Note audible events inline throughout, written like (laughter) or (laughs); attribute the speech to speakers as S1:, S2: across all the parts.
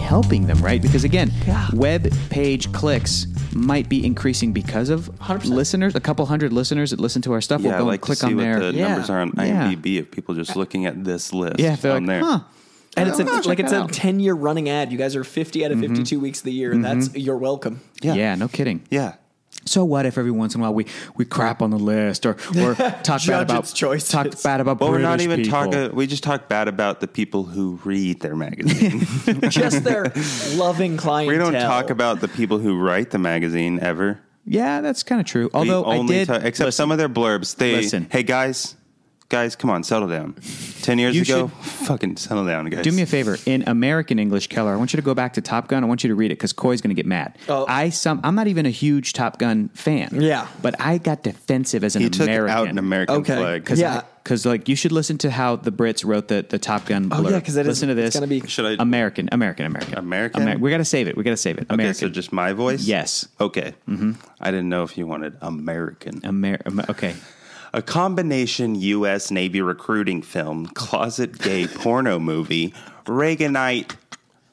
S1: helping them, right? Because again,
S2: Yeah.
S1: web page clicks might be increasing because of
S2: 100%.
S1: listeners. A couple hundred listeners that listen to our stuff
S3: Yeah,
S1: will
S3: I
S1: go
S3: like
S1: and
S3: to
S1: click
S3: see
S1: on
S3: what
S1: there.
S3: the
S2: Yeah.
S3: numbers are on
S1: Yeah.
S3: IMDb if people just looking at this list
S1: yeah, they're like,
S3: on there.
S1: huh.
S2: And it's
S1: I'm gonna
S2: a,
S1: check
S2: like
S1: it
S2: it's a
S1: out.
S2: 10 year running ad. You guys are 50
S3: Mm-hmm.
S2: out of 52 weeks of the year, and that's you're welcome.
S1: yeah.
S3: Yeah.
S1: no kidding.
S3: Yeah.
S1: So what if every once in a while we, we crap on the list or (laughs) or talk bad about
S2: its choices.
S1: talk bad about
S3: Well,
S1: British
S3: we're not even
S1: people.
S3: talking. We just talk bad about the people who read their
S1: (laughs)
S3: magazine.
S2: Just
S3: (laughs)
S2: their loving clientele.
S3: we don't talk about the people who write the magazine ever.
S1: Yeah, that's kind of true.
S3: We
S1: Although I
S3: only
S1: did,
S3: talk- except some of their blurbs. They
S1: Listen.
S3: hey guys, guys, come on, settle down. Ten years
S1: You
S3: ago, fucking settle down, guys.
S1: Do me a favor in American English, Keller. I want you to go back to Top Gun. I want you to read it because Coy's going to get mad.
S2: Oh.
S1: I some I'm not even a huge Top Gun fan.
S2: Yeah.
S1: but I got defensive as an
S3: he took
S1: American.
S3: out an American
S2: Okay.
S3: flag.
S1: Cause
S2: Yeah.
S1: because like you should listen to how the Brits wrote the, the Top Gun.
S2: Oh,
S1: blurb.
S2: yeah, 'cause that is-
S1: listen to this.
S2: it's gonna be-
S3: Should I-
S1: American American American
S3: American?
S1: Amer- we got to save it. We got to save it.
S3: Okay,
S1: American.
S3: so just my voice.
S1: Yes. Mm-hmm.
S3: Okay. I didn't know if you wanted American.
S1: Amer- Am- okay.
S3: A combination U.S. Navy recruiting film,
S1: (laughs)
S3: closet gay porno movie, Reaganite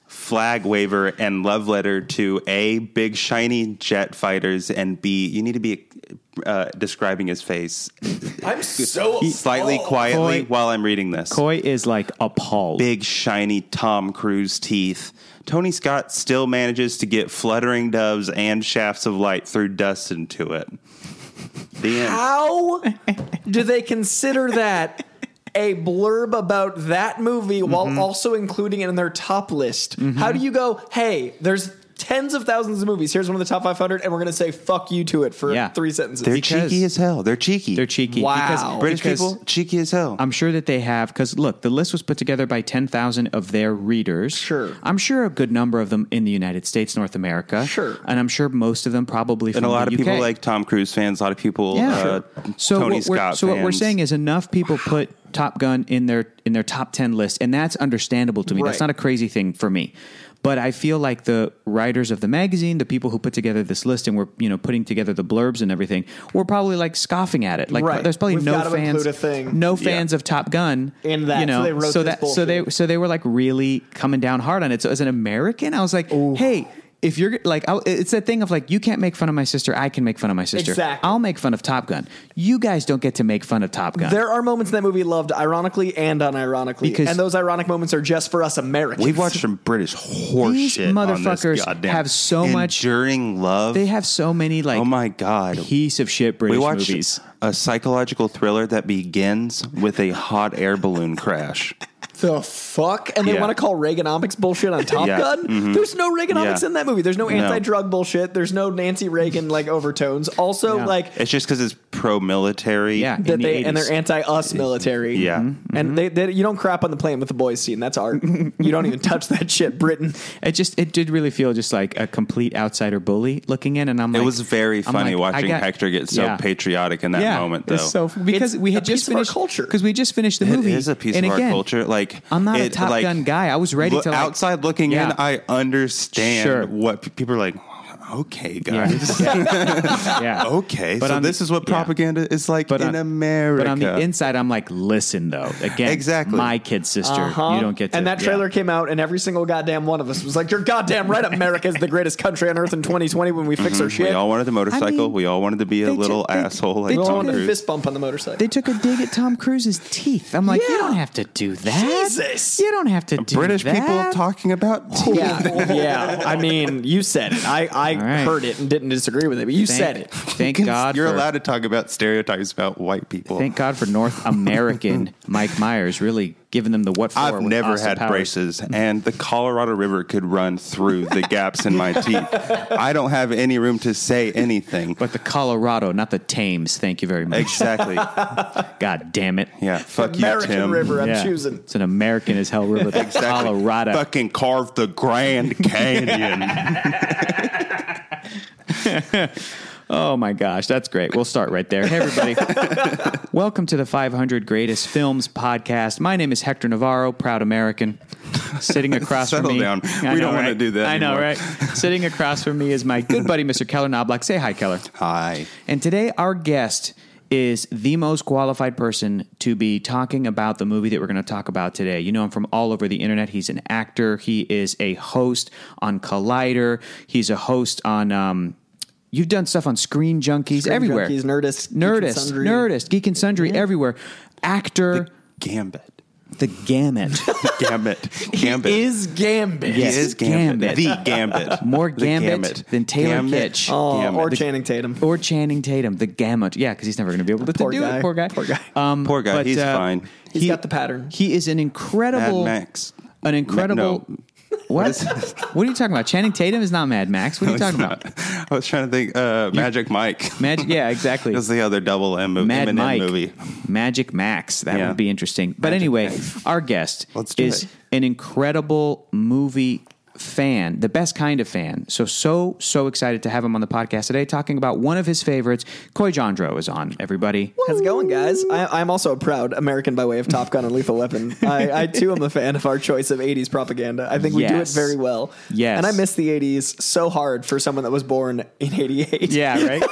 S3: flag waver, and love letter to A, big shiny jet fighters, and B, you need to be uh, describing his face
S2: I'm so
S3: slightly quietly
S1: Oh, Coy-
S3: while I'm reading this.
S1: Coy is like appalled.
S3: Big shiny Tom Cruise teeth. Tony Scott still manages to get fluttering doves and shafts of light through dust into it. The end.
S2: How do they consider that a blurb about that movie while
S3: Mm-hmm.
S2: also including it in their top list? How do you go, hey, there's tens of thousands of movies. Here's one of the top 500, and we're going to say fuck you to it for
S1: Yeah.
S2: three sentences.
S3: They're
S1: Because-
S3: cheeky as hell. They're cheeky.
S1: They're cheeky.
S2: Wow.
S1: Because,
S3: British
S1: because-
S3: people, cheeky as hell.
S1: I'm sure that they have because look, the list was put together by 10,000 of their readers.
S2: Sure.
S1: I'm sure a good number of them in the United States, North America.
S2: Sure.
S1: and I'm sure most of them probably from
S3: and a lot
S1: the
S3: of people
S1: UK.
S3: like Tom Cruise fans, a lot of people
S1: yeah.
S3: uh,
S1: so
S3: Tony
S1: what we're,
S3: Scott
S1: so what we're
S3: fans.
S1: saying is enough people put Top Gun in their in their top 10 list, and that's understandable to me. That's
S2: Right.
S1: not a crazy thing for me. But I feel like the writers of the magazine, the people who put together this list and were, you know, putting together the blurbs and everything, were probably like scoffing at it. Like
S2: Right.
S1: there's probably
S2: We've
S1: no
S2: gotta
S1: fans
S2: include a thing.
S1: no fans of Top Gun
S2: In that,
S1: you know,
S2: so they wrote this
S1: that so they
S2: bullshit.
S1: so they were like really coming down hard on it. So as an American, I was like, hey. If you're like, I'll, it's that thing of like, you can't make fun of my sister. I can make fun of my sister.
S2: Exactly.
S1: I'll make fun of Top Gun. You guys don't get to make fun of Top Gun.
S2: There are moments in that movie loved ironically and unironically,
S1: Because-
S2: and those ironic moments are just for us Americans.
S3: We've watched some British horse
S1: These
S3: shit. on this
S1: motherfuckers
S3: goddamn-
S1: have so much-
S3: enduring love.
S1: they have so many like,
S3: oh my god,
S1: piece of shit British
S3: we watched
S1: movies.
S3: a psychological thriller that begins with a hot air balloon crash.
S2: the fuck, and they
S3: Yeah.
S2: want to call Reaganomics bullshit on Top
S3: Yeah.
S2: Gun. There's no Reaganomics
S3: Yeah.
S2: in that movie. There's no
S3: No.
S2: anti-drug bullshit. There's no Nancy Reagan like overtones. Also,
S1: Yeah.
S2: like
S3: It's just because it's pro-military.
S1: Yeah.
S2: that
S1: in the
S2: they and
S1: 80s.
S2: they're anti-us military.
S3: Yeah.
S2: and they, they you don't crap on the plane with the boys scene. That's art. you don't even touch that shit, Britain.
S1: It just, it did really feel just like a complete outsider bully looking in. And I'm
S3: It
S1: like,
S3: was very
S1: I'm
S3: funny
S1: like, I
S3: watching
S1: got-
S3: Hector get so
S1: Yeah.
S3: patriotic in that
S1: yeah,
S3: moment, though.
S1: It's so because we had
S2: a
S1: just
S2: piece of our
S1: finished
S2: culture.
S1: because we just finished the movie.
S3: It is a piece
S1: and
S3: of
S1: again,
S3: our culture. Like
S1: I'm not a
S3: it,
S1: Top
S3: like,
S1: Gun guy. I was ready
S3: look-
S1: to like,
S3: outside looking
S1: Yeah.
S3: in. I understand
S1: Sure.
S3: what pe- people are like.
S1: (laughs)
S3: Okay, guys.
S1: yeah.
S2: (laughs)
S3: Okay, so
S1: on
S3: this
S1: the-
S3: is what
S1: yeah.
S3: propaganda is like
S1: But
S3: in
S1: on-
S3: America.
S1: But on the inside, I'm like, listen though, again,
S3: Exactly.
S1: my kid sister,
S2: Uh-huh.
S1: you don't get to.
S2: And that
S1: yeah.
S2: trailer came out, and every single goddamn one of us was like, "You're goddamn right. America is the greatest country on earth in 2020 when we fix our
S3: we
S2: shit."
S3: all wanted the motorcycle.
S1: I mean,
S3: we all wanted to be a
S1: they
S3: little
S1: took- they-
S3: asshole
S1: they
S3: like
S2: We all
S1: took
S3: Tom
S2: wanted a
S3: Cruise.
S2: fist bump on the motorcycle.
S1: They took a dig at Tom Cruise's teeth. I'm like, you
S2: Yeah.
S1: don't have to do that.
S2: Jesus.
S1: You don't have to Oh, do
S3: British
S1: that.
S3: people talking about teeth.
S2: Yeah, (laughs) yeah. I mean, you said it. I, I
S1: right.
S2: heard it and didn't disagree with it, but you
S1: Thank,
S2: said it.
S3: (laughs)
S1: Thank God.
S3: You're
S1: for,
S3: allowed to talk about stereotypes about white people.
S1: Thank God for North
S3: (laughs)
S1: American Mike Myers really giving them the what for.
S3: I've
S1: with
S3: never
S1: Austin
S3: had
S1: Powers.
S3: braces, and the Colorado River could run through the gaps in my
S1: (laughs)
S3: teeth. I don't have any room to say anything.
S1: But the Colorado, not the Thames. Thank you very much. (laughs)
S3: exactly.
S1: God damn it.
S3: Yeah. Fuck
S2: American
S3: you, Tim.
S2: River, I'm
S1: Yeah.
S2: choosing.
S1: It's an American as hell river. The
S3: (laughs) Exactly.
S1: Colorado.
S3: Fucking carved
S1: (laughs)
S3: the Grand Canyon.
S1: Oh my gosh, that's great. We'll start right there. Hey, everybody.
S3: (laughs)
S1: Welcome to the 500 Greatest Films podcast. My name is Hector Navarro, proud American. Sitting
S3: (laughs)
S1: across
S3: Settle
S1: from me.
S3: down.
S1: I
S3: We don't wanna
S1: right?
S3: do that
S1: I know,
S3: anymore.
S1: right?
S3: (laughs)
S1: Sitting across from me is my good buddy, Mr. Keller Knobloch. Say hi, Keller.
S3: Hi.
S1: And today, our guest is the most qualified person to be talking about the movie that we're going to talk about today. You know him from all over the internet. He's an actor. He is a host on Collider. He's a host on. Um, you've done stuff on Screen Junkies
S2: Screen
S1: everywhere.
S2: Junkies, Nerdist, Geek and
S1: Nerdist,
S2: Sundry.
S1: Nerdist, Geek and Sundry everywhere. Actor,
S3: Gambit.
S1: the
S2: (laughs)
S1: gamut. (laughs)
S3: Gambit. Gambit.
S2: Is Gambit.
S1: Yes.
S3: He is
S1: Gambit.
S3: Gambit. The Gambit.
S1: (laughs) More
S3: The
S1: Gambit than Taylor
S3: Gambit.
S1: Kitsch.
S2: Oh,
S3: Gambit.
S2: or Channing Tatum.
S1: or Channing Tatum, the gamut. Yeah, because he's never going to be able to
S2: Poor
S1: do
S2: guy.
S1: it. Poor guy.
S2: Poor guy.
S1: Um,
S3: Poor guy.
S1: but,
S3: He's
S1: uh,
S3: fine.
S2: He's
S1: he-
S2: got the pattern.
S1: He is an incredible
S3: Mad Max.
S1: An incredible.
S3: Ma- (laughs)
S1: What? what are you talking about? Channing Tatum is not Mad Max. What are you talking about?
S3: I was trying to think. Uh,
S1: (laughs)
S3: Magic Mike.
S1: Magic. Yeah, exactly.
S3: That's the other double M movie.
S1: Mad
S3: Eminem
S1: Mike,
S3: movie.
S1: Magic Max. That
S3: Yeah.
S1: would be interesting. But anyway, our guest
S3: Let's do
S1: is
S3: it.
S1: an incredible movie fan, the best kind of fan. So so so excited to have him on the podcast today, talking about one of his favorites. Koi Jandro is on. Everybody,
S2: How's it going, guys? I, I'm also a proud American by way of Top Gun and Lethal Weapon. I, I too am a fan of our choice of 80s propaganda. I think we do it
S1: Yes.
S2: very well.
S1: Yes.
S2: And I miss the 80s so hard for someone that was born in 88.
S1: Yeah,
S2: (laughs)
S1: right.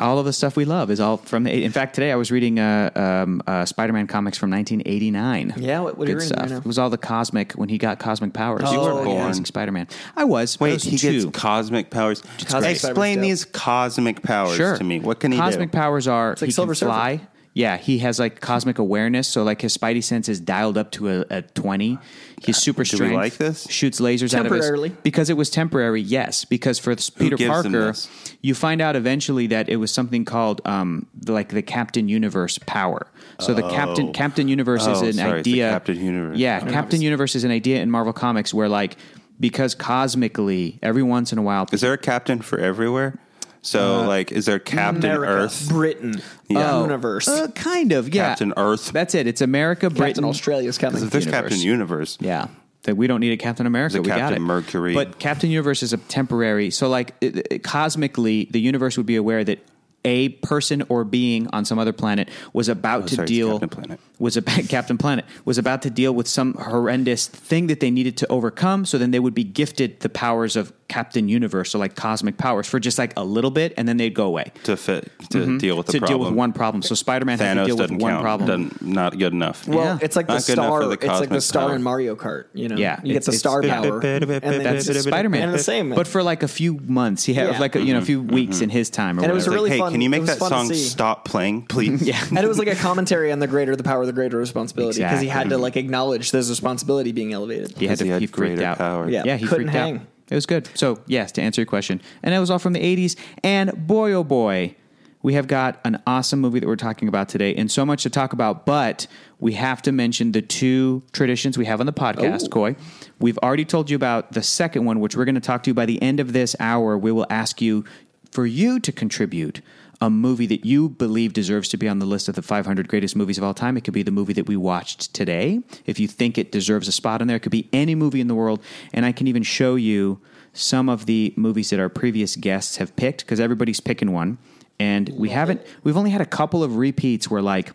S1: all of the stuff we love is all from the. In fact, today I was reading uh, um, uh, Spider-Man comics from 1989.
S2: Yeah, what- what are you
S1: good
S2: reading
S1: stuff.
S2: right now?
S1: It was all the cosmic when he got cosmic powers.
S2: You were
S1: Amazing
S3: born.
S1: Spider-Man. I was. but I
S3: Oh, Wait,
S1: was
S3: he
S1: two.
S3: gets cosmic powers.
S2: great.
S3: Explain
S2: Spider-Man's
S3: these cosmic powers
S1: sure
S3: to me. What can he
S1: Cosmic
S3: do?
S1: powers are
S2: like
S1: he
S2: Silver
S1: can
S2: Surfer.
S1: fly. Yeah, he has like cosmic awareness, so like his spidey sense is dialed up to a, a twenty. His super
S3: Uh, do we
S1: strength
S3: like this?
S1: shoots lasers out of his
S2: Temporarily.
S1: because it was temporary. Yes, because for s- Peter
S3: gives him
S1: Parker,
S3: this?
S1: you find out eventually that it was something called um, the, like the Captain Universe power. So the Captain Captain Universe is
S3: Oh,
S1: an
S3: sorry, it's the
S1: idea.
S3: Captain Universe.
S1: Yeah,
S3: Okay.
S1: Captain Universe is an idea in Marvel Comics where like because cosmically, every once in a while,
S3: Is there a captain for everywhere?
S1: Uh,
S3: So, like, is there Captain
S2: America,
S3: Earth?
S2: Britain,
S3: Yeah.
S2: universe.
S1: Uh, kind of, yeah.
S3: Captain Earth.
S1: That's it. It's America,
S2: Captain
S1: Britain,
S2: Australia's Captain.
S3: If there's
S1: Universe.
S3: Captain Universe,
S1: Yeah. That we don't need a Captain America.
S3: There's a
S1: we got
S3: Captain
S1: it.
S3: Mercury.
S1: But Captain Universe is a temporary. So, like, it, it- cosmically, the universe would be aware that a person or being on some other planet was about to
S3: Oh, sorry, it's
S1: deal
S3: Captain Planet.
S1: was about (laughs) Captain Planet was about to deal with some horrendous thing that they needed to overcome. So then they would be gifted the powers of Captain Universe, or like cosmic powers, for just like a little bit, and then they'd go away
S3: to fit to deal with
S1: Mm-hmm.
S3: the
S1: to
S3: problem.
S1: deal with one problem. So Spider Man had to
S3: Thanos
S1: deal with
S3: doesn't
S1: one
S3: count.
S1: problem.
S3: Doesn't, not good enough.
S2: well,
S1: Yeah.
S2: it's like the
S3: Not good enough
S2: star.
S3: for the
S2: It's like the
S3: cosmic
S2: star
S3: power.
S2: in Mario Kart. You know,
S1: Yeah,
S2: you get the
S1: it's-
S2: star
S1: it's- (laughs)
S2: power, and that's
S1: It's Spider-Man.
S2: And the same.
S1: but for like a few months, he had
S2: Yeah.
S1: like a,
S3: Mm-hmm.
S1: you know a few weeks in his time, or
S2: And it was
S1: whatever.
S2: really
S3: hey,
S2: fun.
S3: can you
S2: It
S3: make
S2: was
S3: that
S2: fun to
S3: song
S2: see.
S3: stop
S1: (laughs)
S3: playing, please?
S1: yeah.
S2: and it was like a commentary on the greater the power, the greater responsibility, because he had to like acknowledge there's responsibility being elevated.
S1: He had to
S3: He had
S1: he freaked
S3: greater
S1: out.
S3: power.
S1: Yeah,
S2: Yeah,
S1: he
S2: couldn't
S1: freaked out.
S2: hang.
S1: It was good. So yes, to answer your question, and it was all from the '80s. And boy, oh boy, we have got an awesome movie that we're talking about today, and so much to talk about. But we have to mention the two traditions we have on the podcast,
S2: Ooh.
S1: Koi. We've already told you about the second one, which we're going to talk to you by the end of this hour. We will ask you for you to contribute a movie that you believe deserves to be on the list of the 500 greatest movies of all time. It could be the movie that we watched today. If you think it deserves a spot in there, it could be any movie in the world. And I can even show you some of the movies that our previous guests have picked because everybody's picking one. And we haven't, we've only had a couple of repeats where like,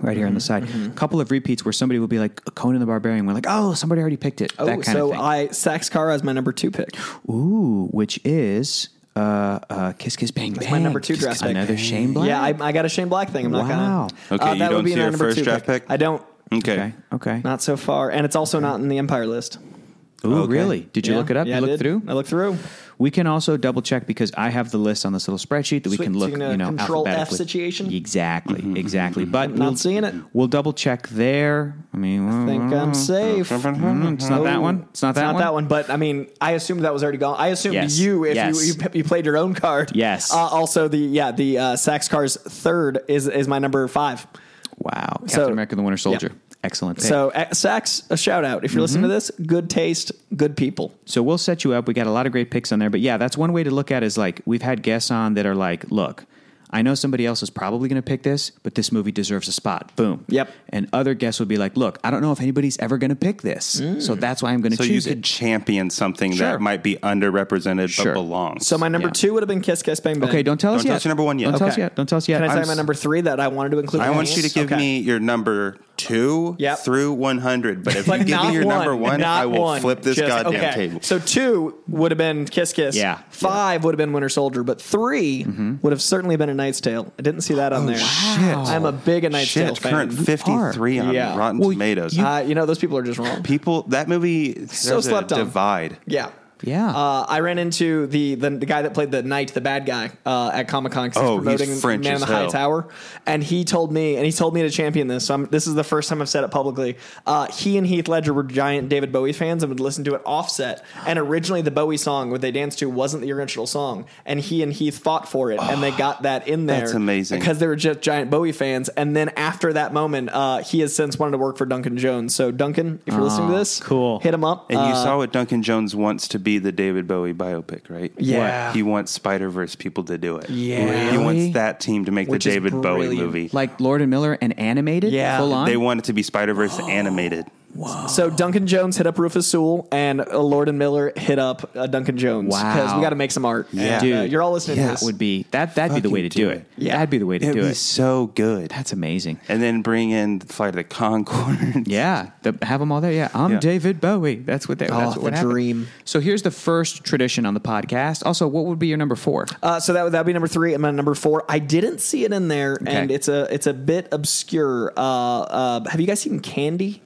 S1: Right here on the
S2: Mm-hmm,
S1: side, a couple of repeats where somebody will be like Conan the Barbarian. We're like, oh, somebody already picked it.
S2: Oh,
S1: that kind
S2: so
S1: of thing.
S2: I Sax Kara is my number two pick.
S1: Ooh, which is uh, uh, Kiss Kiss Bang Bang.
S2: my number two
S1: Kiss,
S2: draft
S1: Kiss,
S2: pick.
S1: Another Shane Black.
S2: Yeah, I, I got a Shane Black thing. I'm
S1: Wow.
S2: not gonna.
S3: Okay,
S2: uh,
S3: you
S2: that
S3: don't
S2: would be
S3: see
S2: my
S3: your
S2: number
S3: first
S2: two
S3: draft pick?
S2: I don't.
S3: Okay.
S1: Okay. Okay.
S2: Not so far, and it's also not in the Empire list.
S1: Ooh,
S3: Okay.
S1: really? Did you
S2: Uh, Yeah.
S1: look it up? you
S2: Yeah, I
S1: looked
S2: did.
S1: through.
S2: I looked through.
S1: We can also double check because I have the list on this little spreadsheet that we
S2: Sweet.
S1: can
S2: So
S1: look.
S2: you're gonna
S1: you know,
S2: control F
S1: alphabetically.
S2: situation? Mm-hmm,
S1: Exactly. Exactly. But
S2: not
S1: we'll-
S2: seeing it.
S1: We'll double check there. I mean, I
S2: Think I'm
S1: Mm-hmm.
S2: safe.
S3: Mm-hmm.
S1: it's not that one. It's not that
S2: not
S1: one.
S2: that one, but I mean, I assumed that was already gone. I assumed
S1: Yes.
S2: you, if
S1: Yes.
S2: you, you you played your own card.
S1: Yes.
S2: Uh, also, the yeah, the uh, Sax Car's third is is my number five.
S1: Wow. Captain
S2: So-
S1: America: The Winter Soldier.
S2: Yeah.
S1: Excellent. pick.
S2: So uh, Sax, a shout out if you're listening to
S1: Mm-hmm.
S2: this. Good taste, good people.
S1: So we'll set you up. We got a lot of great picks on there. But yeah, that's one way to look at is like we've had guests on that are like, look, I know somebody else is probably going to pick this, but this movie deserves a spot. Boom.
S2: Yep.
S1: And other guests would be like, look, I don't know if anybody's ever going to pick this.
S2: Mm.
S1: So that's why I'm going to
S3: So you
S1: choose
S3: could
S1: it.
S3: champion something
S1: Sure.
S3: that might be underrepresented
S1: Sure.
S3: but belongs.
S2: So my number
S1: Yeah.
S2: two would have been Kiss Kiss Bang Bang.
S1: Okay, don't tell us
S3: Don't
S1: yet.
S3: tell us your number one yet.
S1: Don't tell us
S2: Okay.
S1: yet. Don't tell us yet.
S2: Can I
S1: I'm
S2: tell you my number three that I wanted to include?
S3: I
S2: in
S3: want
S2: this?
S3: you to give
S2: Okay.
S3: me your number two
S2: Yep.
S3: through
S1: (laughs)
S3: 100. But if
S2: But
S3: you give
S2: not
S3: me your
S2: one,
S3: number one,
S2: not
S3: I will
S2: one.
S3: flip this
S2: Just-
S3: goddamn
S2: okay.
S3: table.
S2: So two would have been Kiss Kiss.
S1: Yeah.
S2: Five would have been Winter Soldier, but 3
S3: Mm-hmm.
S2: would have certainly been A Knight's Tale. I didn't see that on there. I'm a big A Knight's Tale
S3: Oh, Shit,
S2: fan.
S3: current 53 on
S2: Yeah.
S3: Rotten
S1: Well,
S3: Tomatoes.
S1: you-
S2: Uh, you know, those people are just
S3: (laughs)
S2: wrong.
S3: People, that movie, so
S2: slept
S3: a
S2: on.
S3: divide.
S2: Yeah.
S1: Yeah.
S2: Uh, I ran into the, the the guy that played the knight, the bad guy, uh, at Comic Con.
S3: Oh, he's
S2: promoting
S3: French
S2: Man in
S3: as
S2: the High
S3: hell.
S2: Tower, and he told me, and he told me to champion this. So I'm, this is the first time I've said it publicly. Uh, he and Heath Ledger were giant David Bowie fans and would listen to it offset. And originally, the Bowie song what they danced to wasn't the original song, and he and Heath fought for it, and they got that in there.
S3: That's amazing.
S2: because they were just giant Bowie fans. And then after that moment, uh, he has since wanted to work for Duncan Jones. So Duncan, if you're listening to this,
S1: cool.
S2: hit him up.
S3: And you
S2: Uh,
S3: saw what Duncan Jones wants to be the David Bowie biopic, right?
S2: Yeah.
S3: What? He wants Spider Verse people to do it.
S2: Yeah.
S3: He
S1: Really?
S3: wants that team to make
S2: Which
S3: the
S2: is
S3: David Bowie
S2: brilliant.
S3: movie.
S1: like Lord and Miller and animated?
S2: Yeah.
S1: Full on?
S3: They want it to be
S2: (gasps)
S3: Spider Verse animated. Oh.
S2: So Duncan Jones hit up Rufus Sewell, and uh, Lord and Miller hit up uh, Duncan Jones
S1: Wow.
S2: because we got to make some art.
S3: Yeah.
S2: And, uh,
S1: Dude,
S2: you're all listening to
S1: that
S2: this.
S1: would be that. That'd be the way to
S3: Fucking
S1: do
S3: do
S1: it.
S3: it.
S2: Yeah.
S1: That'd be the way to
S3: It
S1: do
S3: would be
S1: it.
S3: so good.
S1: That's amazing.
S3: And then bring in the Flight of the Concord. (laughs)
S1: Yeah, the, have them all there. Yeah, I'm
S3: Yeah.
S1: David Bowie. That's what they. that's
S2: Oh,
S1: what
S2: the
S1: happened.
S2: dream.
S1: So here's the first tradition on the podcast. Also, what would be your number four?
S2: uh, so that would that'd be number three. And my number four, I didn't see it in there, and it's a it's a bit obscure. Uh, uh, have you guys seen Candy?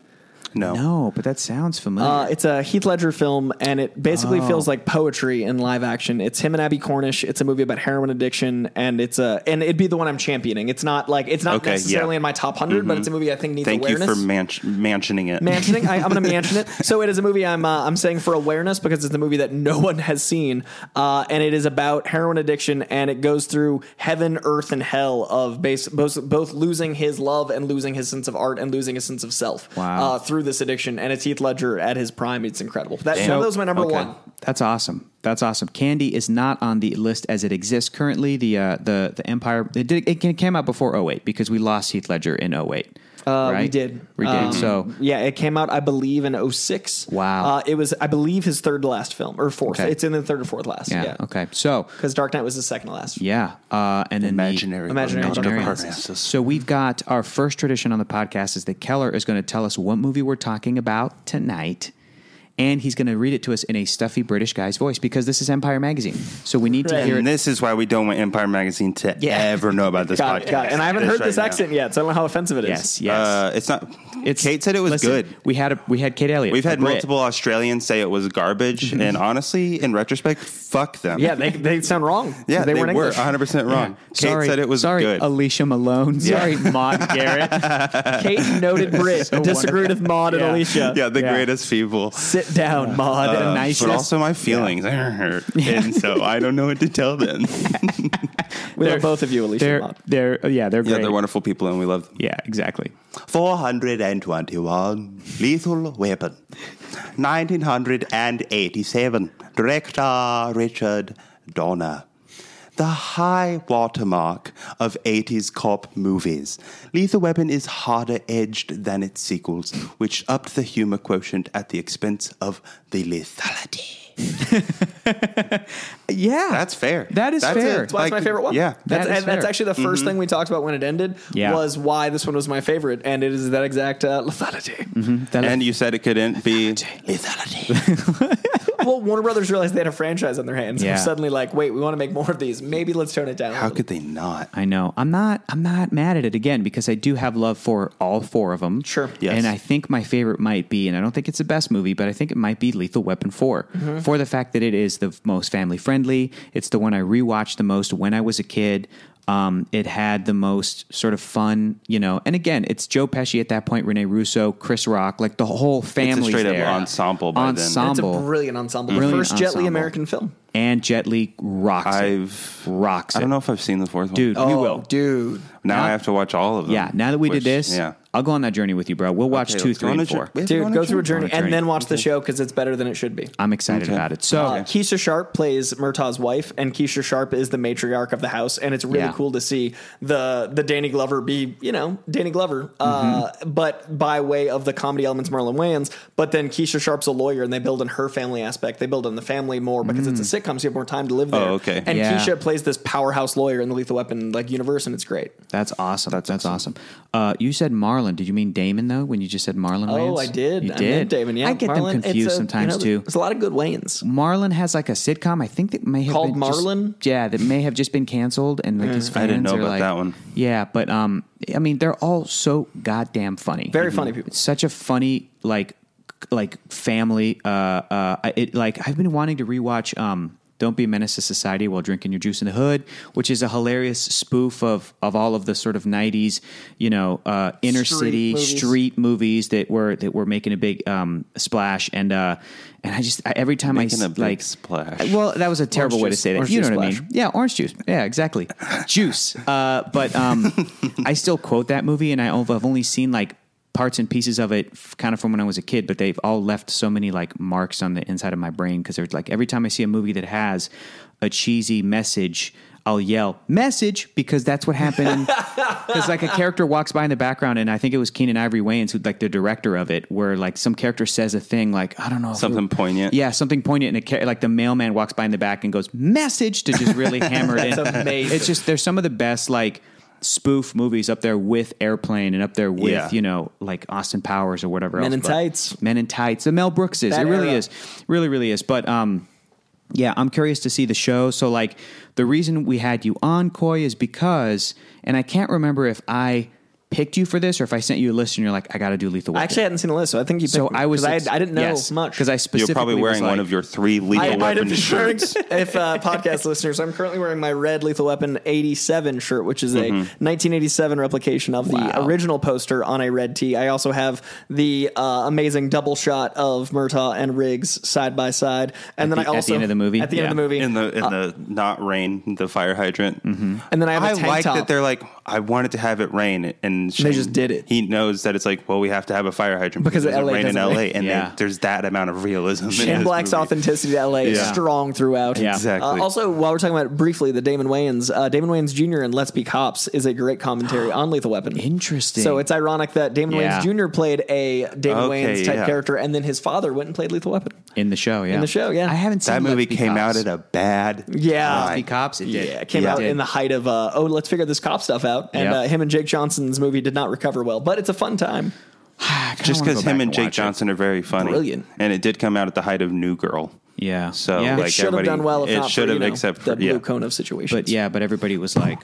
S3: No.
S1: no, but that sounds familiar.
S2: Oh. Uh, it's a Heath Ledger film, and it basically
S3: Oh.
S2: feels like poetry in live action. It's him and Abby Cornish. It's a movie about heroin addiction, and it's a and it'd be the one I'm championing. It's not like it's not
S3: Okay, yeah. Mm-hmm.
S2: necessarily in my top 100 but it's a movie I think needs
S3: Thank
S2: awareness.
S3: you for man- mansioning it.
S2: Mansioning. I,
S1: (laughs)
S2: I'm going to mansion it. So it is a movie I'm uh, I'm saying for awareness because it's a movie that no one has seen, uh, and it is about heroin addiction and it goes through heaven, earth, and hell of base, both both losing his love and losing his sense of art and losing his sense of self
S1: Wow.
S2: uh, through this addiction. And it's Heath Ledger at his prime. It's incredible. That,
S3: Damn.
S2: so that was my number
S3: Okay.
S2: one.
S1: That's awesome. That's awesome. Candy is not on the list as it exists currently. The uh, the the Empire it, did, it came out before 08 because we lost Heath Ledger in 08.
S2: Uh,
S1: right?
S2: We did.
S1: We did.
S2: Um,
S1: so
S2: yeah, it came out I believe in 06.
S1: Wow.
S2: Uh, it was I believe his third to last film or fourth.
S1: Okay.
S2: It's in the third or fourth last.
S1: yeah,
S2: Yeah.
S1: okay. So
S2: Because Dark Knight was his second to last.
S1: yeah, uh, and then the-
S3: Imaginary.
S2: Imaginary
S3: Imaginary.
S2: Dark
S3: Parnassus.
S1: So we've got our first tradition on the podcast is that Keller is going to tell us what movie we're talking about tonight. And he's going to read it to us in a stuffy British guy's voice because this is Empire Magazine. So we need to
S2: Right.
S1: hear
S3: And
S1: it.
S3: this is why we don't want Empire Magazine to
S1: Yeah.
S3: ever know about
S2: (laughs)
S3: this
S2: Got
S3: podcast.
S2: it, got it. And I haven't heard
S3: right
S2: this
S3: now.
S2: accent yet, so I don't know how offensive it is.
S1: Yes, yes.
S3: Uh, it's not.
S1: It's-
S3: Kate said it was
S1: listen,
S3: good.
S1: We had a, we had Kate Elliott.
S3: We've
S1: a
S3: had
S1: Brit.
S3: multiple Australians say it was garbage, and honestly, in retrospect, fuck them.
S2: Yeah, they, they sound wrong. 'cause
S3: (laughs) yeah, they,
S2: weren't
S3: were
S2: English.
S3: 100 percent wrong. Kate
S1: sorry,
S3: said it was
S1: sorry,
S3: good.
S1: Alicia Malone. Sorry, Maud Garrett.
S3: (laughs)
S2: Kate noted Brit
S1: So
S2: disagreed with Maud
S1: Oh, Yeah.
S2: and Alicia.
S3: yeah, the
S1: Yeah.
S3: greatest people.
S2: Sit down, Maud.
S1: Uh, nice-
S3: But also my feelings are hurt, and so I don't know what to tell them.
S2: we love both of you, Alicia. and
S1: They're
S2: Maud.
S1: they're yeah they're great.
S3: yeah, they're wonderful people, and we love them.
S1: Yeah, exactly.
S3: 421 Lethal Weapon 1987 Director Richard Donner The high watermark of 80s cop movies. Lethal Weapon is harder edged than its sequels, which upped the humor quotient at the expense of the lethality.
S1: Yeah,
S3: That's fair.
S1: That is
S3: That's
S1: fair.
S3: it.
S2: That's
S3: Like,
S2: my favorite one.
S3: Yeah.
S1: That
S2: that's,
S1: is
S2: and that's
S1: fair.
S2: actually the 1st thing we talked about when it ended.
S1: Yeah.
S2: was why this one was my favorite, and it is that exact uh, lethality.
S1: That is-
S3: And you said it couldn't be lethality.
S2: (laughs) well, Warner Brothers realized they had a franchise on their hands.
S1: Yeah.
S2: They're suddenly like, wait, we want to make more of these. Maybe let's tone it down. a
S3: How
S2: little.
S3: could they not?
S1: I know. I'm not. I'm not mad at it again because I do have love for all four of them.
S2: Sure.
S3: Yes.
S1: And I think my favorite might be, and I don't think it's the best movie, but I think it might be Lethal Weapon 4
S3: Mm-hmm.
S1: for the fact that it is the most family friendly. It's the one I rewatched the most when I was a kid. Um, it had the most sort of fun, you know. And again, it's Joe Pesci at that point, Rene Russo, Chris Rock, like the whole family.
S3: straight-up
S1: there.
S3: ensemble by then. It's a
S2: it's a
S1: ensemble.
S2: brilliant ensemble.
S1: Brilliant
S2: First Jet
S1: ensemble.
S2: Li American film.
S1: and Jet Li rocks
S3: I've-
S1: it. Rocks
S3: I
S1: it.
S3: don't know if I've seen the fourth one.
S1: Dude, we
S2: Oh,
S1: will.
S2: dude.
S3: Now I have to watch all of them.
S1: Yeah, now that we
S3: Um, which-
S1: did this,
S3: yeah.
S1: I'll go on that journey with you, bro. We'll watch
S3: Okay,
S1: two,
S3: let's go
S1: three,
S3: on
S1: and
S3: a
S1: four.
S3: jour- we have to go
S2: Dude,
S3: on
S2: go through a
S1: On
S2: journey
S1: a journey.
S2: and then watch the show because it's better than it should be.
S1: I'm excited about it. So,
S2: Uh, Keisha Sharp plays Murtaugh's wife, and Keisha Sharp is the matriarch of the house, and it's really
S1: Yeah.
S2: cool to see the the Danny Glover be, you know, Danny Glover, uh, but by way of the comedy elements Marlon Wayans. But then Keisha Sharp's a lawyer, and they build in her family aspect. They build in the family more because it's a sitcoms. You have more time to live there.
S3: okay.
S2: And
S1: Yeah.
S2: Keisha plays this powerhouse lawyer in the Lethal Weapon like universe, and it's great.
S1: That's awesome. That's, awesome. Uh, you said Marlon. Did you mean Damon though? When you just said Marlon?
S2: Oh,
S1: Wayans?
S2: I did.
S1: You
S2: I
S1: did,
S2: meant Damon. Yeah,
S1: I get
S2: Marlon,
S1: them
S2: it's
S1: confused
S2: a- you
S1: sometimes
S2: know,
S1: too.
S2: There's a lot of good Wayans.
S1: Marlon has like a sitcom. I think that may have
S2: Called
S1: been just-
S2: Marlon?
S1: yeah, that may have just been canceled, and like his fans
S3: I didn't know
S1: are
S3: about
S1: like,
S3: that one.
S1: Yeah, but um, I mean, they're all so goddamn funny.
S2: Very funny people.
S1: It's such a funny like c- like family. Uh, uh, I- it like I've been wanting to rewatch um. Don't be a menace to society while drinking your juice in the hood, which is a hilarious spoof of of all of the sort of '90s, you know, uh, inner
S2: Street
S1: city
S2: movies.
S1: street movies that were that were making a big um, splash. And uh, and I just I, every time
S3: Making
S1: I
S3: a
S1: s-
S3: big
S1: like
S3: splash.
S1: Well, that was a terrible way to
S2: juice.
S1: say that.
S2: Orange
S1: you know
S2: juice
S1: what I mean?
S2: splash.
S1: Yeah, orange juice. Yeah,
S2: (laughs)
S1: exactly. juice. Uh, but um, I still quote that movie, and I, ov- I've only seen like parts and pieces of it, f- kind of from when I was a kid. But they've all left so many like marks on the inside of my brain because they're like every time I see a movie that has a cheesy message. I'll yell message because that's what
S2: (laughs)
S1: happened. Because like a character walks by in the background, and I think it was Keenan Ivory Wayans who like the director of it, where like some character says a thing like I don't know if it-
S3: Something poignant.
S1: yeah, something poignant in a car- like the mailman walks by in the back and goes message to just
S2: (laughs)
S1: really hammer it in.
S2: That's amazing.
S1: It's just there's some of the best like spoof movies up there with Airplane and up there with
S3: Yeah.
S1: you know like Austin Powers or whatever
S2: Men
S1: else.
S2: in
S1: but-
S2: Tights.
S1: Men in Tights. The Mel Brooks is.
S2: That
S1: it really
S2: era.
S1: is. Really, really is. But um, yeah, I'm curious to see the show. So like the reason we had you on Coy is because, and I can't remember if I picked you for this or if I sent you a list and you're like I got to do Lethal
S2: I
S1: Weapon.
S2: actually hadn't seen the list, so I think you.
S1: so
S2: picked me,
S1: I was
S2: 'cause
S1: ex-
S2: I, I didn't know
S1: yes,
S2: much
S1: because I
S3: You're
S1: specifically
S3: probably
S1: was
S3: wearing one
S1: like-
S3: of your three lethal
S2: I might have
S3: weapon
S2: been
S1: (laughs)
S2: wearing,
S3: shirts.
S2: if uh, podcast listeners, I'm currently wearing my red Lethal Weapon 87 shirt, which is a
S1: Mm-hmm.
S2: 1987 replication of the original poster on a red tee. I also have the uh, amazing double shot of Murtaugh and Riggs side by side, and
S1: At the-
S2: then I
S1: at the
S2: also
S1: end of the movie?
S2: at the end of
S1: Yeah.
S2: the movie,
S3: in the in the not rain the fire hydrant.
S2: and then I have a
S3: I
S2: tank
S3: like
S2: top.
S3: that they're like I wanted to have it rain and Shane-
S2: just did it.
S3: He knows that it's like well we have to have a fire hydrant
S2: Because
S3: because, it
S2: LA
S3: doesn't rain in
S2: doesn't
S3: LA
S2: rain.
S3: and they-
S1: Yeah.
S3: there's that amount of realism. in
S2: Shane
S3: this
S2: Black's
S3: movie.
S2: authenticity to LA is
S3: Yeah.
S2: strong throughout.
S1: Yeah.
S3: Exactly.
S2: Uh, also, while we're talking about it briefly, the Damon Wayans, uh, Damon Wayans Jr. and Let's Be Cops is a great
S1: (gasps)
S2: commentary on Lethal Weapon.
S1: Interesting.
S2: So it's ironic that Damon
S1: Yeah.
S2: Wayans Jr. played a Damon
S3: Okay,
S2: Wayans type
S3: yeah.
S2: character, and then his father went and played Lethal Weapon.
S1: in the show. Yeah,
S2: the show, yeah.
S1: I haven't seen
S3: that
S1: Let's
S3: movie
S1: Be
S3: came out
S1: Cops.
S3: at a bad
S2: Yeah.
S1: Let's Be Cops. It did.
S2: Yeah, it came
S1: It
S2: out
S1: did.
S2: in the height of uh, oh, let's figure this cop stuff out. And
S1: Yep.
S2: uh, him and Jake Johnson's movie did not recover well, but it's a fun time.
S1: (sighs) I kinda
S3: just
S1: wanna
S3: because
S1: go
S3: him
S1: back
S3: and Jake
S1: watch it.
S3: Johnson are very funny.
S2: Brilliant.
S3: And it did come out at the height of New Girl.
S1: Yeah.
S3: So
S1: Yeah. It
S3: like
S2: It should have
S3: everybody-
S2: done well. If
S3: it
S2: not
S3: should
S2: for,
S3: have,
S2: you know,
S3: except
S2: the
S3: for
S2: blue
S3: yeah.
S2: cone of situations.
S1: But yeah, but everybody was like,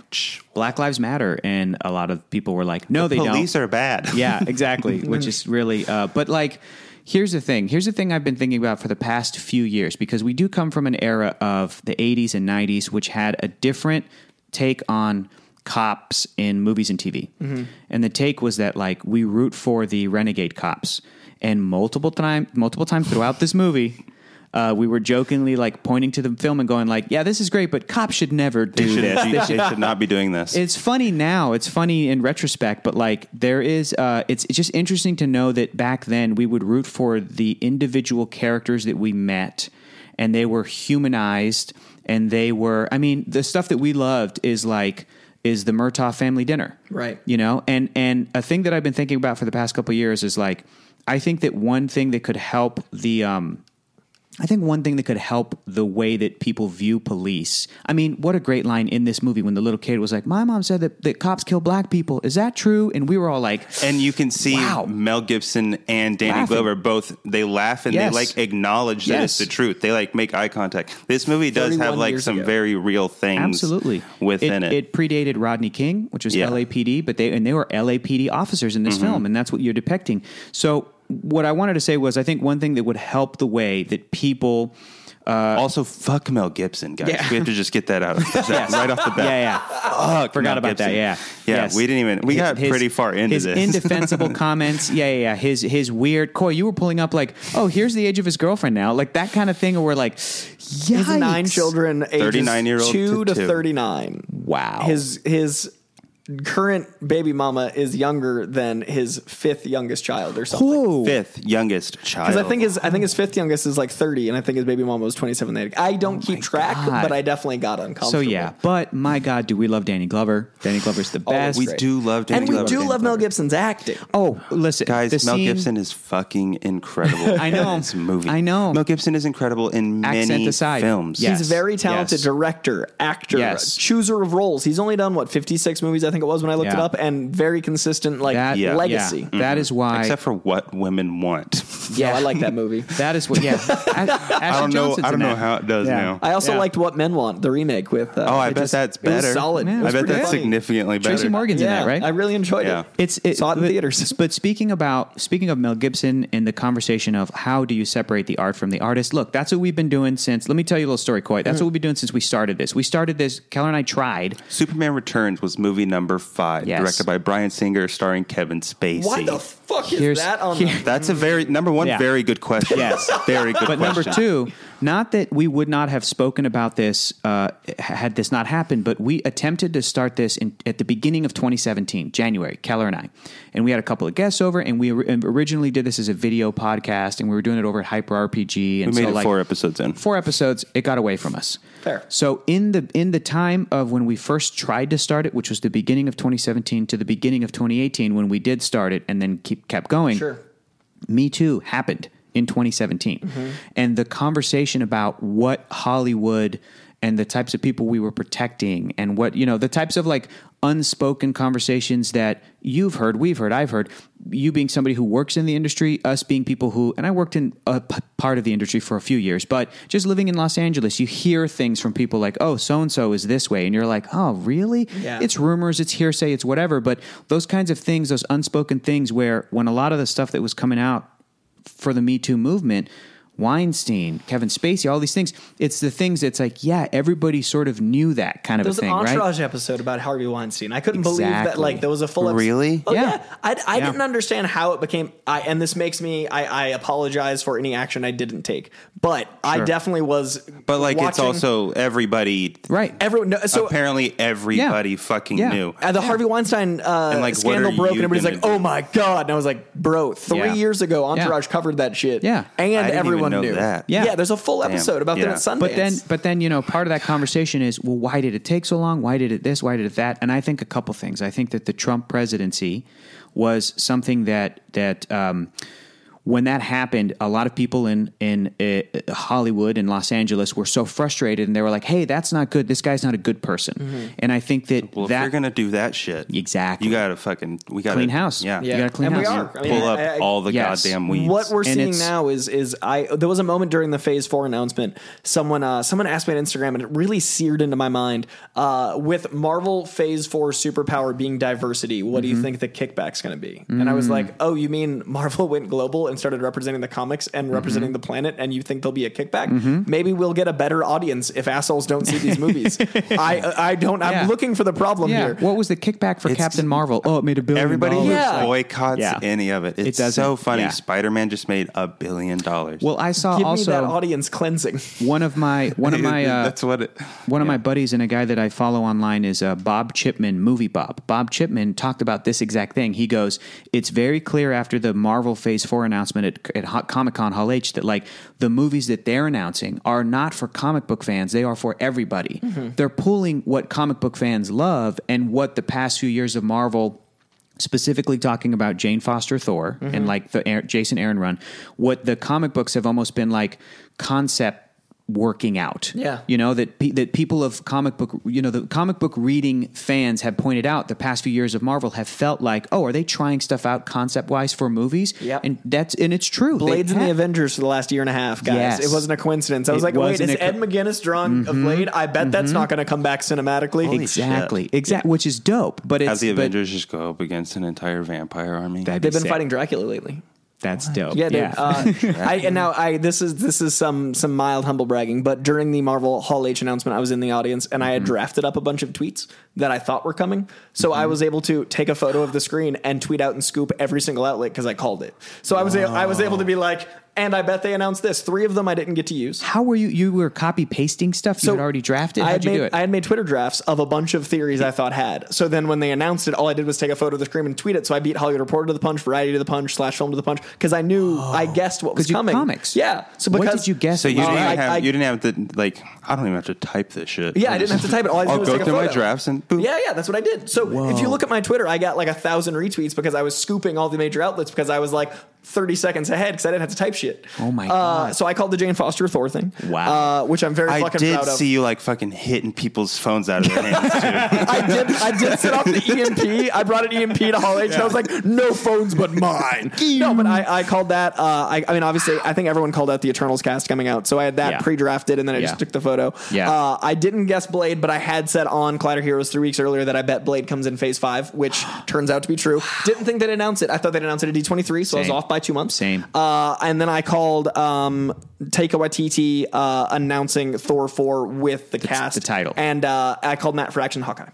S1: "Black Lives Matter," and a lot of people were like, "No, they
S3: Police
S1: don't."
S3: are bad.
S1: (laughs) yeah, exactly. Which is really, uh, but like, here's the thing. Here's the thing I've been thinking about for the past few years because we do come from an era of the 80s and 90s, which had a different take on cops in movies and TV. And the take was that like we root for the renegade cops, and multiple time, multiple times throughout this movie. Uh, we were jokingly like pointing to the film and going like, "Yeah, this is great, but cops should never do
S3: They should,
S1: this. They
S3: they
S1: should
S3: should not be doing this.
S1: it's funny now. It's funny in retrospect, but like there is, uh, it's it's just interesting to know that back then we would root for the individual characters that we met, and they were humanized, and they were. I mean, the stuff that we loved is like is the Murtaugh family dinner,
S2: Right.
S1: You know, and and a thing that I've been thinking about for the past couple of years is like, I think that one thing that could help the um, I think one thing that could help the way that people view police. I mean, what a great line in this movie when the little kid was like, My mom said that, that cops kill black people. Is that true? And we were all like,
S3: and you can see
S1: Wow.
S3: Mel Gibson and Danny
S1: Laughing.
S3: Glover both they laugh and
S1: Yes.
S3: they like acknowledge that
S1: Yes.
S3: it's the truth. They like make eye contact. This movie does
S2: 31
S3: have like
S2: years
S3: some
S2: ago.
S3: very real things
S1: Absolutely.
S3: within
S1: it,
S3: it.
S1: predated Rodney King, which was
S3: Yeah.
S1: LAPD, but they and they were LAPD officers in this film, and that's what you're depicting. So what I wanted to say was I think one thing that would help the way that people
S3: Uh, also, fuck Mel Gibson, guys.
S1: Yeah.
S3: We have to just get that out
S1: (laughs)
S3: that right off the bat.
S1: Yeah, yeah.
S3: Fuck
S1: Forgot
S3: Mel
S1: about that.
S3: Gibson.
S1: Yeah,
S3: yeah.
S1: Yes.
S3: We didn't even. We
S1: His-
S3: got
S1: his-
S3: pretty far into
S1: his
S3: this. (laughs)
S1: indefensible comments. Yeah, yeah, yeah. His his weird. Coy, you were pulling up like, oh, here's the age of his girlfriend now, like that kind of thing. Or we're like,
S2: He has
S1: yikes.
S2: nine children, ages
S3: 39-year-old
S2: two
S3: to
S2: to
S3: two.
S2: thirty nine.
S1: Wow.
S2: His his current baby mama is younger than his fifth youngest child or something.
S1: Whoa.
S3: Fifth youngest child.
S2: Because I think his I think his fifth youngest is like thirty, and I think his baby mama was twenty seven. I don't keep track,
S1: Oh God.
S2: but I definitely got uncomfortable.
S1: So yeah, but my God, do we love Danny Glover? Danny Glover's the
S2: (laughs)
S1: best.
S3: we
S2: great.
S3: do love Danny
S2: and Oh, we
S3: Glover,
S2: do
S3: Danny
S2: love Mel
S3: Glover.
S2: Gibson's acting.
S1: oh, listen,
S3: Guys,
S1: the
S3: Mel
S1: scene-
S3: Gibson is fucking incredible.
S1: (laughs) I know.
S3: in this movie.
S1: I know.
S3: Mel Gibson is incredible in
S1: Accent
S3: many
S1: aside.
S3: films.
S1: Yes.
S2: He's a very talented
S1: yes.
S2: director, actor,
S1: Yes.
S2: chooser of roles. He's only done what fifty six movies, I think it was when I looked it
S1: Yeah.
S2: up, and very consistent like
S1: That-
S3: Yeah. Mm-hmm.
S2: legacy.
S1: yeah, Mm. that is why.
S3: Except for what women want.
S2: Yeah, I
S1: (laughs)
S2: like that movie.
S1: that is what. Yeah, I,
S3: (laughs) I don't know. I don't know how it does
S1: Yeah.
S3: now.
S2: I also
S1: Yeah.
S2: liked What Men Want, the remake with. Uh,
S3: oh, I
S2: it
S3: bet
S2: just-
S3: that's
S2: it was
S3: better.
S2: solid.
S1: Yeah,
S2: It
S3: I
S2: was
S3: bet
S2: pretty
S3: that's
S2: funny.
S3: significantly better.
S1: Tracy Morgan's
S2: yeah,
S1: in that, right?
S2: I really enjoyed
S3: Yeah.
S2: it.
S1: It's it,
S2: saw it in
S1: but- (laughs)
S2: theaters.
S1: But speaking about speaking of Mel Gibson and the conversation of how do you separate the art from the artist? Look, that's what we've been doing since. Let me tell you a little story, Coy. That's what we've been doing since we started this. We started this. Keller and I tried.
S3: Superman Returns was movie number five,
S1: Yes.
S3: directed by Brian Singer, starring Kevin Spacey.
S2: Why the fuck is
S1: Here's-
S2: that on?
S1: here-
S2: the-
S3: That's a very number one,
S1: Yeah.
S3: very good question.
S1: Yes.
S3: (laughs) very good.
S1: But
S3: question.
S1: number two, not that we would not have spoken about this uh, had this not happened, but we attempted to start this in, at the beginning of 2017, January, Keller and I. And we had a couple of guests over, and we or- originally did this as a video podcast, and we were doing it over at Hyper RPG. And
S3: we made
S1: so,
S3: it
S1: like,
S3: four episodes in.
S1: four episodes it got away from us
S2: Fair.
S1: so in the in the time of when we first tried to start it which was the beginning of 2017 to the beginning of 2018 when we did start it and then keep kept going
S2: Sure.
S1: me too happened in 2017 and the conversation about what hollywood and the types of people we were protecting and what you know the types of like unspoken conversations that you've heard we've heard i've heard you being somebody who works in the industry us being people who and i worked in a p- part of the industry for a few years but just living in los angeles you hear things from people like oh so and so is this way and you're like oh really
S2: Yeah.
S1: it's rumors, it's hearsay, it's whatever. But those kinds of things, those unspoken things, where when a lot of the stuff that was coming out for the Me Too movement, Weinstein, Kevin Spacey, all these things, it's the things that's like, yeah, everybody sort of knew that kind of
S2: There was
S1: a
S2: an
S1: thing, right?
S2: entourage episode about Harvey Weinstein. I couldn't believe that
S1: Exactly.
S2: like there was a full episode.
S3: Really?
S2: Oh, yeah.
S1: Yeah.
S2: I, I
S1: Yeah.
S2: didn't understand how it became. I and this makes me. I, I apologize for any action I didn't take, but I
S1: Sure.
S2: definitely was.
S3: But like, it's
S2: watching
S3: also everybody.
S1: Right.
S2: everyone. No, so
S3: apparently, everybody fucking
S1: Yeah.
S3: knew.
S2: uh, the Harvey Weinstein uh,
S3: And, like, what
S2: scandal
S3: are
S2: broke, and
S3: you
S2: everybody's
S3: gonna
S2: like,
S3: do?
S2: "Oh my god!" And I was like, "Bro, three
S1: Yeah.
S2: years ago,
S1: Yeah.
S2: Entourage covered that shit."
S1: Yeah.
S2: and
S3: I didn't even
S2: everyone
S3: know
S2: knew
S3: that.
S1: Yeah.
S2: yeah. There's a full episode about
S3: Yeah.
S2: that at Sundance.
S1: But then, but then, you know, part of that conversation is, well, why did it take so long? Why did it this? Why did it that? And I think a couple things. I think that the Trump presidency was something that that um, when that happened, a lot of people in in uh, Hollywood and Los Angeles were so frustrated, and they were like, "Hey, that's not good. This guy's not a good person."
S2: Mm-hmm.
S1: And I think that
S3: well, if
S1: that
S3: you're gonna do that shit,
S1: Exactly.
S3: you gotta fucking we gotta
S1: Clean house.
S3: Yeah,
S1: You gotta clean
S2: and
S1: house.
S2: we are. I
S3: pull
S2: mean,
S3: up
S2: I- I-
S3: all the
S1: Yes.
S3: goddamn weeds.
S2: What we're
S1: And
S2: seeing
S1: it's-
S2: now is is I there was a moment during the phase four announcement. Someone uh, someone asked me on Instagram, and it really seared into my mind. Uh, with Marvel Phase Four superpower being diversity,
S1: Mm-hmm.
S2: what do you think the kickback's going to be? And I was
S1: Mm.
S2: like, Oh, you mean Marvel (laughs) went global and started representing the comics and representing
S1: Mm-hmm.
S2: the planet, and you think there'll be a kickback? Maybe we'll get a better audience if assholes don't see these
S1: (laughs)
S2: movies. I I don't. I'm
S1: Yeah.
S2: looking for the problem
S1: yeah.
S2: here.
S1: What was the kickback for
S3: It's-
S1: Captain Marvel? Oh, it made a billion.
S3: Everybody
S1: dollars.
S3: just
S2: Yeah.
S3: boycotts
S1: Yeah.
S3: any of it. It's
S1: doesn't.
S3: so funny.
S1: Yeah.
S3: Spider Man just made a billion dollars.
S1: Well, I saw
S2: Give
S1: also
S2: me that audience cleansing. (laughs)
S1: one of my one of my uh,
S3: (laughs) that's what it.
S1: One of my buddies and a guy that I follow online is uh, Bob Chipman, Movie Bob. Bob Chipman talked about this exact thing. He goes, "It's very clear after the Marvel Phase Four announcement at, at Comic Con Hall H that like the movies that they're announcing are not for comic book fans; they are for everybody. They're pulling what comic book fans love and what the past few years of Marvel." specifically talking about Jane Foster Thor
S2: Mm-hmm.
S1: and like the Aar- Jason Aaron run, what the comic books have almost been like concept working out.
S2: Yeah.
S1: You know that pe- that people of comic book, you know, the comic book reading fans have pointed out the past few years of Marvel have felt like, "Oh, are they trying stuff out concept-wise for movies?"
S2: Yep.
S1: And that's and it's true. They
S2: Blades in the
S1: have-
S2: Avengers for the last year and a half, guys.
S1: Yes.
S2: It wasn't a coincidence. I was
S1: It
S2: like, wait,
S1: wasn't
S2: is
S1: a co- Mm-hmm.
S2: Ed McGuinness drawing a Blade? I bet that's not going to come back cinematically.
S1: Exactly. Exactly, which is dope, but it's
S3: As the
S1: but
S3: Avengers just go up against an entire vampire army.
S1: that'd be
S2: They've been
S1: sick.
S2: fighting Dracula lately.
S1: That's dope.
S2: Yeah, dude. Uh, I, and now I this is this is some some mild humble bragging, but during the Marvel Hall H announcement, I was in the audience and I had
S1: Mm-hmm.
S2: drafted up a bunch of tweets that I thought were coming, so I was able to take a photo of the screen and tweet out and scoop every single outlet because I called it. So I was a- I was able to be like. And I bet they announced this. Three of them I didn't get to
S1: (laughs)
S2: use.
S1: How were you? You were copy pasting stuff you had already drafted.
S2: I
S1: How'd
S2: had
S1: you
S2: made,
S1: do it?
S2: I had made Twitter drafts of a bunch of theories I thought had. So then when they announced it, all I did was take a photo of the screen and tweet it. So I beat Hollywood Reporter to the punch, Variety to the punch, slash film to the punch because I knew I guessed what was
S1: Oh. 'Cause you
S2: coming.
S1: comics.
S2: yeah. So
S1: What
S2: because
S1: did you guess
S3: So you
S1: Well,
S3: didn't
S2: I-
S3: have
S2: I-
S3: you didn't have to like I don't even have to type this shit.
S2: Yeah, I didn't have to type it. All I did
S3: (laughs) I'll
S2: was
S3: go
S2: take a
S3: through my
S2: photo.
S3: drafts and boom.
S2: Yeah, yeah, that's what I did. So if you look at my Twitter, I got like a thousand retweets because I was scooping all the major outlets because I was like 30 seconds ahead because I didn't have to type shit.
S1: Oh my
S2: Uh,
S1: God.
S2: so I called the Jane Foster Thor thing.
S1: Wow.
S2: Uh, which I'm very
S3: I
S2: fucking
S3: did
S2: proud of.
S3: see you like fucking hitting people's phones out of their
S2: (laughs)
S3: hands too.
S2: I did. I did set
S1: (laughs)
S2: off the EMP. I brought an EMP to Hall H. and I was like, no phones but
S1: (laughs)
S2: mine. no, but I, I called that. Uh, I, I mean, obviously, I think everyone called out the Eternals cast coming out, so I had that
S1: Yeah.
S2: pre-drafted, and then I
S1: Yeah.
S2: just took the photo.
S1: Yeah.
S2: Uh, I didn't guess Blade, but I had said on Collider Heroes three weeks earlier that I bet Blade comes in Phase
S1: (gasps)
S2: Five, which turns out to be true. Didn't think they'd announce it. I thought they'd announce it at D twenty three, so I was
S1: Same.
S2: off by two months.
S1: Same.
S2: Uh, and then I called um, Taika Waititi uh, announcing Thor four with the, cast,
S1: the title.
S2: and uh, I called Matt for Action Hawkeye.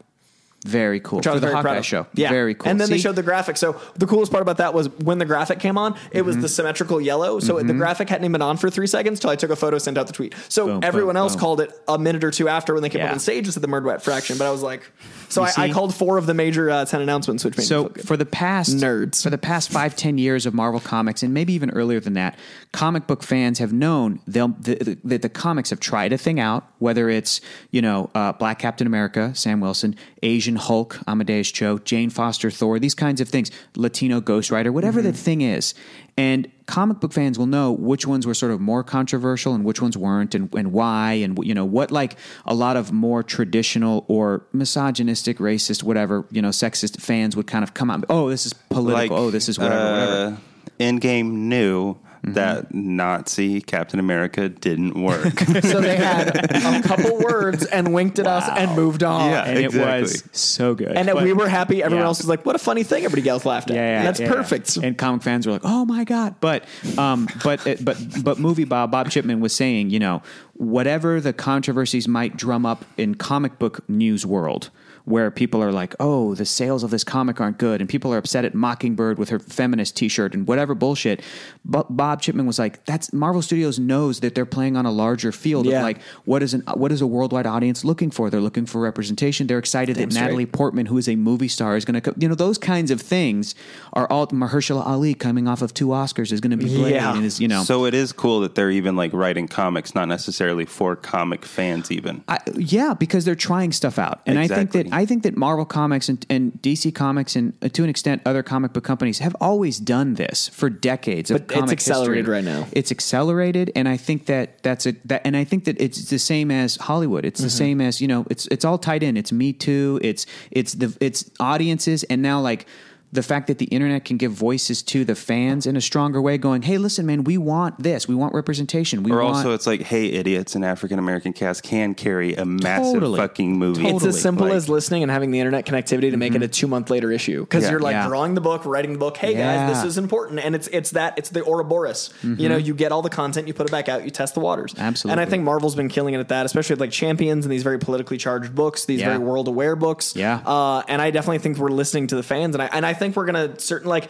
S1: very cool.
S2: I
S1: For
S2: was
S1: the
S2: very proud
S1: Hawkeye
S2: of.
S1: show.
S2: Yeah.
S1: Very cool.
S2: And then they
S1: See?
S2: showed the graphic. So the coolest part about that was when the graphic came on, it
S1: Mm-hmm.
S2: was the symmetrical yellow. So the graphic hadn't even been on for three seconds till I took a photo, sent out the tweet. So
S1: Boom,
S2: everyone
S1: boom,
S2: else
S1: boom.
S2: called it a minute or two after when they came
S1: Yeah.
S2: up on stage and said the Murdwet fraction. But I was like, so I, I
S1: see?
S2: called four of the major uh, 10 announcements, which made me
S1: so
S2: feel good.
S1: for the past
S2: Nerds.
S1: for the past five ten years of Marvel comics and maybe even earlier than that, comic book fans have known they'll that the, that the comics have tried a thing out. Whether it's you know uh, Black Captain America, Sam Wilson, Asian Hulk, Amadeus Cho, Jane Foster, Thor, these kinds of things, Latino Ghost Rider, whatever the thing is, and comic book fans will know which ones were sort of more controversial and which ones weren't and, and why and you know what like a lot of more traditional or misogynistic racist whatever you know sexist fans would kind of come out oh this is political oh this is whatever whatever
S3: uh, Endgame knew
S2: Mm-hmm.
S3: that Nazi Captain America didn't
S2: (laughs)
S3: work.
S2: so they had a couple (laughs) words and winked at us and moved on.
S3: Yeah.
S1: and it
S3: exactly.
S1: was so good
S2: And
S1: But-
S2: we were happy. Everyone
S1: Yeah.
S2: else was like, what a funny thing. Everybody else laughed at.
S1: Yeah, yeah,
S2: That's
S1: yeah, yeah.
S2: perfect.
S1: And comic fans were like, "Oh my god!" But, um, but, it- but, but, movie Bob Bob Chipman was saying, you know, whatever the controversies might drum up in comic book news world, where people are like, "Oh, the sales of this comic aren't good," and people are upset at Mockingbird with her feminist T-shirt and whatever bullshit. But Bob Chipman was like, "That's Marvel Studios knows that they're playing on a larger field
S2: Yeah.
S1: of like, what is an what is a worldwide audience looking for? They're looking for representation. They're excited that
S2: straight.
S1: Natalie." Portman, who is a movie star, is going to come. You know, those kinds of things are all. Mahershala Ali coming off of two Oscars is going to be playing.
S2: Yeah.
S1: And is, you know,
S3: So it is cool that they're even like writing comics, not necessarily for comic fans even.
S1: I, yeah, because they're trying stuff out, and I think that
S3: Exactly.
S1: I think that Marvel Comics and, and DC Comics and uh, to an extent other comic book companies have always done this for decades. Of
S2: But it's
S1: comic
S2: accelerated
S1: history.
S2: right now.
S1: It's accelerated, and I think that that's a that, and I think that it's the same as Hollywood. It's
S2: Mm-hmm.
S1: the same as you know. It's it's all tied in. It's Me Too. It's it's the it's audiences, and now like. The fact that the internet can give voices to the fans in a stronger way, going, "Hey, listen, man, we want this. We want representation. We
S3: Or
S1: want."
S3: also, it's like, hey, idiots, an African American cast can carry a massive
S1: Totally.
S3: fucking movie.
S1: It's
S2: It's as simple
S3: Like,
S2: as listening and having the internet connectivity to make it a two month later issue because
S3: Yeah.
S2: you're like
S1: Yeah.
S2: drawing the book, writing the book. Hey
S1: Yeah. Mm-hmm.
S2: guys, this is important, and it's it's that it's the Ouroboros. You know, you get all the content, you put it back out, you test the waters.
S1: Absolutely.
S2: and I think Marvel's been killing it at that, especially with like Champions and these very politically charged books, these
S1: Yeah.
S2: very world aware books.
S1: Yeah.
S2: uh, and I definitely think we're listening to the fans, and I and I think we're gonna certain like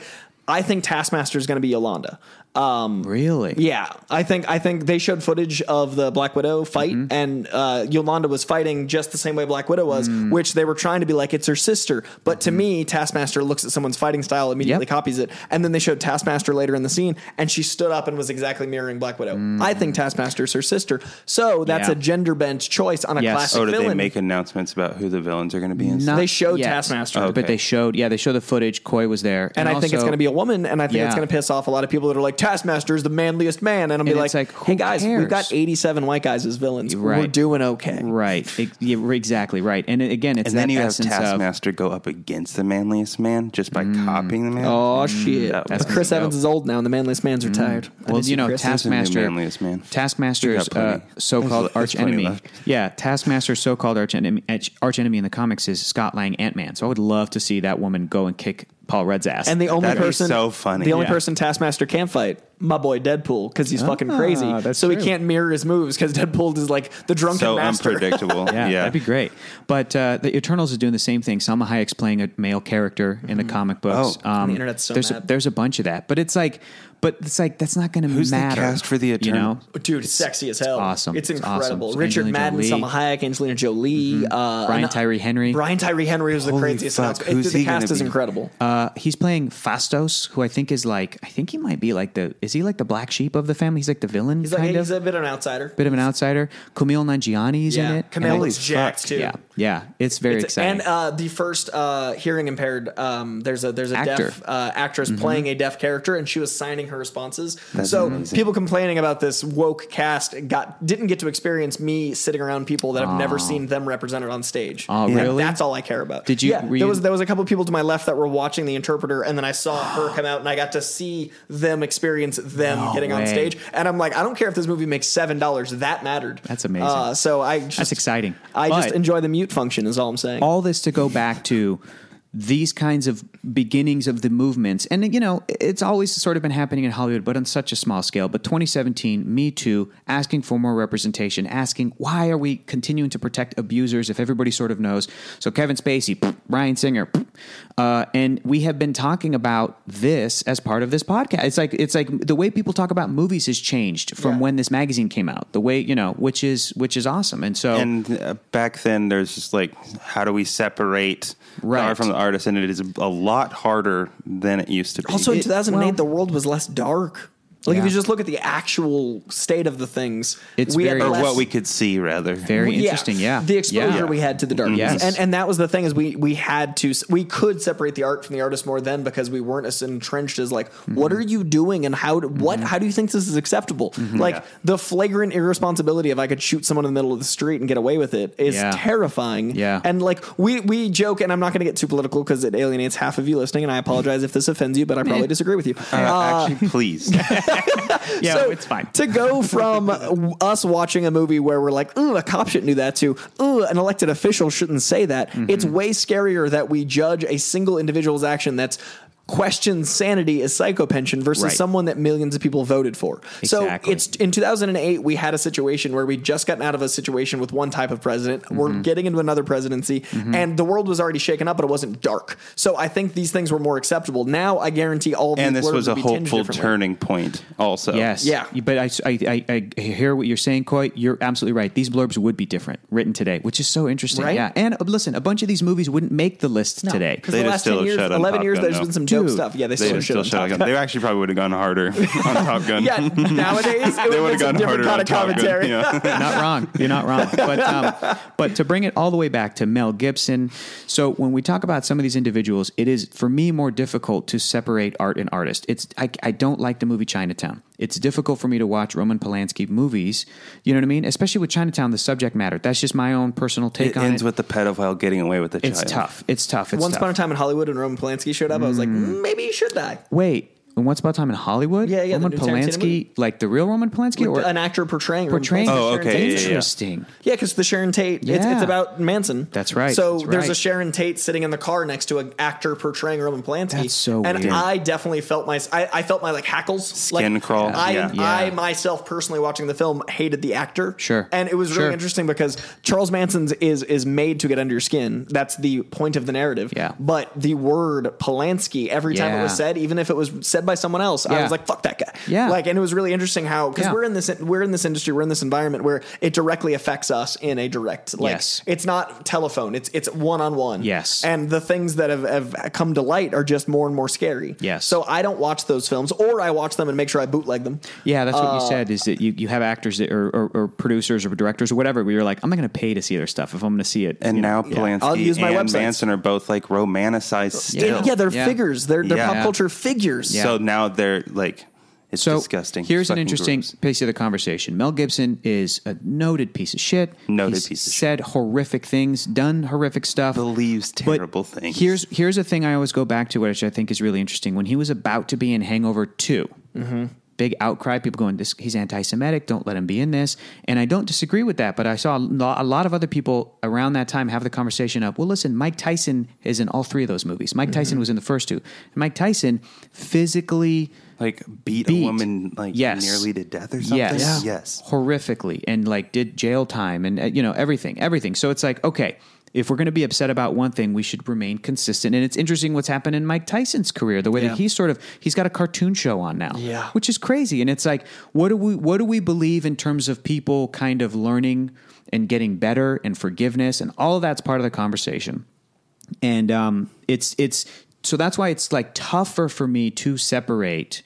S2: I think Taskmaster is gonna be Yolanda. Um,
S1: really,
S2: yeah, I think I think they showed footage of the Black Widow fight,
S1: Mm-hmm.
S2: and uh, Yolanda was fighting just the same way Black Widow was,
S1: Mm.
S2: which they were trying to be like it's her sister. But to me, Taskmaster looks at someone's fighting style, immediately
S1: Mm-hmm. Yep.
S2: copies it, and then they showed Taskmaster later in the scene, and she stood up and was exactly mirroring Black Widow. I think Taskmaster's her sister, so that's
S1: Mm. Yeah.
S2: a gender bent choice on a
S1: Yes.
S2: classic
S3: Oh, did
S2: villain.
S3: they make announcements about who the villains are going to be? And
S1: Not
S3: stuff?
S2: They showed
S1: yet.
S2: Taskmaster.
S1: but
S3: Okay.
S1: they showed yeah they showed the footage. Coy was there,
S2: and I think it's
S1: also-
S2: going to be a woman, and I think it's
S1: Yeah.
S2: going to piss off a lot of people that are like Taskmaster is the manliest man, and I'll be
S1: And
S2: like,
S1: it's like,
S2: hey
S1: who
S2: guys,
S1: cares?
S2: we've got eighty-seven white guys as villains. We're
S1: Right.
S2: doing okay.
S1: right, Ex- yeah, exactly right. And it- again, it's
S3: and then
S1: that uh,
S3: you have
S1: essence of
S3: Taskmaster go up against the manliest man just by
S1: Mm.
S3: copying the man.
S2: Oh
S3: Mm,
S2: shit!
S3: that's
S2: But Chris
S1: pretty
S2: Evans
S1: dope.
S2: is old now, and the manliest man's
S3: Mm.
S2: retired. I
S1: well,
S2: miss
S1: you know,
S2: Chris.
S3: He's the new
S1: Taskmaster,
S3: manliest man. We
S1: Taskmaster's
S3: got plenty.
S1: uh, so-called
S3: (laughs) There's
S1: arch
S3: plenty
S1: enemy.
S3: left.
S1: Yeah, Taskmaster's so-called arch enemy, arch enemy in the comics is Scott Lang, Ant Man. So I would love to see that woman go and kick Paul Rudd's ass.
S2: and the only
S3: That'd be
S2: person
S3: so funny.
S2: the only
S1: Yeah.
S2: person Taskmaster can fight my boy Deadpool because he's fucking
S3: Ah,
S2: crazy.
S1: that's
S2: So he
S1: true.
S2: can't mirror his moves because Deadpool is like the drunken
S3: so
S2: master.
S3: unpredictable.
S1: (laughs) Yeah, that'd be great. But uh, the Eternals is doing the same thing. Salma Hayek's playing a male character in the comic books.
S3: Oh.
S1: um,
S2: Mm-hmm. The internet's so
S1: there's a,
S2: mad.
S1: there's a bunch of that, but it's like, but it's like that's not going to matter.
S3: Who's the cast for the
S1: You know,
S3: Eternals?
S2: Dude, it's sexy as hell.
S1: awesome.
S2: It's
S1: It's awesome.
S2: incredible.
S1: It's
S2: Richard
S1: Angelina
S2: Madden,
S1: Jolie. Mm-hmm.
S2: Selma Hayek, Angelina Jolie, uh,
S1: Brian
S2: and-
S1: Tyree Henry.
S2: Brian Tyree Henry was the
S3: Holy
S2: craziest.
S3: fuck,
S2: announcement. It-
S3: who's
S2: dude, the
S3: he
S2: cast
S3: gonna
S2: is
S3: be?
S2: incredible.
S1: Uh, he's playing Fastos, who I think is like, I think he might be like the, is he like the black sheep of the family? He's like the villain,
S2: he's like
S1: kind
S2: he's
S1: of,
S2: a bit of an outsider.
S1: bit of an outsider. Kumail Nanjiani's in
S2: yeah,
S1: it. And
S2: Camille
S1: I-
S3: Holy
S2: is jacked
S3: fuck,
S2: too.
S1: yeah, yeah, it's very
S2: It's-
S1: exciting.
S2: And uh, the first uh, hearing impaired, um, there's a there's a
S1: Actor. Mm-hmm.
S2: deaf uh, actress playing a deaf character, and she was signing her responses. so people complaining about this woke cast got didn't get to experience me sitting around people that I've never seen them represented on stage.
S1: Oh,
S3: Yeah.
S1: really?
S2: That's all I care about.
S1: Did you-
S2: Yeah,
S1: were
S2: there
S1: you-
S2: was there was a couple people to my left that were watching the interpreter, and then I saw
S1: (gasps)
S2: her come out, and I got to see them experience them
S1: No
S2: getting on
S1: way.
S2: stage, and I'm like, I don't care if this movie makes seven dollars. That mattered.
S1: That's amazing.
S2: Uh, so I just,
S1: That's exciting.
S2: I just
S1: But-
S2: enjoy the mute function. Is all I'm saying.
S1: all this to go back to these kinds of beginnings of the movements and you know it's always sort of been happening in hollywood but on such a small scale but 2017 me too asking for more representation asking why are we continuing to protect abusers if everybody sort of knows so kevin spacey ryan singer uh, and we have been talking about this as part of this podcast it's like it's like the way people talk about movies has changed from
S2: Yeah.
S1: when this magazine came out the way you know which is which is awesome and so
S3: And uh, back then, there's just like, how do we separate
S1: Right.
S3: the art from the artist? And it is a lot harder than it used to be.
S2: Also, in
S1: It-
S2: 2008,
S1: well-
S2: the world was less dark. Like if
S1: Yeah.
S2: you just look at the actual state of the things,
S1: It's very-
S3: or
S2: less-
S3: what we could see, rather.
S1: very interesting yeah
S2: the exposure
S1: Yeah.
S2: we had to the darkness,
S1: Yes.
S2: and and that was the thing is we we had to s- we could separate the art from the artist more then because we weren't as entrenched as like what
S1: Mm-hmm.
S2: are you doing and how do, what how do you think this is acceptable? Like
S3: Yeah.
S2: the flagrant irresponsibility of I could shoot someone in the middle of the street and get away with it is
S1: Yeah.
S2: terrifying.
S1: Yeah.
S2: and like we we joke and I'm not going to get too political because it alienates half of you listening, and I apologize if this offends you,
S1: (laughs)
S2: but I probably disagree with you.
S3: Uh, actually, please.
S2: (laughs)
S1: yeah
S2: So,
S1: it's fine
S2: to go from us watching a movie where we're like, "Ooh, a cop shouldn't do that," to "Ooh, an elected official shouldn't say that." It's way scarier that we judge a single individual's action that's questions sanity as psychopension versus
S1: Right.
S2: someone that millions of people voted for. So
S1: Exactly.
S2: it's in 2008 we had a situation where we'd just gotten out of a situation with one type of president. We're getting into another presidency and the world was already shaken up but it wasn't dark. So I think these things were more acceptable. Now I guarantee all of
S3: and
S2: these
S3: this
S2: words
S3: was
S2: would
S3: a
S2: be tinged
S3: hopeful
S2: differently.
S3: turning point, also.
S1: Yes.
S2: Yeah.
S1: But I, I, I, I hear what you're saying, Coy. You're absolutely right. These blurbs would be different written today, which is so interesting.
S2: Right?
S1: Yeah. And uh, listen, a bunch of these movies wouldn't make the list today.
S2: Because
S3: They'd
S2: the
S3: have
S2: last
S3: still
S2: 10 years,
S3: shut on
S2: 11
S3: Top
S2: years,
S3: Gun,
S2: there's
S3: though.
S2: been some dope
S1: Dude.
S2: stuff. Yeah, they
S3: They
S2: still shit
S3: would still
S2: on
S3: shut
S2: Top
S3: it
S2: Gun.
S3: down. They actually probably would have
S2: (laughs)
S3: gone harder on Top Gun. (laughs)
S2: Yeah, nowadays it
S3: they
S2: would have
S3: would have gone
S2: a different
S3: harder
S2: kind
S3: on
S2: of
S3: Top Gun,
S2: commentary.
S3: yeah.
S1: not wrong. You're not wrong. But um, but to bring it all the way back to Mel Gibson. So when we talk about some of these individuals, it is for me more difficult to separate art and artist. It's I, I don't like the movie Chinatown. It's difficult for me to watch Roman Polanski movies. You know what I mean? Especially with Chinatown, the subject matter. That's just my own personal take
S3: It
S1: on (laughs)
S3: ends
S1: it.
S3: with the pedophile getting away with the
S1: it's
S3: child.
S1: tough. It's tough. It's
S2: (laughs) Once
S1: tough.
S2: upon a time in Hollywood, when Roman Polanski showed up, I was like, "Mm, maybe he should die.
S1: Wait, and Once Upon a Time in Hollywood?
S2: Yeah, yeah, the
S1: Roman
S2: new Tarantino
S1: Polanski,
S2: movie.
S1: like the real Roman Polanski, or
S2: An actor portraying Roman
S1: portraying?
S2: Polanski.
S3: Oh,
S2: Sharon
S3: okay,
S2: Tate.
S3: yeah, yeah, yeah.
S1: interesting.
S2: Yeah, because the Sharon Tate, it's,
S1: Yeah.
S2: it's about Manson.
S1: That's right,
S2: So
S1: that's
S2: there's
S1: right.
S2: a Sharon Tate sitting in the car next to an actor portraying Roman Polanski.
S1: That's so
S2: And
S1: weird.
S2: I definitely felt my, I, I felt my like hackles,
S3: Skin
S2: like,
S3: crawl,
S2: I,
S3: yeah.
S2: I
S1: Yeah.
S2: myself personally watching the film hated the actor.
S1: Sure.
S2: And it was
S1: Sure.
S2: really interesting because Charles Manson's is is made to get under your skin. That's the point of the narrative.
S1: Yeah.
S2: But the word Polanski, every time it was
S1: Yeah.
S2: said, even if it was said by someone else, I
S1: Yeah.
S2: was like, fuck that guy.
S1: Yeah.
S2: Like, and it was really interesting how because
S1: Yeah.
S2: we're in this we're in this industry we're in this environment where it directly affects us in a direct like
S1: Yes.
S2: it's not telephone it's it's one on one
S1: Yes.
S2: and the things that have, have come to light are just more and more scary
S1: Yes.
S2: so I don't watch those films or I watch them and make sure I bootleg them
S1: Yeah, that's what you said. Is that you, you have actors that, or, or, or producers or directors or whatever? Where you're like, I'm not going to pay to see their stuff if I'm going to see it.
S3: And
S1: you know?
S3: now
S1: Yeah.
S3: Polanski
S2: I'll use my
S3: and
S2: websites.
S3: Manson are both like romanticized
S2: And,
S3: still.
S2: yeah, they're
S1: Yeah.
S2: figures they're they're
S3: Yeah.
S2: pop culture figures
S1: Yeah.
S3: So now they're like, it's
S1: so
S3: disgusting.
S1: Here's an
S3: Fucking
S1: interesting
S3: gross.
S1: piece of the conversation. Mel Gibson is a noted piece of shit.
S3: Noted
S1: He's
S3: piece of shit.
S1: said horrific things, done horrific stuff,
S3: Believes
S1: But
S3: terrible things.
S1: Here's
S3: Mm-hmm.
S1: here's a thing I always go back to, which I think is really interesting. When he was about to be in Hangover 2 big outcry. People going, this, he's anti-Semitic. Don't let him be in this. And I don't disagree with that. But I saw a lo- a lot of other people around that time have the conversation of, well, listen, Mike Tyson is in all three of those movies. Mike
S3: Mm-hmm.
S1: Tyson was in the first two. And Mike Tyson physically
S3: Like beat,
S1: Beat.
S3: a woman like
S1: Yes.
S3: nearly to death or something.
S1: Yes.
S3: Yes.
S1: Horrifically. And like did jail time and, uh, you know, everything, everything. So it's like, okay, if we're going to be upset about one thing, we should remain consistent. And it's interesting what's happened in Mike Tyson's career, the way
S2: Yeah.
S1: that he's sort of, he's got a cartoon show on now,
S2: Yeah.
S1: which is crazy. And it's like, what do we, what do we believe in terms of people kind of learning and getting better and forgiveness and all of that's part of the conversation and um, it's it's so that's why it's like tougher for me to separate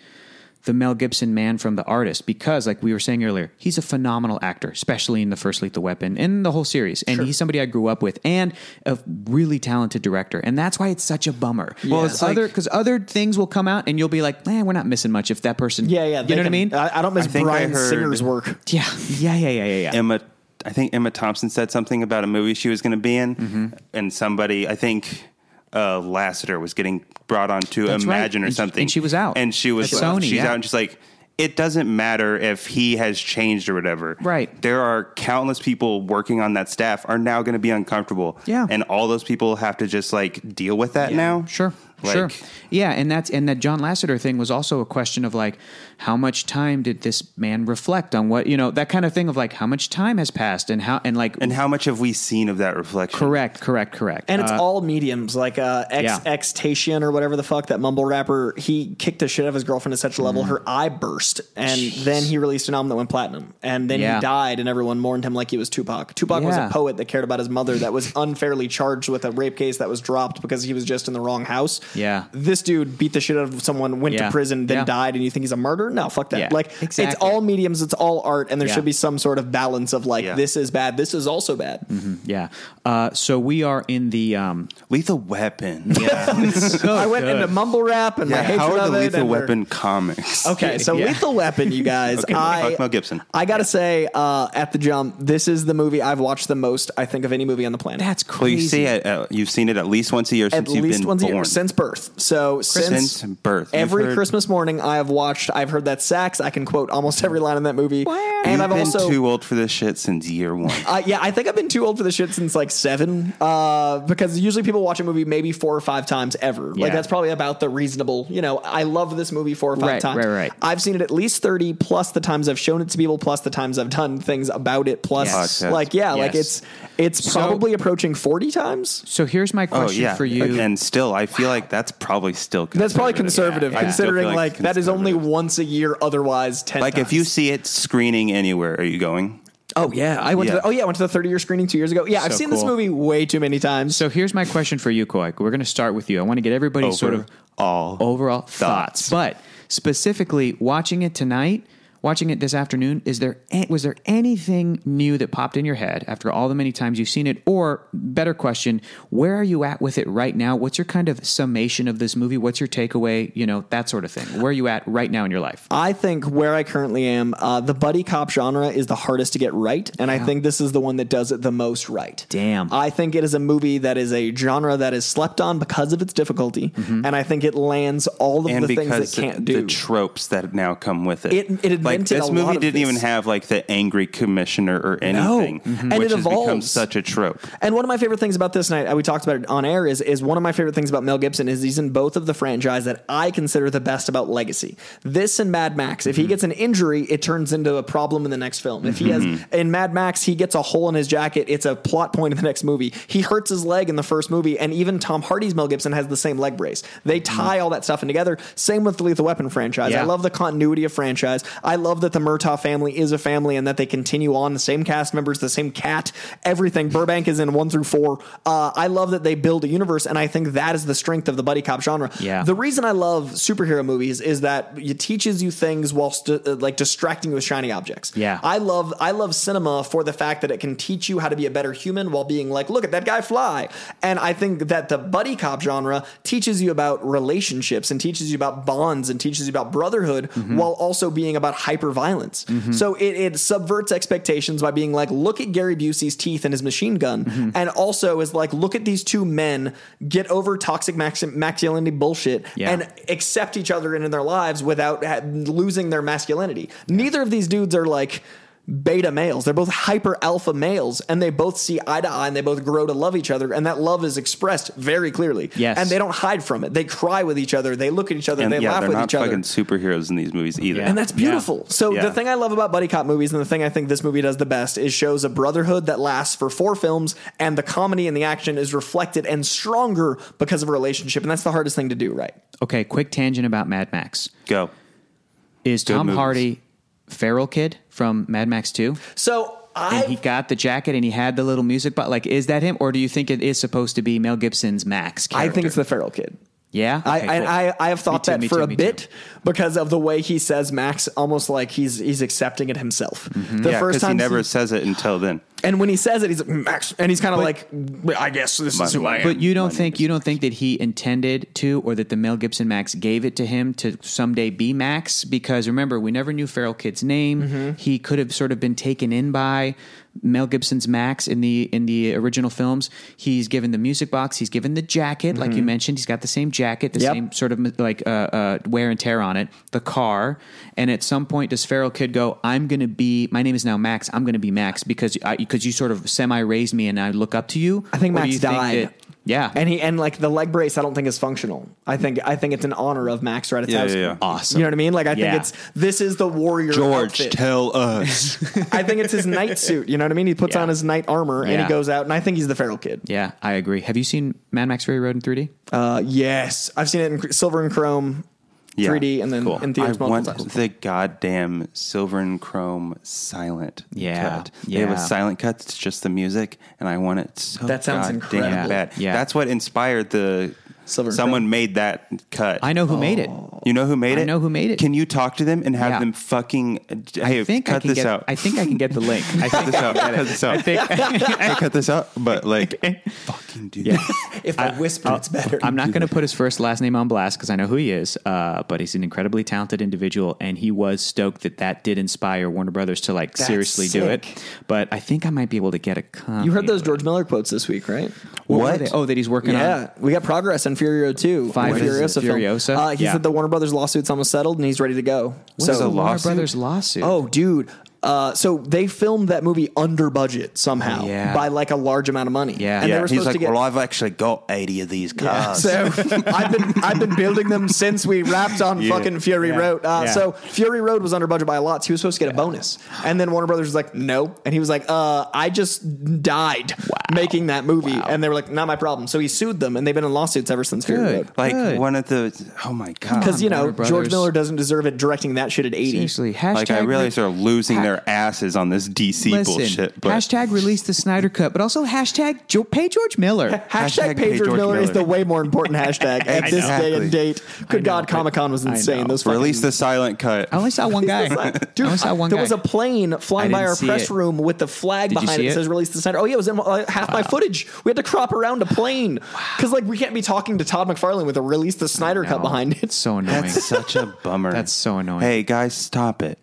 S1: the Mel Gibson man from the artist because, like we were saying earlier, he's a phenomenal actor, especially in the first Lethal Weapon and the whole series, and he's somebody I grew up with and a really talented director, and that's why it's such a bummer.
S2: Well,
S1: Well,
S2: it's
S1: it's
S2: like-
S1: other because other things will come out, and you'll be like, man, we're not missing much if that person,
S2: Yeah, yeah.
S1: you
S2: they
S1: know what I
S2: can- uh,
S1: mean?
S2: I, I don't miss
S3: I think I
S2: Brian
S3: heard-
S2: Singer's work.
S1: yeah, (laughs) yeah, yeah, yeah, yeah, yeah.
S3: Emma, I think Emma Thompson said something about a movie she was going to be in,
S1: Mm-hmm.
S3: and somebody, I think uh, Lassiter was getting brought on to
S1: That's right.
S3: Imagine or
S1: And she-
S3: something,
S1: and she was out
S3: and she was
S1: at Sony,
S3: she's
S1: yeah.
S3: out, and she's like. It doesn't matter if he has changed or whatever.
S1: Right.
S3: There are countless people working on that staff are now going to be uncomfortable.
S1: Yeah.
S3: And all those people have to just like deal with that now.
S1: Sure.
S3: Like,
S1: sure. Yeah, and that's and that John Lasseter thing was also a question of like how much time did this man reflect on what, you know, that kind of thing of like how much time has passed and how and like
S3: And how much have we seen of that reflection?
S1: correct, correct, correct.
S2: And it's
S1: Uh,
S2: all mediums, like uh,
S1: Yeah.
S2: X Xtation or whatever the fuck that mumble rapper. He kicked the shit out of his girlfriend to such a
S1: Mm.
S2: level her eye burst, and then he released an album that went platinum, and then
S1: Yeah.
S2: he died, and everyone mourned him like he was Tupac. Tupac was
S1: Yeah.
S2: a poet that cared about his mother that was unfairly charged with a rape case that was dropped because he was just in the wrong house.
S1: Yeah.
S2: this dude beat the shit out of someone, went
S1: Yeah.
S2: to prison, then
S1: Yeah.
S2: died, and you think he's a martyr? No, fuck that.
S1: Yeah.
S2: Like it's
S1: Exactly.
S2: all mediums, it's all art, and there
S1: Yeah.
S2: should be some sort of balance of like
S3: Yeah.
S2: this is bad, this is also bad.
S1: Mm-hmm. yeah. Uh, so we are in the
S3: (laughs)
S1: um
S3: Lethal Weapon.
S1: (laughs) Oh,
S2: I went into mumble rap and my
S3: Yeah,
S2: hatred
S3: how are
S2: of
S3: the
S2: it
S3: Lethal
S2: and we're-
S3: Weapon
S1: (laughs)
S3: comics?
S2: Okay, so
S1: Yeah.
S2: Lethal Weapon, you guys.
S3: (laughs) Okay,
S2: I,
S3: fuck Mel Gibson.
S2: I gotta say, uh, at the jump, this is the movie I've watched the most. I think of any movie on the planet.
S1: that's
S3: Well,
S1: crazy.
S3: you see it. Uh, you've seen it at least once a year
S2: at
S3: since you've
S2: least
S3: been
S2: once
S3: born.
S2: a year since birth. So since,
S3: Since birth. You've
S2: every
S3: heard-
S2: Christmas morning, I have watched. I've heard that sax. I can quote almost every line in that movie.
S1: Wow.
S2: And
S3: You've
S2: I've
S3: been
S2: also
S3: too old for this shit since year one.
S2: Uh, yeah, I think I've been too old for this shit since like seven. Uh, because usually people watch a movie maybe four or five times ever.
S1: Yeah.
S2: Like that's probably about the reasonable. You know, I love this movie four or five
S1: Right,
S2: times.
S1: right, right.
S2: I've seen it at least thirty plus the times I've shown it to people plus the times I've done things about it plus
S1: Yes.
S2: like yeah, like
S1: Yes.
S2: it's it's probably approaching forty times.
S1: so here's my
S3: oh
S1: question
S3: yeah,
S1: for you.
S3: And still, I feel like that's probably still. Conservative.
S2: That's probably conservative
S3: I still
S2: considering
S3: feel
S2: like, that is only
S3: conservative.
S2: once a year. Otherwise, ten.
S3: Like if
S2: times.
S3: you see it screening anywhere, are you going?
S2: oh yeah, I went
S3: Yeah.
S2: to the, oh yeah, I went to the thirty year screening two years ago. Yeah, I've
S1: So
S2: seen this
S1: cool.
S2: movie way too many times.
S1: So here's my question for you, Koik. We're going to start with you. I want to get everybody's sort of
S3: Overall
S1: overall thoughts.
S3: thoughts.
S1: but specifically watching it tonight, watching it this afternoon. Is there a- was there anything new that popped in your head after all the many times you've seen it? Or better question, where are you at with it right now? What's your kind of summation of this movie? What's your takeaway? You know that sort of thing. Where are you at right now in your life?
S2: I think where I currently am, uh, the buddy cop genre is the hardest to get right, and I think this is the one that does it the most right.
S1: Damn.
S2: I think it is a movie that is a genre that is slept on because of its difficulty, and I think it lands all of
S3: Mm-hmm. And
S2: the
S3: because
S2: things it can't
S3: the
S2: do.
S3: tropes that now come with it,
S2: It- it
S3: like
S2: invented
S3: this
S2: a
S3: movie
S2: lot of
S3: didn't even
S2: this.
S3: have like the angry commissioner or anything,
S2: Mhm. And
S3: which
S2: it
S3: has become
S2: evolves.
S3: such a trope.
S2: and one of my favorite things about this night, uh, we talked about it on air, is is one of my favorite things about Mel Gibson is he's in both of the franchise that I consider the best about legacy. This and Mad Max. If he gets an injury, it turns into a problem in the next film. If he has in Mad Max, he gets a hole in his jacket. It's a plot point in the next movie. He hurts his leg in the first movie, and even Tom Hardy's Mel Gibson has the same leg brace. They tie all that stuff in together. Same with the Lethal Weapon franchise.
S1: Yeah.
S2: I love the continuity of franchise. I love that the Murtaugh family is a family and that they continue on. The same cast members, the same cat, everything. Burbank is in one through four. Uh, I love that they build a universe, and I think that is the strength of the buddy cop genre.
S1: Yeah.
S2: The reason I love superhero movies is that it teaches you things whilst uh, like distracting you with shiny objects.
S1: Yeah.
S2: I love I love cinema for the fact that it can teach you how to be a better human while being like, look at that guy fly. And I think that the buddy cop genre teaches you about relationships and teaches you about bonds and teaches you about brotherhood while also being about hyperviolence. So it, it subverts expectations by being like, look at Gary Busey's teeth and his machine gun, and also is like, look at these two men get over toxic max- masculinity bullshit
S1: Yeah.
S2: and accept each other into their lives without ha- losing their masculinity. Neither of these dudes are like beta males. They're both hyper alpha males and they both see eye to eye and they both grow to love each other and that love is expressed very clearly.
S1: Yes.
S2: And they don't hide from it. They cry with each other. They look at each other.
S3: And
S2: they
S3: yeah,
S2: laugh
S3: they're
S2: with
S3: not
S2: each other.
S3: fucking superheroes in these movies either.
S1: Yeah.
S2: And that's beautiful. So
S3: Yeah.
S2: the thing I love about buddy cop movies and the thing I think this movie does the best is shows a brotherhood that lasts for four films and the comedy and the action is reflected and stronger because of a relationship and that's the hardest thing to do, right?
S1: Okay, quick tangent about Mad Max.
S3: Go.
S1: Is Tom
S3: movies.
S1: Hardy feral kid from Mad Max 2?
S2: So I
S1: And he got the jacket and he had the little music but like is that him or do you think it is supposed to be Mel Gibson's Max
S2: I
S1: character?
S2: think it's the feral kid.
S1: Yeah.
S2: I,
S1: Okay,
S2: I,
S1: cool.
S2: I, I have thought
S1: too,
S2: that
S1: me
S2: for
S1: too,
S2: a
S1: me
S2: bit
S1: too.
S2: because of the way he says Max, almost like he's he's accepting it himself.
S1: Mm-hmm.
S2: The
S3: Yeah,
S2: first
S3: because
S2: time,
S3: he never
S2: he-
S3: says it until then.
S2: and when he says it, he's like, Max, and he's kind of like, I guess this is who I am.
S1: But you don't think you don't think that he intended to, or that the Mel Gibson Max gave it to him to someday be Max? Because remember, we never knew Feral Kid's name.
S2: Mm-hmm.
S1: He could have sort of been taken in by Mel Gibson's Max in the in the original films. He's given the music box. He's given the jacket, like you mentioned. He's got the same jacket, the
S2: Mm-hmm. Yep.
S1: same sort of like uh, uh, wear and tear on it. The car, and at some point, does Feral Kid go? I'm going to be. My name is now Max. I'm going to be Max because because you sort of semi raised me, and I look up to you.
S2: I think
S1: Or do
S2: Max
S1: you
S2: died.
S1: that- yeah.
S2: and he and like the leg brace, I don't think is functional. I think I think it's in honor of Max right at
S3: Yeah, yeah,
S2: thousand.
S3: yeah.
S1: Awesome.
S2: You know what I mean? Like I
S1: Yeah.
S2: think it's this is the warrior outfit.
S3: tell us.
S2: I
S1: (laughs)
S2: think it's his knight suit. You know what I mean? He puts
S1: Yeah.
S2: on his knight armor and
S1: Yeah.
S2: he goes out, and I think he's the feral kid.
S1: yeah, I agree. Have you seen Mad Max Fury Road in 3D?
S2: Uh, yes, I've seen it in cr- silver and chrome, 3D, and then
S3: Cool.
S2: in theaters
S3: I want
S2: multiple times.
S3: the goddamn silver and chrome silent
S1: Yeah,
S3: cut. They have
S1: yeah.
S3: a silent cut that's just the music, and I want it so
S2: That sounds
S3: goddamn
S2: incredible.
S3: bad.
S1: Yeah.
S3: That's what inspired the.
S2: Silver and
S3: someone
S2: Chrome.
S3: made that cut.
S1: I know who made it.
S3: You know who made
S1: I
S3: it?
S1: know who made it.
S3: Can you talk to them and have
S1: Yeah.
S3: them fucking? Hey,
S1: I think
S3: cut
S1: I can
S3: this
S1: get.
S3: (laughs) out.
S1: I think I can get the link.
S3: (laughs)
S1: I
S3: cut
S1: think
S3: this out.
S1: I
S3: Cut
S1: can
S3: this out. (laughs)
S1: get it. I think.
S3: I cut this out.
S1: (laughs)
S3: But like, fucking do that.
S2: If I, whisper, it's better.
S1: I'm not going to put his first last name on blast because I know who he is, uh, but he's an incredibly talented individual, and he was stoked that that did inspire Warner Brothers to like seriously do
S2: sick.
S1: it. But I think I might be able to get a. Copy
S2: You heard those
S1: of it.
S2: George Miller quotes this week, right?
S1: What?
S3: What?
S1: were they? Oh, that he's working on.
S2: Yeah, we got progress on Furio 2.
S1: Five
S2: the
S1: is it?
S2: film.
S1: Furiosa?
S2: Uh, he
S1: Yeah.
S2: said the Warner Brothers lawsuit's almost settled and he's ready to go.
S3: is a
S1: Warner
S3: lawsuit?
S1: Brothers lawsuit.
S2: Oh, dude. Uh, so they filmed that movie under budget somehow
S1: Oh, yeah.
S2: by like a large amount of money.
S1: Yeah.
S2: and
S1: Yeah,
S2: they were supposed
S3: he's like,
S2: to get.
S3: well, I've actually got eighty of these
S1: (laughs)
S3: cars.
S2: so I've been I've been building them since we wrapped on fucking Fury
S1: Yeah.
S2: Road. Uh,
S1: Yeah.
S2: So Fury Road was under budget by a lot. So he was supposed to get a bonus, and then Warner Brothers was like, no, and he was like, uh, I just died making that movie, and they were like, not my problem. So he sued them, and they've been in lawsuits ever since Fury
S1: Good.
S2: Road.
S3: Like
S1: Good.
S3: one of the. Oh my god.
S2: Because you know
S1: Warner
S2: George
S1: Brothers.
S2: Miller doesn't deserve it directing that shit at eighty.
S1: seriously. Hashtag
S3: like I realize
S1: re-
S3: they're losing their asses on this DC
S1: Listen,
S3: bullshit. But
S1: hashtag release the Snyder Cut, but also hashtag jo- pay George
S3: (laughs)
S1: Miller.
S2: Hashtag, pay, George, Miller, is the way more
S1: (laughs)
S2: important hashtag at this day
S3: Exactly.
S2: and date. Good
S1: know,
S2: God,
S1: but-
S2: Comic Con was
S1: I know.
S2: insane. Those
S3: release
S2: fucking-
S3: the silent cut.
S1: I only saw
S2: (laughs)
S1: one guy. I
S2: Dude,
S1: only saw one
S2: there
S1: guy.
S2: was a plane flying
S1: I
S2: by
S1: didn't
S2: our
S1: see
S2: press
S1: it.
S2: room with the flag
S1: Did you
S2: behind it
S1: see
S2: that
S1: it?
S2: says release the center. Oh yeah, it was in uh, half my footage. We had to crop around a plane because like we can't be talking to Todd McFarlane with a release the Snyder cut
S1: No,
S2: behind
S1: It's
S2: it. (laughs)
S1: so annoying.
S3: (laughs) Oh, That's such a bummer.
S1: That's so annoying. Mm-hmm.
S3: Hey guys, stop it.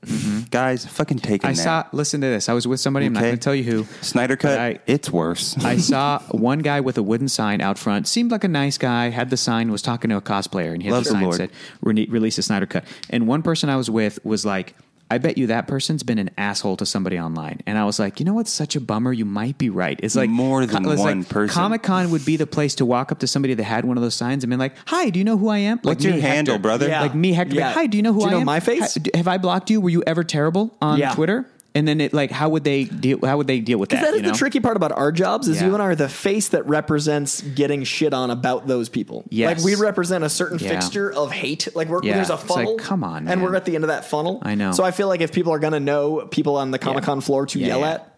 S3: Guys, fucking take a
S1: I
S3: nap.
S1: saw. Listen to this. I was with somebody. I'm not
S3: Okay.
S1: going to tell you who.
S3: Snyder cut.
S1: But I-
S3: it's worse.
S1: I saw one guy with a wooden sign out front. Seemed like a nice guy. Had the sign. Was talking to a cosplayer, and he had
S3: Loves
S1: the
S3: the
S1: sign
S3: Lord.
S1: said "Rene- "Release the Snyder Cut." And one person I was with was like. I bet you that person's been an asshole to somebody online, and I was like, you know what's such a bummer? You might be right. It's like
S3: More than
S1: it's
S3: one person.
S1: Comic Con would be the place to walk up to somebody that had one of those signs and be like, "Hi, do you know who I am?" Like
S3: What's your
S1: me,
S3: handle,
S1: Hector.
S3: brother?
S2: Yeah.
S1: Like me, Hector.
S2: Yeah.
S1: Like, Hi, do you know who
S2: Do you
S1: I
S2: know
S1: am?
S2: my face?
S1: Ha- d- have I blocked you? Were you ever terrible on
S2: Yeah.
S1: Twitter? And then it like, how would they deal? How would they deal with that?
S2: Because that is
S1: you
S2: the
S1: know?
S2: tricky part about our jobs is
S1: Yeah.
S2: you and I are the face that represents getting shit on about those people.
S1: Yes.
S2: Like we represent a certain
S1: Yeah.
S2: fixture of hate. Like we're,
S1: Yeah.
S2: there's a
S1: It's like,
S2: funnel.
S1: come on,
S2: And
S1: man.
S2: we're at the end of that funnel.
S1: I know.
S2: So I feel like if people are going to know people on the Comic Con floor to
S1: Yeah,
S2: yell
S1: yeah.
S2: at,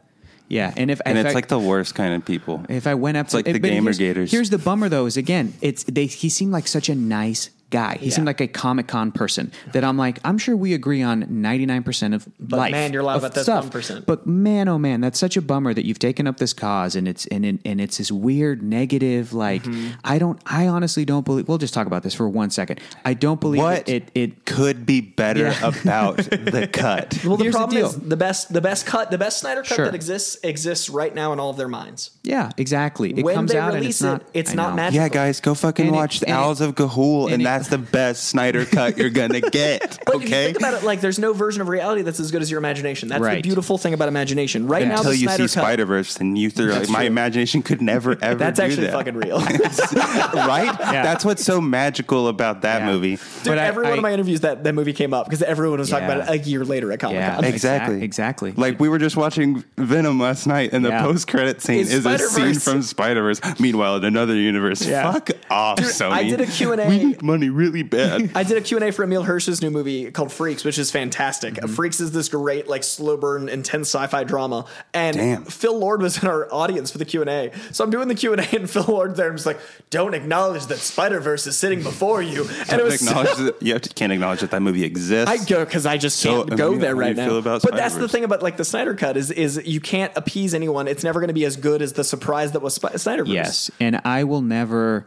S1: Yeah, and if
S3: and
S1: if
S3: it's
S1: I-
S3: like the worst kind of people.
S1: if I went up,
S3: It's like
S1: to,
S3: the
S1: but
S3: Gamer
S1: here's,
S3: Gators.
S1: Here's the bummer though: is again, it's they. He seemed like such a nice guy. He
S2: Yeah.
S1: seemed like a Comic Con person that I'm like, I'm sure we agree on 99% of life.
S2: man, you're lying
S1: of
S2: about that
S1: stuff.
S2: 1%.
S1: But man, oh man, that's such a bummer that you've taken up this cause and it's and, and it's this weird negative. Like
S2: Mm-hmm.
S1: I don't, I honestly don't believe. We'll just talk about this for one second. I don't believe
S3: What
S1: it. It, it
S3: could be better
S1: Yeah. (laughs)
S3: about the cut?
S2: Well, the
S1: Here's the
S2: problem is
S1: deal.
S2: the best, the best cut, the best Snyder cut
S1: Sure.
S2: that exists exists right now in all of their minds.
S1: yeah, exactly. It
S2: When
S1: comes
S2: they
S1: out and
S2: release
S1: it's not.
S2: it, it's
S1: I
S2: not
S1: know.
S2: magic.
S3: yeah, guys, go fucking
S1: And it-
S3: watch the
S1: and it-
S3: Owls of Gahul, and,
S1: and it-
S3: that's the best Snyder cut you're
S2: (laughs)
S3: gonna get.
S2: But if you
S3: okay,
S2: think about it, like there's no version of reality that's as good as your imagination. That's the
S1: Right.
S2: beautiful thing about imagination. Right now,
S3: until
S2: the
S3: you
S2: Snyder
S3: see
S2: cut,
S3: Spider Verse, and you throw like, my
S2: true.
S3: imagination could never ever.
S2: that's
S3: do
S2: actually
S3: that.
S2: fucking
S3: (laughs)
S2: real.
S3: right?
S1: Yeah.
S3: That's what's so magical about that
S1: Yeah.
S3: movie.
S2: Dude,
S1: But I-
S2: every one of
S1: I-
S2: my interviews that that movie came up because everyone was talking
S1: Yeah.
S2: about it a year later at Comic
S1: Yeah,
S2: Con.
S1: exac-
S3: Exactly.
S1: exactly.
S3: Like we were just watching Venom last night, and
S1: Yeah.
S3: the post-credit scene
S2: It's
S3: is a scene
S2: Spider-Verse.
S3: from Spider Verse. Meanwhile, in another universe,
S2: Yeah.
S3: fuck off, Sony.
S2: I did a Q and
S3: We
S2: A.
S3: need money
S2: (laughs)
S3: really bad.
S2: I did a Q&A for Emil Hirsch's new movie called Freaks, which is fantastic.
S3: Mm-hmm.
S2: Freaks is this great, like, slow burn, intense sci-fi drama. And
S3: Damn.
S2: Phil Lord was in our audience for the Q&A. So I'm doing the Q&A (laughs) and Phil Lord there and was like, don't acknowledge that Spider-Verse is sitting before you. And it was so-
S3: acknowledge that, you have to- can't acknowledge that that movie exists.
S2: I go because I just
S3: So,
S2: can't
S3: I
S2: go
S3: mean,
S2: there
S3: how do
S2: right
S3: you
S2: now.
S3: feel about
S2: but that's the
S3: Spider-Verse?
S2: thing about like the Snyder Cut is is you can't appease anyone. It's never going to be as good as the surprise that was Sp- Snyder Verse.
S1: Yes, and I will never.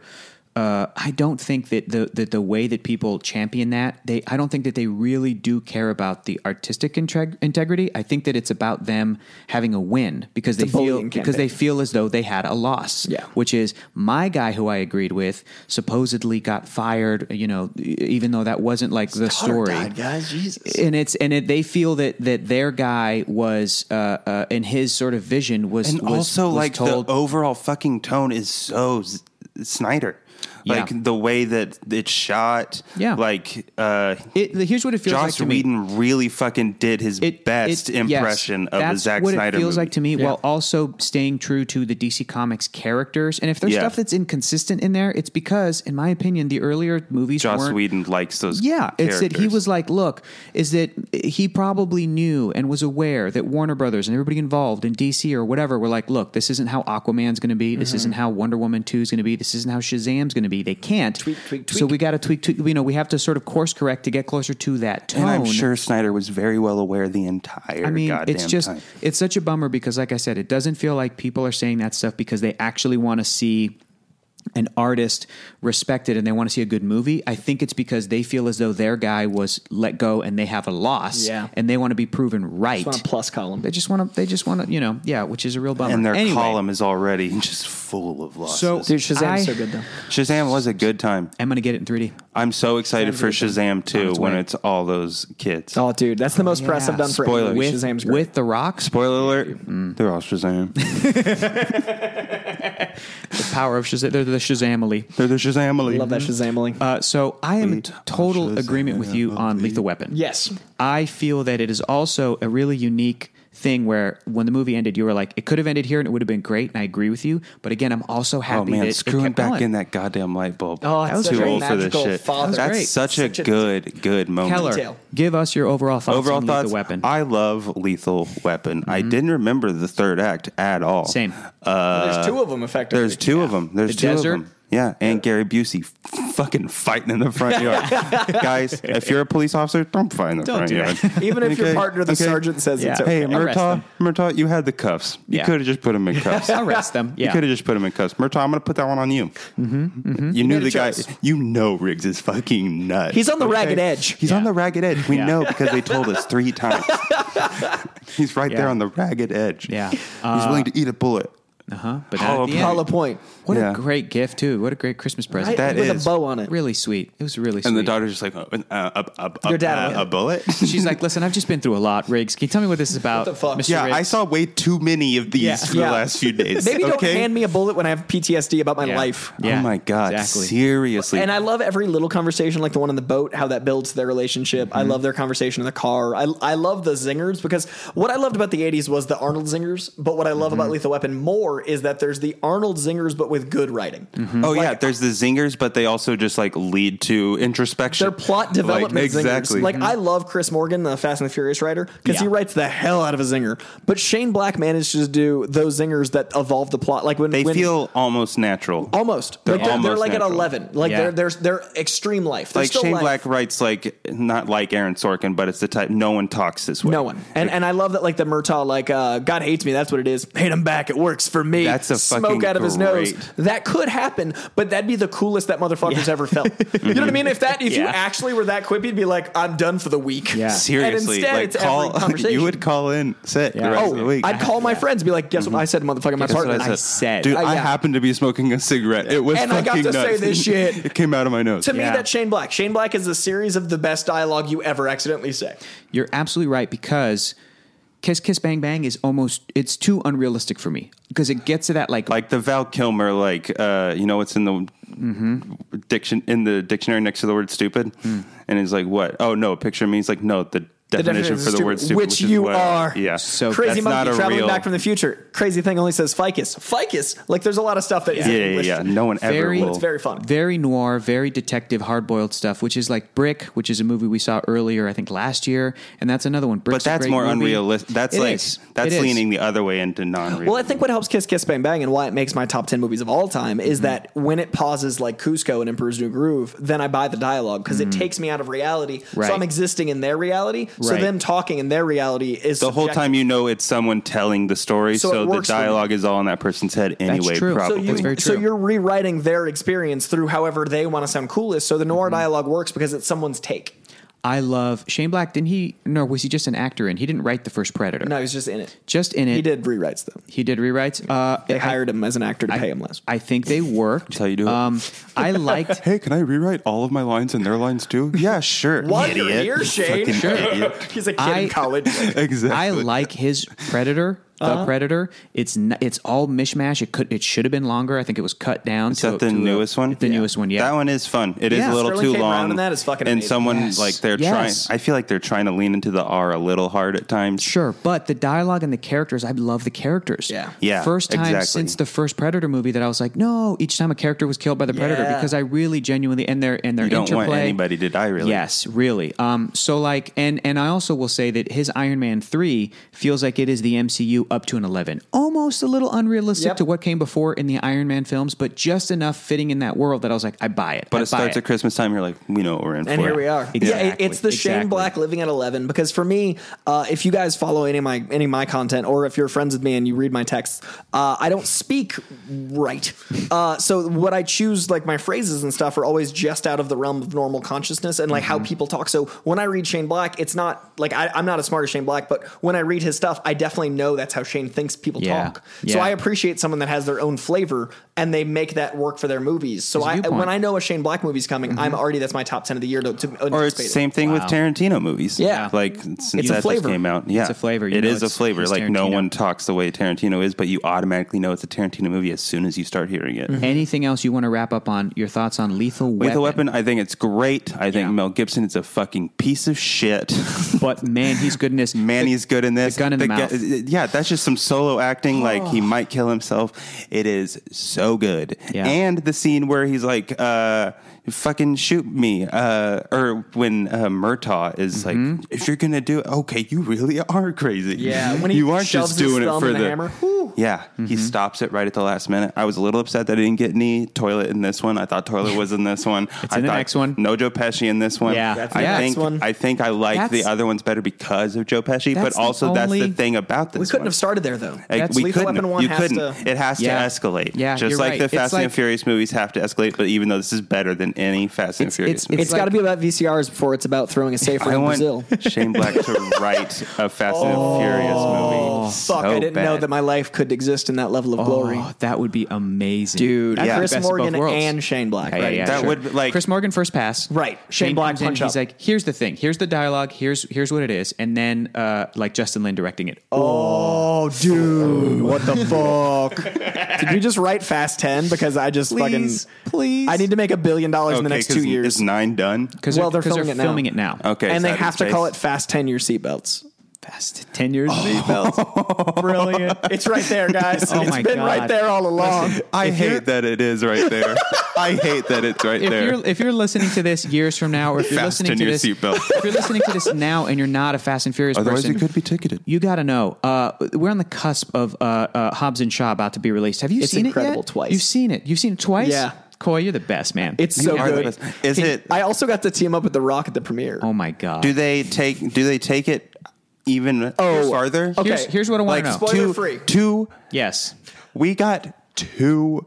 S1: Uh, I don't think that the that the way that people champion that they I don't think that they really do care about the artistic integ- integrity. I think that it's about them having a win because
S2: a
S1: they feel
S2: bullying
S1: because they
S2: campaign.
S1: feel as though they had a loss.
S2: Yeah.
S1: which is my guy who I agreed with supposedly got fired. You know, e- even though that wasn't like the story
S2: God, guys, Jesus.
S1: and it's and it, they feel that that their guy was uh, uh in his sort of vision was
S3: and
S1: was,
S3: also
S1: was
S3: like
S1: told
S3: the overall fucking tone is so Z- Snyder.
S1: Yeah.
S3: Like the way that it's shot.
S1: Yeah.
S3: Like uh
S1: it, here's what it feels like
S3: Joss
S1: to me.
S3: Whedon really fucking did his
S1: It-
S3: best
S1: it- yes,
S3: impression of the
S1: that's
S3: Zack
S1: what
S3: Snyder
S1: it feels
S3: movie.
S1: like to me, while also staying true to the DC Comics characters. And if there's
S3: Yeah.
S1: stuff that's inconsistent in there, it's because, in my opinion, the earlier movies
S3: Joss
S1: weren't
S3: Whedon likes those.
S1: yeah, it's that he
S3: characters.
S1: was like, look, is that he probably knew and was aware that Warner Brothers and everybody involved in DC or whatever were like, look, this isn't how Aquaman's going to be. This
S3: Mm-hmm.
S1: isn't how Wonder Woman 2 is going to be. This isn't how Shazam's going to be. They can't.
S2: Tweak, tweak,
S1: So
S2: tweak.
S1: we got to tweak, tweak. You know, we have to sort of course correct to get closer to that tone.
S3: And I'm sure Snyder was very well aware the entire
S1: I mean,
S3: goddamn
S1: it's just
S3: time.
S1: it's such a bummer because, like I said, it doesn't feel like people are saying that stuff because they actually want to see an artist respected and they want to see a good movie. I think it's because they feel as though their guy was let go and they have a loss,
S2: Yeah.
S1: and they want to be proven right.
S2: On a plus column.
S1: they just want to. They just want to. You know, yeah, which is a real bummer.
S3: And their
S1: Anyway,
S3: column is already (laughs) just full of losses.
S1: So
S2: Dude, Shazam's
S1: I-
S2: so good though.
S3: Shazam was a good time.
S1: I'm gonna get it in 3D.
S3: I'm so excited for Shazam too
S1: its
S3: when
S1: way.
S3: it's all those kids.
S2: Oh, dude, that's the most press
S1: yeah.
S2: I've done for
S3: Spoiler.
S2: any movie.
S1: With,
S2: Shazam's great.
S1: with the rocks,
S3: Spoiler alert, Mm. they're all Shazam.
S1: the power of Shazam, they're the Shazamily.
S3: they're the Mm-hmm. Shazamily.
S2: love that Shazameling.
S1: Uh, so I am in
S3: Eight
S1: total
S3: Shazam
S1: agreement with you on Lethal Weapon.
S2: yes,
S1: I feel that it is also a really unique thing where when the movie ended, you were like, it could have ended here and it would have been great. And I agree with you. But again, I'm also happy
S3: Oh man,
S1: that it
S3: screwing
S1: kept
S3: back
S1: going.
S3: in that goddamn light bulb.
S2: Oh, it's such
S3: too
S1: a
S3: old for this
S2: magical
S3: shit.
S2: father.
S1: That was
S3: That's
S1: great.
S3: such a
S2: Such a-
S3: good, good moment.
S1: Keller,
S2: detail.
S1: give us your overall thoughts
S3: Overall
S1: on
S3: thoughts.
S1: Lethal Weapon.
S2: (laughs)
S3: I love Lethal Weapon. I didn't remember the third act at all. Uh,
S1: Same.
S2: there's two of them effectively.
S3: There's two of them. There's
S1: The
S3: two
S1: desert?
S3: of them. Yeah, and Gary Busey (laughs) f- fucking fighting in the front yard. Guys, if you're a police officer, don't fight in the front
S1: do
S3: yard.
S2: (laughs) Even if your partner, the sergeant, says
S1: Yeah.
S2: it's okay.
S3: (laughs) Hey,
S1: Arrest them.
S3: Murtaugh, Murtaugh, you had the cuffs. You
S1: Yeah.
S3: could have just
S2: (laughs)
S3: put him in cuffs.
S1: Arrest them.
S3: You
S1: Yeah.
S3: could have just put him in cuffs. Murtaugh, I'm going to put that one on you. You knew
S2: Mm-hmm, made a
S3: the guy.
S2: choice.
S3: You know Riggs is fucking nuts.
S2: He's on the ragged edge.
S3: He's on the ragged edge. We
S1: Yeah.
S3: know because they told
S2: (laughs)
S3: us three times. (laughs) He's right there
S1: Yeah.
S3: on the ragged edge.
S1: Yeah.
S3: He's willing to eat a bullet.
S1: uh-huh. But not at the end.
S2: Hollow point.
S1: What
S3: Yeah.
S1: a great gift, too. What a great Christmas present.
S3: That
S2: with
S3: is-
S2: a bow on it.
S1: really sweet. It was really sweet.
S3: And the daughter's just like, uh, uh, uh, uh,
S2: Your dad
S3: uh,
S2: will.
S3: a
S2: (laughs)
S3: bullet?
S1: She's like, listen, I've just been through a lot, Riggs. Can you tell me what this is about?
S2: the fuck?
S1: Mr.
S3: yeah,
S1: Riggs?
S3: I saw way too many of these
S1: Yeah.
S3: for
S2: Yeah.
S3: the last few
S2: (laughs)
S3: days.
S2: Maybe don't
S3: okay?
S2: hand me a bullet when I have PTSD about my
S1: Yeah.
S2: life.
S1: Yeah,
S3: oh my God.
S1: exactly.
S3: Seriously.
S2: And I love every little conversation, like the one on the boat, how that builds their relationship.
S3: Mm-hmm.
S2: I love their conversation in the car. I,
S3: Mm-hmm.
S2: I love the zingers because what I loved about the 80s was the Arnold zingers. But what I love about Lethal Weapon more horror is that there's the Arnold zingers, but with good writing.
S3: Oh yeah, there's the zingers, but they also just like lead to introspection.
S2: They're plot development
S3: like,
S2: zingers.
S3: exactly.
S2: Like I love Chris Morgan, the Fast and the Furious writer, because he
S1: Yeah.
S2: writes the hell out of a zinger. But Shane Black managed to do those zingers that evolve the plot. Like when
S3: they
S2: when-
S3: feel almost natural.
S2: almost
S3: They're
S2: Like, they're, they're
S3: almost
S2: like
S3: natural.
S2: at eleven. Like
S1: Yeah.
S2: they're they're they're extreme life. They're
S3: like
S2: still
S3: Shane
S2: life.
S3: Black writes like not like Aaron Sorkin, but it's the type no one talks this way.
S2: No one. And and I love that like the Murtaugh like uh, God hates me. That's what it is. Hate him back. It works for me.
S3: That's a
S2: smoke
S3: fucking
S2: out of his nose.
S3: great-
S2: That could happen, but that'd be the coolest that motherfucker's ever
S3: (laughs)
S2: felt. you know what I mean? If that if you
S1: Yeah.
S2: actually were that quippy, you'd be like, I'm done for the week.
S1: Yeah.
S3: Seriously,
S2: And instead,
S3: like
S2: it's every
S3: call. (laughs)
S2: conversation.
S3: you would call in sick
S1: Yeah.
S3: the rest of the
S2: Oh,
S3: week.
S2: I'd call my friends, be like, "Guess what I said, motherfucker, in my
S3: That's what
S2: apartment."
S1: I said.
S3: dude.
S2: Uh,
S3: I
S2: yeah.
S3: happened to be smoking a cigarette. It was
S2: And I
S3: fucking
S2: got to
S3: nuts.
S2: say
S3: (laughs)
S2: this shit.
S3: it came out of my nose.
S2: To me,
S1: Yeah.
S2: that's Shane Black. Shane Black is the series of the best dialogue you ever accidentally say.
S1: You're absolutely right because Kiss Kiss Bang Bang is almost it's too unrealistic for me because it gets to that like
S3: like the Val Kilmer, like uh, you know, it's in the
S2: Mm-hmm.
S3: diction in the dictionary next to the word stupid, and he's like, "What? Oh no, picture me." He's like, "No, the definition,
S2: Hmm. definition
S3: for the
S2: is
S3: word
S2: stupid,
S3: stupid,
S2: which
S3: is
S2: you
S3: what-
S2: are.
S3: yeah,
S1: So
S2: Crazy
S3: that's
S2: monkey
S3: not a
S2: traveling
S3: real-
S2: back from the future. Crazy thing only says ficus. Ficus. Like there's a lot of stuff that is
S3: yeah,
S2: in
S3: yeah,
S2: English.
S3: yeah. No one ever
S1: Very-
S3: will.
S2: It's very fun.
S1: very noir, very detective, hard boiled stuff, which is like Brick, which is a movie we saw earlier, I think last year, and that's another one.
S3: but
S1: Brick's a
S3: that's
S1: great
S3: more
S1: movie.
S3: unrealistic. That's
S1: It
S3: like
S1: is.
S3: that's
S1: It is.
S3: leaning the other way into non-real.
S2: Well, I think what helps Kiss Kiss Bang Bang and why it makes my top 10 movies of all time
S3: Mm-hmm.
S2: is that when it pauses like Cusco and Emperor's New Groove, then I buy the dialogue because
S3: Mm.
S2: it takes me out of reality.
S1: Right.
S2: So I'm existing in their reality. So
S1: Right.
S2: them talking in their reality is
S3: the whole
S2: subjective.
S3: time you know it's someone telling the story,
S2: So
S3: so,
S2: it
S3: the
S2: works for you.
S3: dialogue is all in that person's head anyway.
S1: true. So
S3: Probably.
S2: So, you,
S1: That's very
S2: so
S1: true.
S2: you're rewriting their experience through however they want to sound coolest. So the noir
S3: Mm-hmm.
S2: dialogue works because it's someone's take.
S1: I love Shane Black. Didn't he? No, was he just an actor? And he didn't write the first Predator.
S2: No, he's just in it.
S1: just in it.
S2: He did rewrites them.
S1: He did rewrites. Uh,
S2: They
S1: I-
S2: hired him as an actor to pay him less.
S1: I think they worked. That's
S3: how you do it.
S1: Um, I liked.
S3: Hey, can I rewrite all of my lines and their lines too? Yeah, sure.
S2: While
S3: idiot.
S2: you're here, Shane.
S3: (laughs) Fucking idiot.
S2: He's a kid
S1: I-
S2: in college.
S3: Exactly.
S1: I like his Predator. The
S3: Uh-huh.
S1: Predator. It's n- it's all mishmash. It could it should have been longer. I think it was cut down.
S3: Is
S1: to,
S3: that the
S1: to a-
S3: newest one?
S1: The newest one. Yeah.
S3: That one is fun. It is
S1: Yeah.
S3: a little
S2: Sterling
S3: too
S2: K. Brown
S3: long.
S2: and that is fucking
S3: And
S2: amazing.
S3: someone
S1: Yes.
S3: like they're
S1: Yes.
S3: trying. I feel like they're trying to lean into the R a little hard at times.
S1: Sure, but the dialogue and the characters, I love the characters.
S2: Yeah.
S3: Yeah,
S1: First time
S3: exactly.
S1: since the first Predator movie that I was like, no, each time a character was killed by the Predator
S2: Yeah.
S1: because I really genuinely and their and their
S3: You don't
S1: interplay.
S3: want anybody to die, really.
S1: Yes, really. Um, so like, and and I also will say that his Iron Man three feels like it is the MCU up to an eleven, almost a little unrealistic
S2: Yep.
S1: to what came before in the Iron Man films, but just enough fitting in that world that I was like, I buy it.
S3: But
S1: I
S3: it starts
S1: buy
S3: at Christmas time. You're like, we know what we're in
S2: And
S3: for.
S2: here we are. Yeah, it-
S1: Exactly.
S2: it's the Shane
S1: Exactly.
S2: Black living at eleven. Because for me, uh, if you guys follow any of my any of my content, or if you're friends with me and you read my texts, uh, I don't speak right. Uh, so what I choose, like my phrases and stuff, are always just out of the realm of normal consciousness and like how
S1: Mm-hmm.
S2: people talk. So when I read Shane Black, it's not like I, I'm not as smart as Shane Black, but when I read his stuff, I definitely know that's how Shane thinks people
S1: Yeah.
S2: talk. So
S1: Yeah.
S2: I appreciate someone that has their own flavor and they make that work for their movies. So
S1: There's a
S2: I,
S1: viewpoint.
S2: when I know a Shane Black movie's coming, I'm already that's my top ten of the year to, to
S3: Mm-hmm. Or it's the
S2: anticipate it.
S3: same thing with
S1: Wow.
S3: Tarantino movies.
S2: Yeah.
S3: like
S2: It's
S3: since
S2: a
S3: that just
S2: flavor.
S3: came out, yeah,
S1: It's a flavor. You
S3: It
S1: know
S3: is a
S1: it's-
S3: flavor.
S1: it's
S3: Like no
S1: Tarantino.
S3: one talks the way Tarantino is, but you automatically know it's a Tarantino movie as soon as you start hearing it.
S1: it. Anything else you want to wrap up on? Your thoughts on Lethal Weapon?
S3: Lethal Weapon, I think it's great. I think
S1: Yeah.
S3: Mel Gibson is a fucking piece of shit. (laughs)
S1: But man, he's goodness.
S3: Manny's good in this.
S1: The gun in the,
S3: gu- uh,
S1: mouth.
S3: yeah, that's just some solo acting. Like
S2: Oh.
S3: he might kill himself. It is so good.
S1: Yeah.
S3: And the scene where he's like, uh, "Fucking shoot me," uh, or when uh, Murtaugh is like, "If you're gonna do it, okay, you really are crazy.
S2: Mm-hmm. Yeah, when he
S3: you aren't
S2: shoves
S3: just
S2: his
S3: doing it
S2: thumb
S3: for
S2: in
S3: the."
S2: the hammer. Whew.
S3: Yeah,
S1: Mm-hmm.
S3: he stops it right at the last minute. I was a little upset that I didn't get any toilet in this one. I thought toilet was in
S1: (laughs)
S3: this one. I
S1: in the
S3: thought
S1: next one.
S3: No Joe Pesci in this one.
S1: Yeah. That's
S3: I
S1: the next
S3: think
S2: one.
S3: I think I like the
S1: That's-
S3: other ones better because of Joe Pesci, but
S1: That's the
S3: also that's the
S1: only-
S3: thing about this.
S2: We couldn't
S3: one.
S2: have started there though.
S3: Like,
S1: That's
S3: we
S2: Lethal
S3: couldn't.
S2: Weapon one
S3: you
S2: has
S3: couldn't.
S2: to-
S3: It has
S1: Yeah.
S3: to escalate.
S1: Yeah,
S3: just
S1: you're
S3: like
S1: right.
S3: the
S1: It's
S3: Fast
S1: like-
S3: and Furious movies have to escalate. But even though this is better than any Fast and
S1: It's-
S3: Furious
S1: it's-
S3: movie,
S2: It's got to
S1: like-
S2: be about VCRs before it's about throwing a safe
S3: (laughs) I
S2: in
S3: want
S2: Brazil.
S3: Shane
S1: (laughs)
S3: Black to write a Fast and Furious movie.
S2: Fuck, I didn't know that my life could exist in that level of glory.
S1: Oh, that would be amazing,
S2: Dude,
S1: That's the
S2: Chris
S1: best of both
S2: Morgan
S1: worlds.
S2: and Shane Black.
S1: Yeah,
S2: right?
S1: yeah,
S3: That
S1: sure.
S3: would, like-
S1: Chris Morgan first pass.
S2: Right. Shane
S1: Shane
S2: Black
S1: comes in,
S2: punch
S1: he's
S2: up.
S1: like, here's the thing, here's the dialogue, here's here's what it is, and then uh, like Justin Lin directing it. Oh,
S2: Oh, dude, what
S3: (laughs)
S2: the fuck? Did you just write Fast Ten? Because I just
S1: Please,
S2: fucking
S1: please.
S2: I need to make a billion dollars in the next
S3: 'cause
S2: two
S3: Is
S2: years.
S3: nine done?
S1: because
S2: well,
S1: they're,
S2: they're
S1: 'cause
S2: filming
S1: they're
S2: it now.
S1: filming it now.
S3: Okay,
S2: and
S3: so
S2: they
S3: that
S2: have to
S3: is
S2: call it
S3: based-
S2: Fast Ten Your Seatbelts.
S1: best. Ten years of seatbelts. Brilliant.
S2: (laughs) It's right there, guys.
S1: Oh
S2: it's
S1: my
S2: been
S1: God.
S2: right there all along.
S3: I
S1: If you're-
S3: hate that it is right (laughs) there. I hate that it's right
S1: If
S3: there.
S1: you're if you're listening to this years from now, or if you're
S3: Fasten
S1: listening to
S3: your
S1: this, (laughs)
S3: seatbelt.
S1: if you're listening to this now and you're not a Fast and Furious
S3: Otherwise,
S1: person,
S3: you could be ticketed.
S1: You got to know. Uh, we're on the cusp of uh, uh, Hobbs and Shaw about to be released. Have you
S2: It's
S1: seen it
S2: incredible
S1: yet?
S2: twice.
S1: You've seen it. You've seen it twice.
S2: Yeah.
S1: Coy, you're the best man.
S2: It's so
S3: You are the
S2: good.
S3: best. Is it?
S2: I also got to team up with The Rock at the premiere.
S1: oh my god.
S3: Do they take? Do they take it even
S2: Oh,
S3: farther?
S2: okay.
S1: here's, here's what I want
S3: Like
S1: to know.
S2: spoil-
S3: two,
S2: Spoiler-free.
S3: two.
S1: yes.
S3: We got two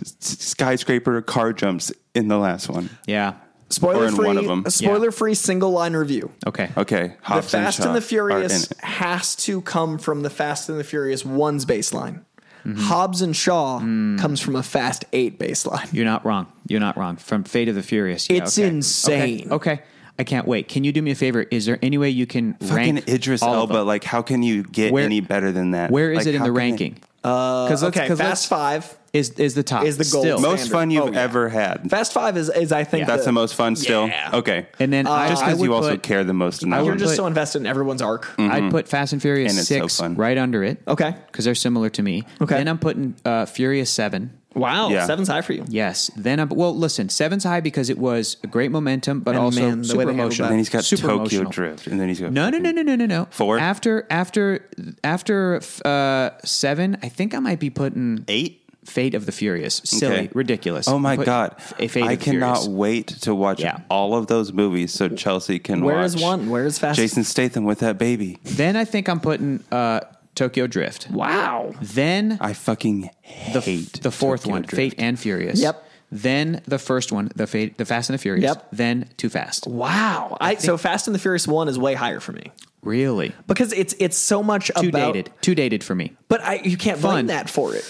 S3: s- skyscraper car jumps in the last one.
S1: Yeah.
S2: Spoiler
S3: in
S2: free.
S3: one of 'em. Yeah.
S2: Spoiler free single line review.
S1: Okay.
S3: Okay,
S2: The
S3: Hobbs
S2: Fast
S3: Shaw
S2: and the
S3: are in
S2: Furious
S3: it.
S2: has to come from the Fast and the Furious one's baseline.
S1: Mm-hmm.
S2: Hobbs and Shaw
S1: Mm.
S2: comes from a Fast Eight baseline.
S1: You're not wrong. You're not wrong. From Fate of the Furious. Yeah,
S2: It's
S1: okay.
S2: insane.
S1: Okay. okay. I can't wait. Can you do me a favor? Is there any way you can
S3: Fucking
S1: rank
S3: Idris
S1: all of
S3: Elba.
S1: them?
S3: Like, how can you get
S1: Where-
S3: any better than that?
S1: Where is
S3: Like,
S1: it in
S3: how
S1: the
S3: can it-
S1: ranking? Because
S2: Uh, Okay, Fast Five.
S1: is is the top
S2: is the gold
S1: still.
S2: standard.
S3: Most fun you've
S2: Oh, yeah.
S3: ever had.
S2: Fast Five is, is I think
S3: That's the most fun. Still,
S2: Yeah.
S3: okay.
S1: And then I,
S3: just
S1: I
S3: because
S1: would
S3: you also
S1: put-
S3: care the most, in that
S1: would
S2: You're
S3: one.
S2: just
S1: But-
S2: so invested in everyone's arc.
S3: Mm.
S1: I'd put Fast and Furious
S3: Mm-hmm. And it's so
S1: six
S3: fun.
S1: right under it.
S2: Okay.
S1: because they're similar to me.
S2: Okay.
S1: Then I'm putting uh, Furious Seven.
S2: Wow,
S3: Yeah.
S2: seven's high for you.
S1: Yes. Then I'm well. Listen, Seven's high because it was a great momentum, but
S2: And
S1: also
S2: man, the way
S1: super
S2: they handled
S1: emotional.
S2: that.
S3: and then he's got
S1: super
S3: Tokyo
S1: emotional.
S3: Drift, and then he's got
S1: No, no, no, no, no, no, no.
S3: Four?
S1: After after after uh, seven, I think I might be putting
S3: eight.
S1: Fate of the Furious. Silly,
S3: Okay.
S1: ridiculous.
S3: Oh my
S1: Put
S3: god!
S1: A Fate
S3: I
S1: of the
S3: cannot
S1: Furious.
S3: wait to watch
S1: Yeah.
S3: all of those movies so Chelsea can
S2: Where
S3: watch.
S2: is one? Where is Fast?
S3: Jason Statham with that baby.
S1: Then I think I'm putting uh, Tokyo Drift.
S2: Wow.
S1: Then
S3: I fucking
S1: the,
S3: hate
S1: the fourth
S3: Tokyo
S1: one,
S3: Drift.
S1: Fate and Furious.
S2: Yep.
S1: Then the first one, the Fate, the Fast and the Furious.
S2: Yep.
S1: Then Too Fast.
S2: Wow. I, so Fast and the Furious One is way higher for me
S1: Really.
S2: because it's it's so much
S1: Too
S2: about.
S1: dated. Too dated for me.
S2: But I, you can't
S1: Fun.
S2: blame that for it.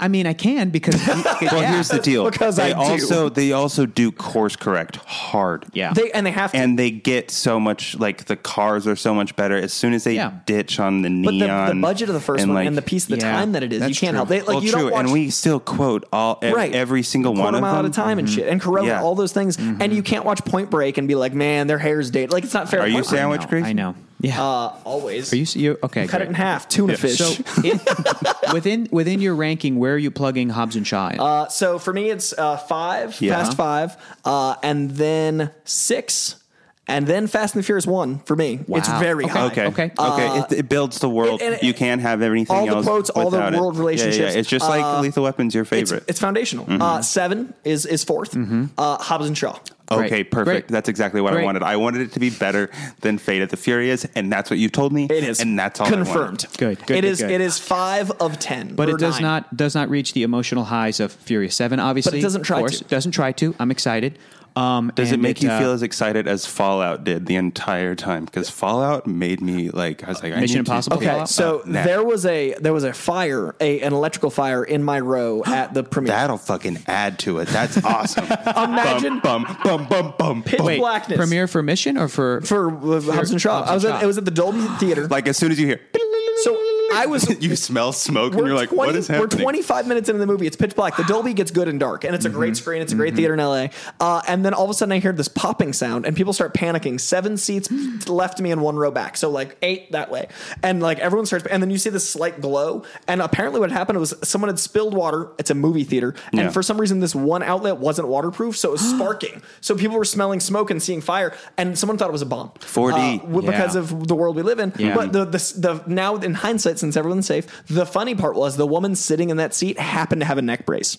S1: I mean, I can
S3: (laughs)
S1: because
S3: Well, here's the deal.
S2: Because
S3: they
S2: I do.
S3: also they also do course correct hard.
S1: yeah.
S2: They and they have to.
S3: Oh. And they get so much like the cars are so much better as soon as they
S1: Yeah.
S3: ditch on the
S2: but
S3: neon.
S2: the, the budget of the first one
S3: like-
S2: and the piece of the
S1: Yeah,
S2: time that it is, you
S1: that's
S2: can't
S1: true.
S2: help. They, like
S3: well,
S2: you
S3: true,
S2: don't watch
S3: and we still quote all ev-
S2: right
S3: every single one
S2: Quarter
S3: of
S2: mile
S3: them Mm-hmm.
S2: at a time and shit and Corolla,
S3: Yeah. Mm-hmm.
S2: all those things. And you can't watch Point Break and be like, man, their hair's dated. Like it's not fair.
S3: Are
S2: to
S3: you
S2: Point Break.
S1: I know,
S3: sandwich grease?
S1: I know. Yeah.
S2: Uh, always.
S1: Are you, you okay?
S2: cut it
S1: great.
S2: in half? Tuna fish. (laughs)
S1: So in, (laughs) within within your ranking, where are you plugging Hobbs and Shaw? In?
S2: Uh, so for me, it's uh, five,
S3: Yeah.
S2: Fast Five, uh, and then six, and then Fast and the Furious One for me. It's
S1: Wow.
S2: very high.
S3: Okay.
S1: Okay.
S3: Okay. it, it builds the world.
S2: it- Uh, and it-
S3: you can't have everything
S2: all the
S3: else.
S2: quotes, all the
S3: without it.
S2: world
S3: Yeah, yeah,
S2: relationships.
S3: Yeah, It's just like
S2: Uh,
S3: Lethal Weapon's your
S2: It's,
S3: favorite. Mm-hmm.
S2: it's foundational. Uh, seven is is 4th Uh, Hobbs and Shaw.
S3: okay,
S1: Great.
S3: perfect.
S1: Great.
S3: That's exactly what
S1: Great.
S3: I wanted. I wanted it to be better than Fate of the Furious, and that's what you told me.
S2: It is
S3: and that's all I wanted.
S2: confirmed.
S1: Good, good,
S2: It
S1: good,
S2: is-
S1: good.
S2: It is five of ten,
S1: but
S2: or
S1: it does
S2: nine.
S1: not does not reach the emotional highs of Furious Seven. Obviously,
S2: doesn't
S1: of
S2: try
S1: course.
S2: to.
S1: Doesn't try to. I'm excited. Um,
S3: Does it
S1: and
S3: make you
S1: uh,
S3: feel as excited as Fallout did the entire time? Because Fallout made me like I was like
S1: Mission
S3: I need to-
S1: Impossible?
S2: Okay,
S1: Fallout?
S2: so
S3: Uh, nah.
S2: there was a there was a fire, a an electrical fire in my row at
S3: (gasps)
S2: the premiere.
S3: That'll fucking add to it.
S2: (laughs)
S3: That's awesome.
S2: Imagine-
S3: bum bum bum bum bum.
S2: Pitch
S3: bum.
S1: Wait,
S2: blackness.
S1: premiere for Mission or for
S2: for uh, Hobbs and Shaw.
S1: Hobbs
S2: I
S1: and
S2: was at,
S1: Shaw.
S2: it was at the Dolby Theater.
S3: Like as soon as you hear,
S2: so I was
S3: (laughs) you smell smoke, and
S2: we're
S3: you're like,
S2: 20,
S3: what is
S2: we're
S3: happening?
S2: 25 minutes into the movie. It's pitch black. The Dolby gets good and dark, and it's a
S3: Mm-hmm.
S2: great screen. It's a great theater in LA. Uh, and then all of a sudden, I hear this popping sound, and people start panicking. Seven seats (clears throat) left to me and one row back, so like eight that way. And like everyone starts, and then you see this slight glow. And apparently, what happened was someone had spilled water. It's a movie theater, and
S3: Yeah.
S2: for some reason, this one outlet wasn't waterproof, so it
S3: (gasps)
S2: was sparking. So people were smelling smoke and seeing fire, and someone thought it was a bomb.
S3: 4D.
S2: uh, w- because
S1: Yeah.
S2: of the world we live in.
S1: Yeah.
S2: But the, the the now in hindsight, since everyone's safe, the funny part was the woman sitting in that seat happened to have a neck brace.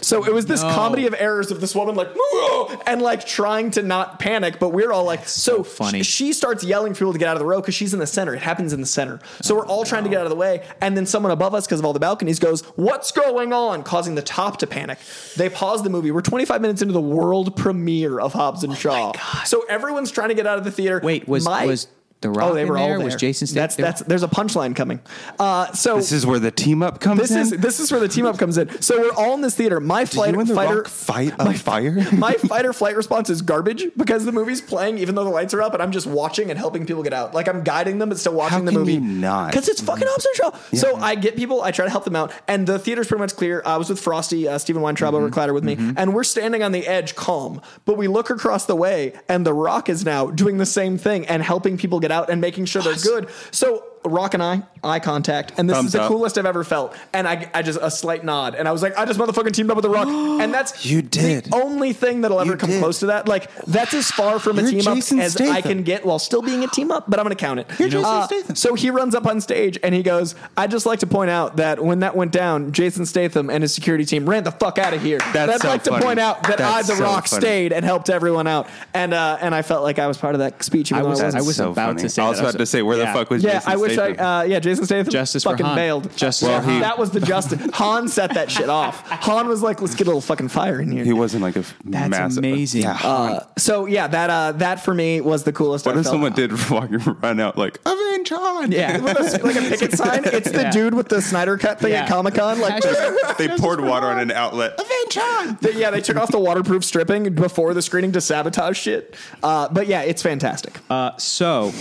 S2: So it was this
S1: No.
S2: comedy of errors of this woman like "Whoa," and like trying to not panic, but we're all like so,
S1: so funny.
S2: sh- She starts yelling for people to get out of the row because she's in the center. It happens in the center. So we're
S1: Oh,
S2: all trying to get out of the way, and then someone above us because of all the balconies goes, "What's going on?" causing the top to panic. They pause the movie. We're 25 minutes into the world premiere of Hobbs and Shaw. So everyone's trying to get out of the theater.
S1: Oh Wait, was- was The Rock
S2: Oh, they
S1: in
S2: were all
S1: there?
S2: there.
S1: Was Jason Statham-
S2: That's
S1: they were-
S2: that's. There's a punchline coming. Uh, so
S3: This is where the team up comes
S2: this
S3: in.
S2: is this is where the team up comes in. So we're all in this theater. My
S3: Did
S2: flight
S3: you and the
S2: fighter
S3: Rock fight a (laughs) fire?
S2: my fight or flight response is garbage because the movie's playing even though the lights are up and I'm just watching and helping people get out. Like I'm guiding them but still watching the
S3: can
S2: movie.
S3: you not?
S2: Because it's fucking Hobbs and Shaw. So I get people, I try to help them out, and the theater's pretty much clear. I was with Frosty, uh, Stephen Weintraub
S3: Mm-hmm.
S2: over at Clatter with me, and we're standing on the edge, calm. But we look across the way, and The Rock is now doing the same thing and helping people get it out and making sure they're good. So Rock and I, eye contact, and this
S3: Thumbs
S2: is the
S3: up.
S2: coolest I've ever felt. And I, I just a slight nod, and I was like, I just motherfucking teamed up with the
S3: (gasps)
S2: Rock, and that's
S3: You
S2: the
S3: did.
S2: only thing that'll ever
S3: You
S2: come
S3: did.
S2: close to that. Like that's as far from a
S3: You're
S2: team
S3: Jason
S2: up as I
S3: Statham.
S2: can get while still being a team up. But I'm gonna count it. Uh,
S3: You're Jason Statham.
S2: So he runs up on stage and he goes, "I just like to point out that when that went down, Jason Statham and his security team ran the fuck out of here."
S3: That's
S2: I'd
S3: so
S2: like
S3: funny.
S2: to point out that
S3: That's
S2: I, The
S3: so
S2: Rock,
S3: funny.
S2: stayed and helped everyone out, and uh, and I felt like I was part of that speech. even
S1: I
S2: though
S1: was-
S2: wasn't.
S1: I was
S3: so
S1: about
S3: funny.
S1: to say
S3: I was
S1: that. I was-
S3: about to say where
S1: yeah.
S3: the fuck was
S2: yeah,
S3: Jason
S2: I wish
S3: Statham?
S2: I. Uh, yeah, Jason Statham.
S1: Justice for
S2: fucking
S1: Han.
S2: bailed.
S1: Justice
S3: Well, for Han. he-
S2: that was the justice. Han set that shit off. Han was like, "Let's get a little fucking fire in here."
S3: he wasn't like a f-
S1: That's
S3: massive.
S1: amazing.
S3: Yeah.
S2: Uh, so yeah, that uh, that for me was the coolest.
S3: what
S2: I
S3: if
S2: felt.
S3: someone did walk run out like avenge Han?
S1: Yeah.
S2: like a picket sign? (laughs) It's the
S1: Yeah.
S2: dude with the Snyder cut thing
S1: Yeah.
S2: at Comic Con. Like, (laughs)
S3: they poured water on an outlet. Avenge Han.
S2: They- yeah, they took off the waterproof stripping before the screening to sabotage shit. Uh, but yeah, it's fantastic.
S1: Uh, so,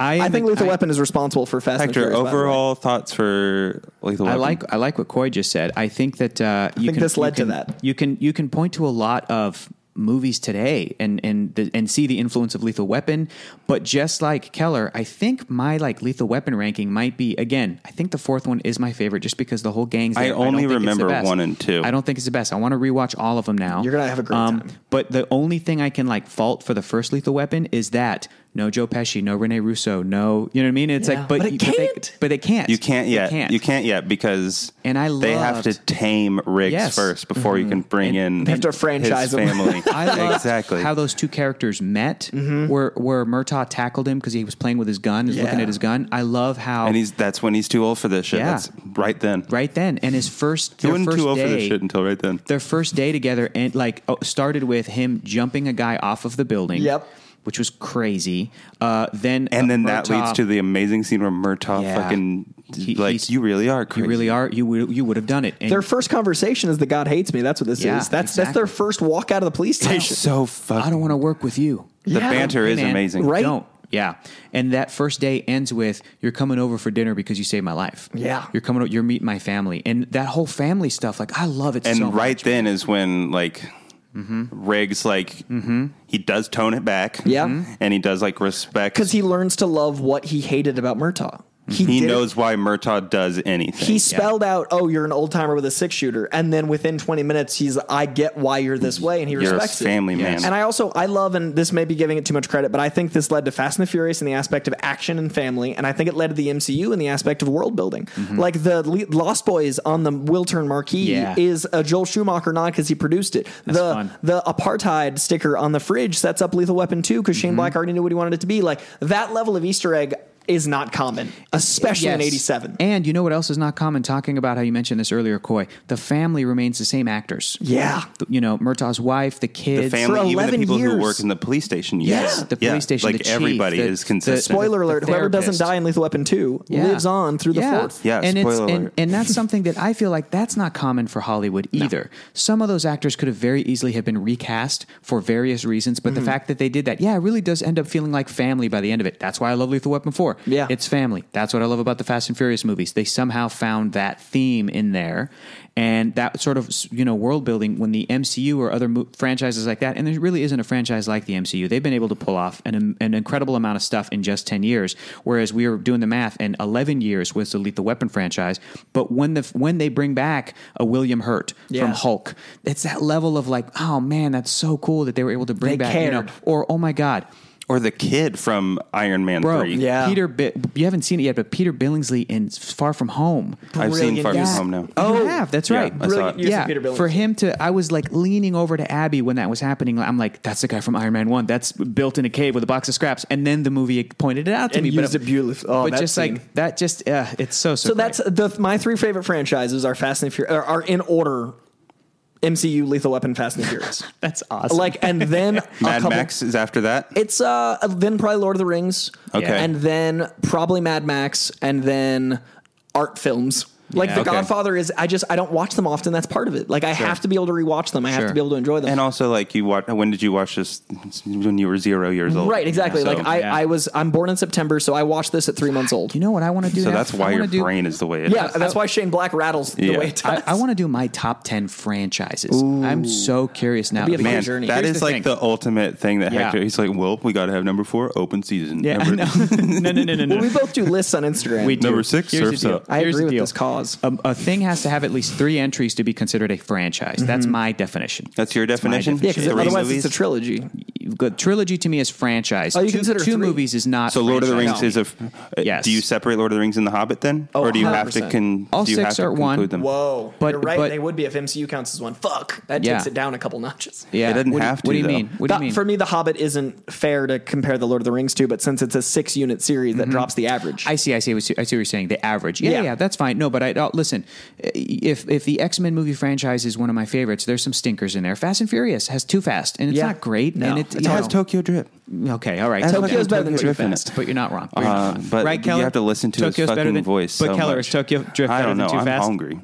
S1: I, am
S2: (laughs) I think
S1: a-
S2: Lethal
S1: I-
S2: Weapon is responsible for Fast and
S3: Hector,
S2: Furious, by the way.
S3: overall thoughts for Lethal
S1: I
S3: Weapon?
S1: like I like what Coy just said. I think that uh, you
S2: think
S1: can
S2: this led
S1: you
S2: to
S1: can-
S2: that.
S1: You can you can point to a lot of movies today and and the, and see the influence of Lethal Weapon. But just like Keller, I think my like Lethal Weapon ranking might be again. I think the fourth one is my favorite just because the whole gang's.
S3: I
S1: There. don't
S3: only
S1: think it's the
S3: remember
S1: best.
S3: one and two.
S1: I don't think it's the best. I want to rewatch all of them now. Um,
S2: You're gonna have a great time.
S1: But the only thing I can like fault for the first Lethal Weapon is that no Joe Pesci, no Rene Russo, no you know what I mean. It's
S2: Yeah.
S1: like but
S2: But it
S1: you- they-
S2: can't.
S1: but they can't.
S3: You can't
S1: They
S3: yet.
S1: can't.
S3: You can't yet because
S1: And I
S3: they have to
S1: loved-
S3: tame Riggs
S1: Yes.
S3: first before you can bring in
S2: have to franchise
S3: his
S2: him.
S3: family.
S1: I loved
S3: exactly.
S1: how those two characters met.
S2: Mm-hmm.
S1: Where where Murtaugh tackled him because he was playing with his gun, he's looking
S2: Yeah.
S1: at his gun. I love how
S3: and he's that's when he's too old for this shit.
S1: Yeah.
S3: That's right then.
S1: right then and his first
S3: He
S1: their
S3: wasn't
S1: first
S3: too old
S1: day,
S3: for this shit until right then.
S1: Their first day together and like oh, started with him jumping a guy off of the building.
S2: Yep.
S1: which was crazy. Uh, then
S3: And
S1: uh,
S3: then that
S1: Murtaugh-
S3: leads to the amazing scene where Murtaugh
S1: Yeah.
S3: fucking
S1: He-
S3: like
S1: he's-
S3: you really are crazy.
S1: you really are you would you would have done it. And
S2: Their first conversation is the God hates me. That's what this
S1: Yeah,
S2: is. That's that's their
S1: exactly.
S2: first walk out of the police station.
S3: so fucking.
S1: I don't want to work with you.
S3: The
S2: Yeah.
S3: banter
S1: Hey,
S3: is
S1: man,
S3: amazing.
S2: Right.
S1: Don't. Yeah. And that first day ends with you're coming over for dinner because you saved my life.
S2: Yeah.
S1: You're coming o- you're meeting my family. And that whole family stuff, like I love it
S3: And
S1: so
S3: right
S1: much. Mm-hmm.
S3: then is when like Riggs like he does tone it back. Mm-hmm.
S2: Yeah. Mhm.
S3: And he does like respect
S2: Because he learns to love what he hated about Murtaugh. He,
S3: he
S2: did it-
S3: knows why Murtaugh does anything.
S2: He spelled out, "Oh, you're an old timer with a six shooter," and then within 20 minutes, he's, "I get why you're this way," and he
S3: You're a
S2: respects it.
S3: family man.
S2: And I also, I love, and this may be giving it too much credit, but I think this led to Fast and the Furious in the aspect of action and family, and I think it led to the MCU in the aspect of world building.
S3: Mm-hmm.
S2: Like the Le- Lost Boys on the Wiltern marquee
S1: Yeah.
S2: is a Joel Schumacher nod because he produced it. the
S1: fun.
S2: the apartheid sticker on the fridge sets up Lethal Weapon 2 because Shane
S3: Mm-hmm.
S2: Black already knew what he wanted it to be. Like that level of Easter egg. Is not common, especially in
S1: Yes.
S2: '87.
S1: And you know what else is not common? Talking about how you mentioned this earlier, Coy. The family remains the same actors.
S2: Yeah.
S1: The- You know, Murtaugh's wife, the kids.
S3: the family, even the
S2: 11
S3: people who
S2: years.
S3: work in the police station.
S2: Yes,
S3: yes.
S1: the police station,
S3: Like
S1: the chief,
S3: everybody
S1: the-
S3: is
S1: the-
S3: consistent.
S2: spoiler
S1: the
S2: alert, whoever doesn't
S1: therapist.
S2: die in Lethal Weapon 2
S1: Yeah.
S2: lives on through the
S1: Yeah.
S2: fourth.
S3: Yeah,
S1: and it's
S3: spoiler
S1: and,
S3: alert.
S1: and
S3: (laughs)
S1: that's something that I feel like that's not common for Hollywood either. Some of those actors could have very easily have been recast for various reasons, but
S3: Mm-hmm.
S1: the fact that they did that, yeah, it really does end up feeling like family by the end of it. That's why I love Lethal Weapon Four.
S2: Yeah.
S1: it's family. That's what I love about the Fast and Furious movies. They somehow found that theme in there, and that sort of you know world building when the MCU or other mo- franchises like that, and there really isn't a franchise like the MCU. They've been able to pull off an, an incredible amount of stuff in just ten years, whereas we were doing the math, and eleven years was the Lethal Weapon franchise. But when the when they bring back a William Hurt
S2: Yeah.
S1: from Hulk, it's that level of like, oh man, that's so cool that they were able to bring
S2: They
S1: back, you know,
S2: cared.
S1: or oh my god,
S3: or the kid from Iron Man
S1: Bro,
S3: Three.
S2: Yeah.
S1: Peter, Bi- you haven't seen it yet, but Peter Billingsley in Far From Home.
S3: I've seen
S2: Brilliant
S3: Far From
S2: guy.
S3: Home now.
S1: Oh, you have. That's
S3: Yeah,
S1: right.
S3: I saw
S2: Brilliant
S3: it.
S2: use of Peter Billingsley.
S1: For him to, I was like leaning over to Abby when that was happening. I'm like, that's the guy from Iron Man One. That's built in a cave with a box of scraps. And then the movie pointed it out to
S2: And
S1: me.
S2: used it beautifully. Oh,
S1: but
S2: that
S1: just
S2: scene.
S1: like that, just uh, it's so so.
S2: So
S1: great.
S2: that's the my three favorite franchises are Fast and Furious are, are in order MCU, Lethal Weapon, Fast and Furious.
S1: that's awesome.
S2: like and then a
S3: Mad
S2: couple-
S3: Max is after that.
S2: It's uh then probably Lord of the Rings.
S3: Okay.
S2: And then probably Mad Max and then art films. Like
S1: Yeah,
S2: The
S1: okay.
S2: Godfather is, I just I don't watch them often. That's part of it. Like I have to be able to rewatch them. I have
S1: Sure.
S2: to be able to enjoy them.
S3: And also, like, you watch. When did you watch this? When you were zero years old,
S2: right, exactly.
S3: So-
S2: like I,
S1: yeah.
S2: I was, I'm born in September, so I watched this at three months old.
S1: You know what I want to do?
S3: So
S1: now?
S3: that's
S1: I
S3: why
S1: wanna
S3: your
S1: do-
S3: brain is the way it is.
S2: Yeah, that's why Shane Black rattles the
S3: Yeah.
S2: way it does.
S1: I, I want to do my top ten franchises. I'm so curious now.
S2: That'd be a
S1: because-
S2: fun
S3: Man,
S2: journey.
S3: that
S1: Here's
S3: is
S1: the
S3: like
S1: thing.
S3: the ultimate thing that
S1: Yeah.
S3: Hector. He's like, well, we got to have number four, open season.
S1: Yeah, (laughs)
S3: number,
S2: (laughs)
S1: no, no, no, no, no.
S2: Well, we both do lists on
S1: (laughs)
S2: Instagram.
S1: We do.
S3: Number six,
S1: Here's the
S3: Surf's
S1: deal.
S3: Up.
S2: I
S1: Here's
S2: agree
S1: the
S2: with
S1: deal.
S2: this cause.
S1: A, a thing has to have at least three entries to be considered a franchise. That's
S3: Mm-hmm.
S1: my definition.
S3: That's your
S1: my
S3: definition.
S2: Yeah, because
S1: Three
S2: otherwise it's a trilogy.
S1: You've got trilogy to me is franchise.
S2: Oh, you
S1: two,
S2: consider
S1: two
S2: three.
S1: movies is not.
S3: so Lord of the Rings
S1: franchise.
S3: is a. uh,
S1: Yes.
S3: Do you separate Lord of the Rings and The Hobbit then,
S2: Oh,
S3: or do you have to
S2: 100%.
S3: con?
S1: All
S3: do you
S1: six
S3: have to
S1: are
S3: conclude
S1: one.
S3: Them?
S2: Whoa,
S1: But-
S2: you're right.
S1: but-
S2: they would be if MCU counts as one. Fuck, that
S1: Yeah.
S2: takes it down a couple notches.
S1: Yeah,
S3: It doesn't
S1: what, do-
S3: have to,
S1: What do you
S3: though.
S1: mean? What do you
S2: But
S1: mean?
S2: For me, The Hobbit isn't fair to compare the Lord of the Rings to, but since it's a six-unit series, that drops the average.
S1: I see. I see. what you- I see what you're saying. The average. Yeah,
S2: Yeah.
S1: yeah, that's fine. No, but I uh, listen. If if the X Men movie franchise is one of my favorites, there's some stinkers in there. Fast and Furious has too fast, and it's
S2: Yeah.
S1: not great.
S2: No.
S1: And it,
S3: It
S1: you
S3: has
S1: know- Mm,
S3: Tokyo Drip.
S1: Okay, all right.
S3: That's what
S1: Tokyo's
S3: Tokyo
S1: better than
S3: Drift
S1: Tokyo
S3: in it.
S1: Fast, but you're not wrong. You're
S3: Uh,
S1: not wrong.
S3: but
S1: right,
S3: you
S1: Keller?
S3: have to listen to his
S1: Tokyo's better
S3: fucking
S1: than,
S3: voice
S1: But
S3: so
S1: Keller,
S3: much.
S1: is Tokyo Drift
S3: I
S1: better
S3: don't know.
S1: than Too
S3: I'm
S1: Fast?
S3: hungry.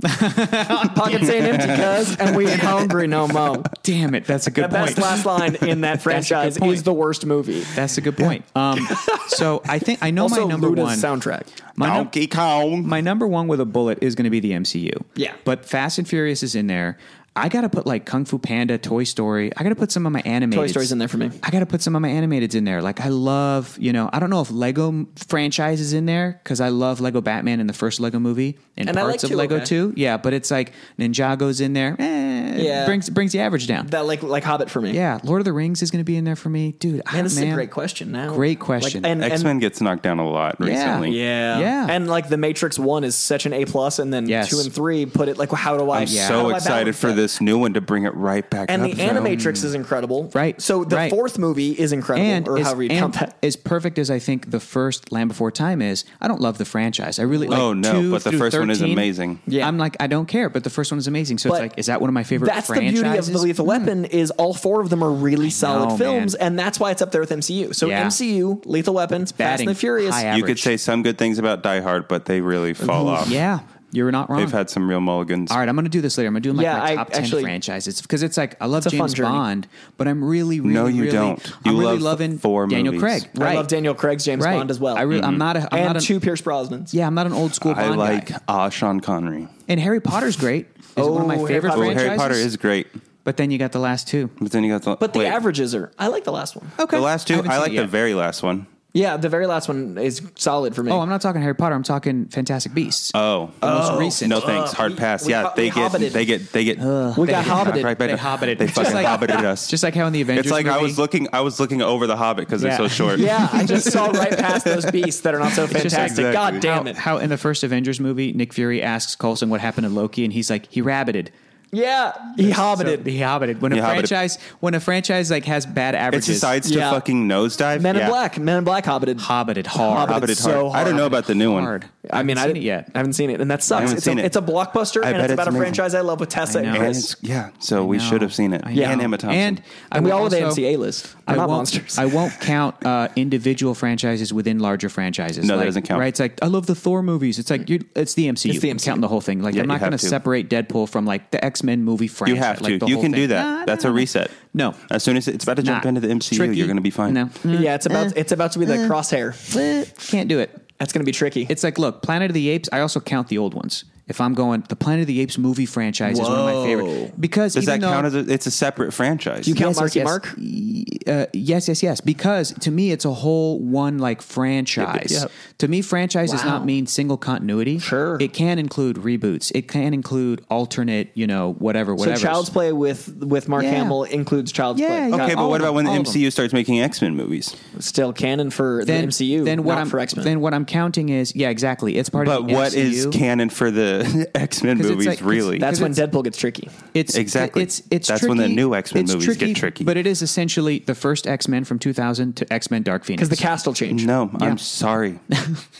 S2: Pockets ain't (laughs) empty, cuz, and we ain't hungry no mo.
S1: Damn it, that's a good
S2: The
S1: point.
S2: best last line (laughs) in that franchise
S1: point.
S2: is the worst movie.
S1: That's a good point. Um, so I think I know
S2: also,
S1: my number
S2: Luda's
S1: one.
S2: soundtrack.
S1: my num-
S3: Donkey Kong.
S1: my number one with a bullet is going to be the MCU.
S2: Yeah.
S1: But Fast and Furious is in there. I got to put like Kung Fu Panda, Toy Story. I got to put some of my animated.
S2: Toy Story's in there for me.
S1: I got to put some of my animateds in there. Like I love, you know, I don't know if Lego m- franchise is in there because I love Lego Batman in the first Lego movie and,
S2: And I
S1: parts
S2: like
S1: of
S2: two,
S1: Lego
S2: okay.
S1: Two. Yeah, but it's like Ninjago's in there. Eh,
S2: Yeah.
S1: brings brings the average down.
S2: That like like Hobbit for me.
S1: yeah, Lord of the Rings is going to be in there for me, dude. I-
S2: Man, this is
S1: man.
S2: a great question. Now,
S1: Great question.
S2: Like, and,
S3: X
S2: and
S3: Men gets knocked down a lot recently.
S2: Yeah.
S1: Yeah.
S2: And like the Matrix one is such an A plus, and then
S1: Yes.
S2: two and three put it like how do I?
S3: I'm
S2: how do
S3: so
S2: I
S3: excited
S2: balance
S3: for
S2: that?
S3: this Mm. new one to bring it right back
S2: And
S3: up.
S2: the
S3: though.
S2: Animatrix is incredible,
S1: Right,
S2: So the
S1: right.
S2: fourth movie is incredible,
S1: and
S2: or
S1: as,
S2: however you
S1: and
S2: count that.
S1: as perfect as I think the first Land Before Time is, I don't love the franchise. I really like
S3: Oh, no,
S1: two
S3: but the
S1: through
S3: first one is
S1: 13.
S3: amazing.
S2: Yeah.
S1: I'm like I don't care, but the first one is amazing. So
S2: But
S1: it's like, is that one of my favorite?
S2: That's the
S1: franchises? Mm.
S2: beauty of the Lethal Weapon is all four of them are really solid
S1: know,
S2: films,
S1: man.
S2: and that's why it's up there with MCU. So
S1: Yeah.
S2: MCU, Lethal Weapon, Fast
S1: batting
S2: and the Furious.
S1: high
S3: You could
S1: average.
S3: say some good things about Die Hard, but they really fall off.
S1: Yeah, you're not wrong.
S3: They've had some real mulligans.
S1: All right, I'm going to do this later. I'm going to do like
S2: Yeah,
S1: my
S2: I
S1: top ten
S2: actually-
S1: franchises because it's like I love
S2: a fun
S1: James
S2: journey.
S1: Bond, but I'm really, really,
S3: No, you
S1: really,
S3: don't.
S1: I'm
S3: You
S1: really
S3: love
S1: loving
S3: four
S1: Daniel
S3: movies. Mm-hmm.
S1: Craig.
S2: I
S1: Right,
S2: love Daniel Craig's James
S1: right.
S2: Bond as well. Mm.
S1: I really, I'm not a, I'm
S2: and
S1: not an,
S2: two Pierce Brosnans.
S1: yeah, I'm not an old school
S3: I
S1: Bond
S3: like
S1: guy.
S3: Ah Sean Connery.
S1: And Harry Potter's great. Is it one of
S2: Oh,
S1: my
S2: Harry
S1: favorite
S2: Potter.
S3: Oh,
S1: franchises.
S3: Harry Potter is great,
S1: but then you got the last two.
S3: but then you got the
S2: But the
S3: wait,
S2: averages are. I like the last one.
S1: Okay,
S3: The last
S1: I
S3: two,
S1: haven't
S3: I,
S1: seen
S3: like
S1: it
S3: the
S1: yet.
S3: very last one.
S2: Yeah, the very last one is solid for me.
S1: Oh, I'm not talking Harry Potter. I'm talking Fantastic Beasts.
S3: Oh,
S1: the most recent. Uh,
S3: no thanks, hard pass.
S2: we
S3: yeah,
S2: ho-
S3: they
S2: we
S3: get,
S2: hobbited.
S3: they get, they get,
S2: we got
S3: they get knocked
S2: hobbited.
S3: right back
S1: They
S3: down.
S1: hobbited.
S3: They
S1: Just
S3: fucking
S1: like-
S3: hobbited us.
S1: Just like how in the Avengers,
S3: it's like I
S1: movie-
S3: was looking, I was looking over the Hobbit because
S1: (laughs) Yeah.
S3: they're so
S2: (laughs)
S3: short.
S2: Yeah, I just saw right past those beasts that are not so
S1: just
S2: fantastic.
S3: like-
S2: God
S1: how,
S2: damn it!
S1: how in the first Avengers movie, Nick Fury asks Coulson what happened to Loki, and he's like, he rabbited.
S2: Yeah, he hobbited.
S1: So- he hobbited. When a
S3: He hobbited.
S1: franchise, when a franchise like has bad
S3: it
S1: averages,
S3: decides
S2: Yeah.
S3: to fucking nosedive.
S2: Men in
S3: yeah.
S2: Black, Men in Black hobbited.
S1: hobbited hard.
S2: Hobbited.
S3: Hobbited
S2: It's so
S3: hard. I don't know
S2: hard.
S3: about the new one.
S1: hard.
S2: I mean, I
S1: haven't
S2: didn't
S1: seen it yet.
S2: I haven't seen it, and that
S3: I
S2: sucks.
S3: haven't
S2: It's,
S3: seen
S2: a,
S3: it.
S2: it's a blockbuster,
S3: I
S2: and it's
S3: bet it's
S2: about a
S3: amazing.
S2: franchise I love with Tessa.
S1: I know.
S2: And,
S3: And
S1: Yes.
S3: it's- yeah, so we should have seen it.
S1: I
S3: Yeah, and
S1: know.
S3: Emma Thompson.
S1: And, I
S2: And we
S1: will
S2: all have
S1: also-
S2: MCA list. We're
S1: I
S2: not
S1: won't,
S2: monsters.
S1: I won't count uh, individual franchises within larger franchises.
S3: No, that
S1: like,
S3: doesn't count.
S1: Right? It's like I love the Thor movies. It's like you, it's the MCU.
S2: It's the
S1: I'm
S2: MCU.
S1: counting the whole thing. Like
S3: Yeah,
S1: I'm
S3: you
S1: not
S3: have
S1: going to
S3: to.
S1: separate Deadpool from like the X Men movie franchise.
S3: you have
S1: Like,
S3: to.
S1: the
S3: you
S1: whole
S3: can do
S1: thing.
S3: that.
S1: Nah,
S3: That's
S1: nah,
S3: a
S1: nah.
S3: reset.
S1: No,
S3: as soon as it's about to jump
S1: Not.
S3: into the MCU,
S1: Tricky.
S3: you're going to be fine.
S1: No.
S2: yeah, it's about it's about to be the
S1: Eh.
S2: crosshair.
S1: Eh, Can't do it.
S2: That's going to be tricky.
S1: It's like, look, Planet of the Apes. I also count the old ones. If I'm going, the Planet of the Apes movie franchise is one of my
S2: Whoa.
S1: favorite because
S3: Does
S1: even
S3: that
S1: though,
S3: count as a, it's a separate franchise?
S2: you count
S1: Yes, yes,
S2: Marky
S1: yes.
S2: Mark?
S1: uh, yes, yes, yes. Because to me, it's a whole one like franchise.
S3: Yep, yep.
S1: To me, franchise does
S2: Wow.
S1: not mean single continuity.
S2: Sure.
S1: it can include reboots. It can include alternate, you know, whatever,
S2: So
S1: whatever.
S2: Child's Play with with Mark
S1: Yeah.
S2: Hamill includes Child's
S1: Yeah,
S2: Play.
S1: yeah.
S3: okay,
S1: all
S3: but
S1: of
S3: what about
S1: them,
S3: when the
S1: all of them.
S3: MCU starts making X Men movies?
S2: Still canon for the MCU.
S1: Then what
S2: not
S1: I'm
S2: for X Men.
S1: then what I'm counting is yeah, exactly. It's part
S3: But
S1: of the
S3: what is
S1: MCU.
S3: canon for the (laughs) X Men
S1: 'Cause it's
S3: movies?
S1: like- 'cause
S3: really,
S2: That's when
S1: because
S2: Deadpool gets tricky.
S1: It's
S3: Exactly.
S1: It's it's
S3: That's
S1: tricky.
S3: when the new X-Men
S1: It's
S3: movies get tricky.
S1: But it is essentially the first X Men from 2000 to X Men Dark Phoenix.
S2: Because the cast will change.
S3: no.
S1: Yeah. (laughs)
S3: I'm sorry.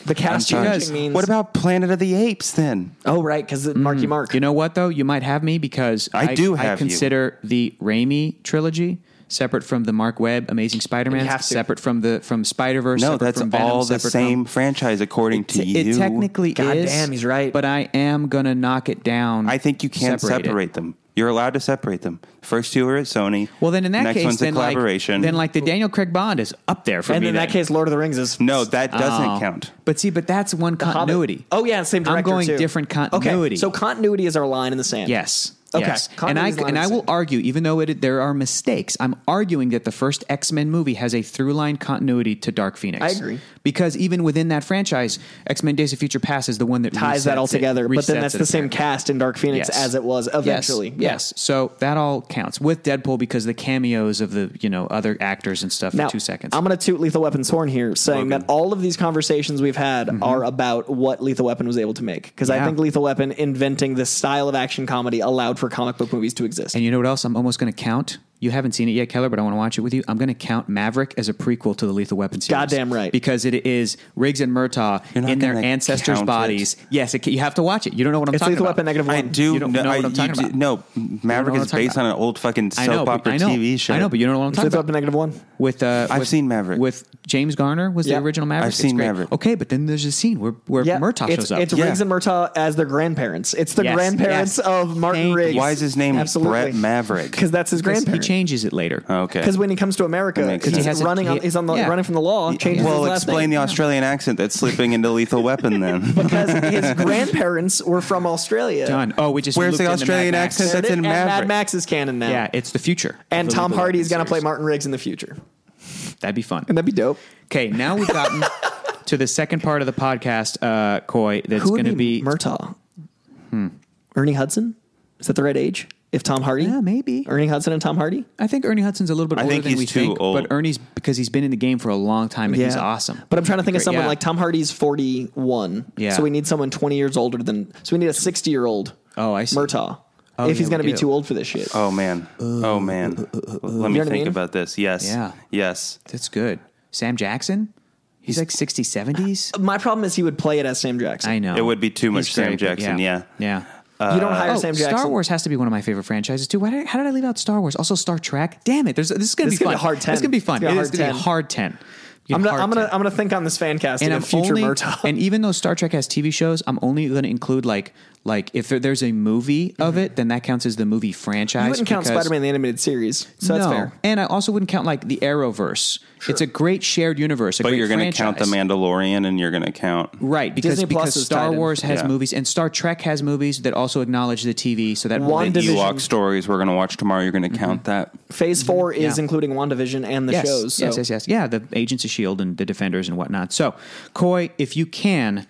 S2: The cast
S1: I'm sorry.
S2: changing means.
S3: what about Planet of the Apes? Then
S2: Oh, right. Because
S1: Mm.
S2: Marky Mark.
S1: you know what though, you might have me because
S3: I do have
S1: I
S3: you.
S1: consider the Raimi trilogy separate from the Mark Webb Amazing Spider-Man,
S2: have to.
S1: separate from the from Spider-Verse.
S3: No,
S1: separate
S3: that's
S1: from Venom,
S3: all the
S1: separate
S3: same
S1: From,
S3: franchise according to
S1: it
S3: you.
S1: technically
S2: God
S1: is.
S2: damn, he's right.
S1: But I am gonna knock it down.
S3: I think you can separate,
S1: it.
S3: them. You're allowed to separate them. First two are at Sony.
S1: Well, then in that
S3: next
S1: case,
S3: one's
S1: then
S3: a collaboration.
S1: like then like the Daniel Craig Bond is up there for
S2: and
S1: me.
S2: in that
S1: then.
S2: case, Lord of the Rings is
S3: no, that doesn't
S1: Oh.
S3: count.
S1: But see, but that's one
S2: Hobbit.
S1: continuity.
S2: Oh yeah, same
S1: I'm
S2: director.
S1: going
S2: too.
S1: different
S2: Okay,
S1: continuity.
S2: so continuity is our line in the sand.
S1: Yes.
S2: Okay.
S1: Yes. And I
S2: Continuity is line
S1: and
S2: of
S1: I will
S2: sight.
S1: argue, even though it, there are mistakes, I'm arguing that the first X Men movie has a through line continuity to Dark Phoenix.
S2: I agree.
S1: because even within that franchise, X Men Days of Future Past is the one that
S2: ties that all
S1: resets it-
S2: together. But
S1: resets
S2: then that's
S1: it
S2: the same
S1: apparently.
S2: cast in Dark Phoenix
S1: Yes.
S2: as it was eventually.
S1: Yes.
S2: Yeah.
S1: Yes. So that all counts with Deadpool because the cameos of the you know other actors and stuff
S2: Now,
S1: for two seconds.
S2: I'm going to toot Lethal Weapon's horn here, saying that all of these conversations we've had are about what Lethal Weapon was able to make. Because I
S1: Mm-hmm. Yeah.
S2: think Lethal Weapon inventing this style of action comedy allowed for comic book movies to exist.
S1: And you know what else? I'm almost going to count. You haven't seen it yet, Keller, but I want to watch it with you. I'm going to count Maverick as a prequel to the Lethal Weapon series.
S2: Goddamn right.
S1: Because it is Riggs and Murtaugh
S3: You're not
S1: in their
S3: gonna
S1: ancestors'
S3: count
S1: bodies. Yes, it, ca- you have to watch it. You don't know what I'm
S2: it's
S1: talking
S2: Lethal
S1: about.
S2: Weapon Negative One.
S3: I do
S1: You don't know what I'm
S3: I-
S1: talking
S3: do-
S1: about.
S3: No, Maverick
S1: what
S3: is
S1: I'm talking
S3: based
S1: about.
S3: on an old fucking
S1: I
S3: soap
S1: know, but-
S3: opera
S1: I know.
S3: TV show.
S1: I know, but you don't know what I'm
S2: It's
S1: talking
S2: Lethal
S1: about.
S2: Weapon Negative One.
S1: With uh,
S3: I've
S1: with-
S3: seen Maverick.
S1: with James Garner was
S2: Yeah.
S1: the original Maverick.
S3: I've seen
S1: It's great.
S3: Maverick.
S1: Okay, but then there's a scene where where Murtaugh
S2: it's,
S1: shows up.
S2: It's
S3: Yeah.
S2: Riggs and Murtaugh as their grandparents. It's the
S1: Yes,
S2: grandparents
S1: yes.
S2: of Martin
S1: Thank you.
S2: Riggs.
S3: Why is his name
S2: Absolutely.
S1: (laughs)
S3: Brett Maverick?
S2: Because that's his
S1: Because he
S2: grandparents.
S1: changes it later.
S3: Okay.
S2: Because when he comes to America,
S3: That makes
S2: it's
S3: sense.
S1: He
S2: he's
S1: has a-
S2: running on
S1: he-
S2: he's on the
S1: yeah.
S2: running from the law. Changes
S3: well,
S2: his last name.
S3: explain the Australian accent that's slipping into Lethal
S1: (laughs)
S3: Weapon then.
S2: because his grandparents were from Australia.
S1: Done. Oh, we just
S3: Where's
S1: looped
S3: the
S1: in
S3: Australian
S1: Mad Max.
S3: accent?
S2: There it
S3: That's
S2: is.
S3: in
S2: and Mad
S3: Maverick.
S2: Max is canon now.
S1: Yeah, it's the future.
S2: and
S1: of the
S2: Tom
S1: Lethal
S2: Hardy
S1: Weapon
S2: is going to play
S1: series.
S2: Martin Riggs in the future,
S1: That'd be fun.
S2: and that'd be dope.
S1: Okay, now we've
S2: (laughs)
S1: gotten to the second part of the podcast, uh, Coy. That's
S2: Who would
S1: going to be,
S2: Murtaugh?
S1: Hmm.
S2: Ernie Hudson? Is that the right age? If Tom Hardy?
S1: Yeah, maybe.
S2: Ernie Hudson and Tom Hardy.
S1: I think Ernie Hudson's a little bit
S3: I
S1: older
S3: think
S1: than
S3: he's
S1: we
S3: too
S1: think,
S3: old.
S1: but Ernie's because he's been in the game for a long time and he's awesome.
S2: But I'm trying to think of
S1: Great,
S2: someone
S1: yeah.
S2: like Tom Hardy's 41.
S1: Yeah.
S2: So we need someone 20 years older than. So we need a 60 year old.
S1: Oh, I see.
S2: Murtaugh.
S1: Oh,
S2: if
S1: yeah,
S2: he's going to
S1: we
S2: be
S1: do.
S2: too old for this shit.
S3: Oh man. Oh
S2: Uh,
S3: man. Let
S2: You know
S3: me
S2: what I
S3: think
S2: mean?
S3: about this. Yes.
S1: Yeah.
S3: Yes.
S1: That's good. Sam Jackson, he's like 60s, 70s.
S2: My problem is he would play it as Sam Jackson.
S1: I know
S3: It would be too much
S1: He's
S3: Sam
S1: but
S3: Jackson, yeah.
S1: yeah.
S2: You don't hire
S1: oh,
S2: Sam Jackson.
S1: Star Wars has to be one of my favorite franchises too. Why did I, how did I leave out Star Wars? Also, Star Trek. Damn it! There's this is going to
S2: This
S1: be
S2: is
S1: fun.
S2: gonna be a hard 10.
S1: It's going to be fun.
S2: It's gonna be a
S1: It is
S2: hard
S1: gonna
S2: 10.
S1: a hard ten. Hard
S2: I'm gonna, I'm
S1: 10.
S2: gonna I'm gonna think on this fan casting
S1: and
S2: of
S1: I'm
S2: future
S1: only, (laughs)
S2: Murtaugh.
S1: And even though Star Trek has TV shows, I'm only going to include like like if there, there's a movie of it, then that counts as the movie franchise.
S2: Mm-hmm. you wouldn't count
S1: because-
S2: Spider Man the animated series, so that's
S1: no,
S2: fair.
S1: and I also wouldn't count like the Arrowverse. It's a great shared universe. A
S3: But
S1: great
S3: you're going to count the
S1: franchise.
S3: Mandalorian and you're going to count
S1: Right, because,
S2: Disney Plus
S1: because
S2: is tied
S1: Star
S2: in.
S1: Wars has
S3: Yeah.
S1: movies and Star Trek has movies that also acknowledge the TV. So that
S2: One
S1: really-
S2: division.
S3: Ewok stories we're going to watch tomorrow. You're going to count that.
S2: Phase four is
S1: Yeah.
S2: including WandaVision and the
S1: yes,
S2: shows. So.
S1: yes, yes, yes, yeah, the Agents of Shield E and the Defenders and whatnot. So, Coy, if you can,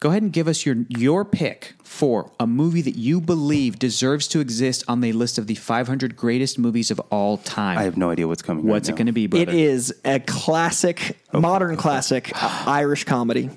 S1: go ahead and give us your your pick for a movie that you believe deserves to exist on the list of the 500 greatest movies of all time.
S3: I have no idea what's coming.
S1: What's it
S3: right
S1: going to be, brother?
S2: It is a classic, modern classic Irish comedy.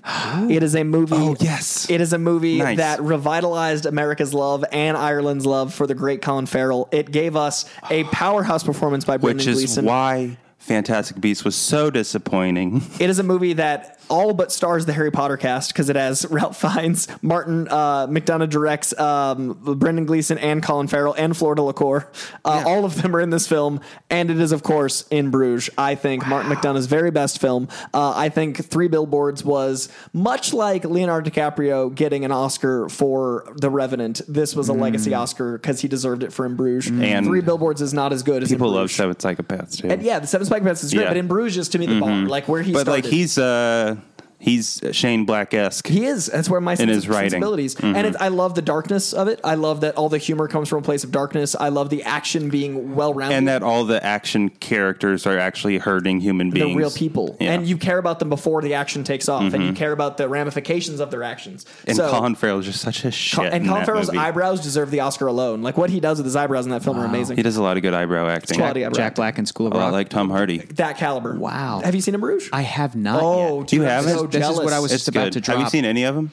S2: It is a movie.
S3: Oh, yes.
S2: It is a movie
S3: Nice.
S2: that revitalized America's love and Ireland's love for the great Colin Farrell. It gave us a
S1: Oh.
S2: powerhouse performance by Brendan
S3: Which is
S2: Gleeson.
S3: why Fantastic Beasts was so disappointing.
S2: It is a movie that all but stars the Harry Potter cast because it has (laughs) Ralph Fiennes, Martin uh, McDonough directs, um, Brendan Gleeson, and Colin Farrell, and Florida Lacour. Uh, All of them are in this film, and it is of course in Bruges. I think Martin McDonough's very best film. Uh, I think Three Billboards was much like Leonardo DiCaprio getting an Oscar for The Revenant. This was a legacy Oscar because he deserved it for In Bruges.
S3: Mm. And
S2: Three Billboards is not as good as
S3: People
S2: in
S3: love
S2: Bruges.
S3: Seven Psychopaths too.
S2: And yeah, the Seven Spike Pants is great,
S3: Yeah. Mm-hmm.
S2: but in Bruges is to me the bar, like where he
S3: but
S2: started.
S3: like he's uh he's Shane Black esque.
S2: He is. That's where my sense
S3: his
S2: of
S3: writing. Mm-hmm.
S2: sensibilities. And it's I love the darkness of it. I love that all the humor comes from a place of darkness. I love the action being well rounded.
S3: And that all the action characters are actually hurting human
S2: they're
S3: beings.
S2: real people,
S3: Yeah. Mm-hmm.
S2: and you care about them before the action takes off, and you care about the ramifications of their actions.
S3: And
S2: so,
S3: Colin Farrell's just such a shit.
S2: and
S3: in
S2: Colin
S3: that
S2: Farrell's
S3: movie.
S2: eyebrows deserve the Oscar alone. Like what he does with his eyebrows in that film are amazing.
S3: He does a lot of good eyebrow acting.
S2: quality
S3: Oh,
S2: eyebrows.
S1: Jack Black and School of
S3: I
S1: Rock.
S3: like Tom Hardy.
S2: That caliber.
S1: Wow.
S2: Have you seen him, Bruges?
S1: I have not.
S2: Oh,
S1: yet.
S2: dude,
S3: You
S2: I'm
S3: haven't?
S2: so
S1: This is
S2: jealous.
S1: what I was
S3: It's
S1: just about
S3: good.
S1: to drop.
S3: Have you seen any of them?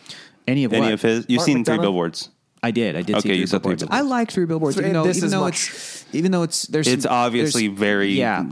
S1: any of
S3: Any
S1: what?
S3: of his? You've
S2: Mark
S3: seen Three
S2: McDonough?
S3: Billboards.
S1: I did. I did. see
S3: Okay,
S1: three
S3: you saw Three
S1: billboards. I
S3: Billboards.
S1: like three billboards.
S2: Three-
S1: even though,
S2: this
S1: even
S2: is
S1: though
S2: much.
S1: it's even though it's there's
S3: It's
S1: some-
S3: obviously
S1: there's-
S3: very (laughs)
S1: yeah.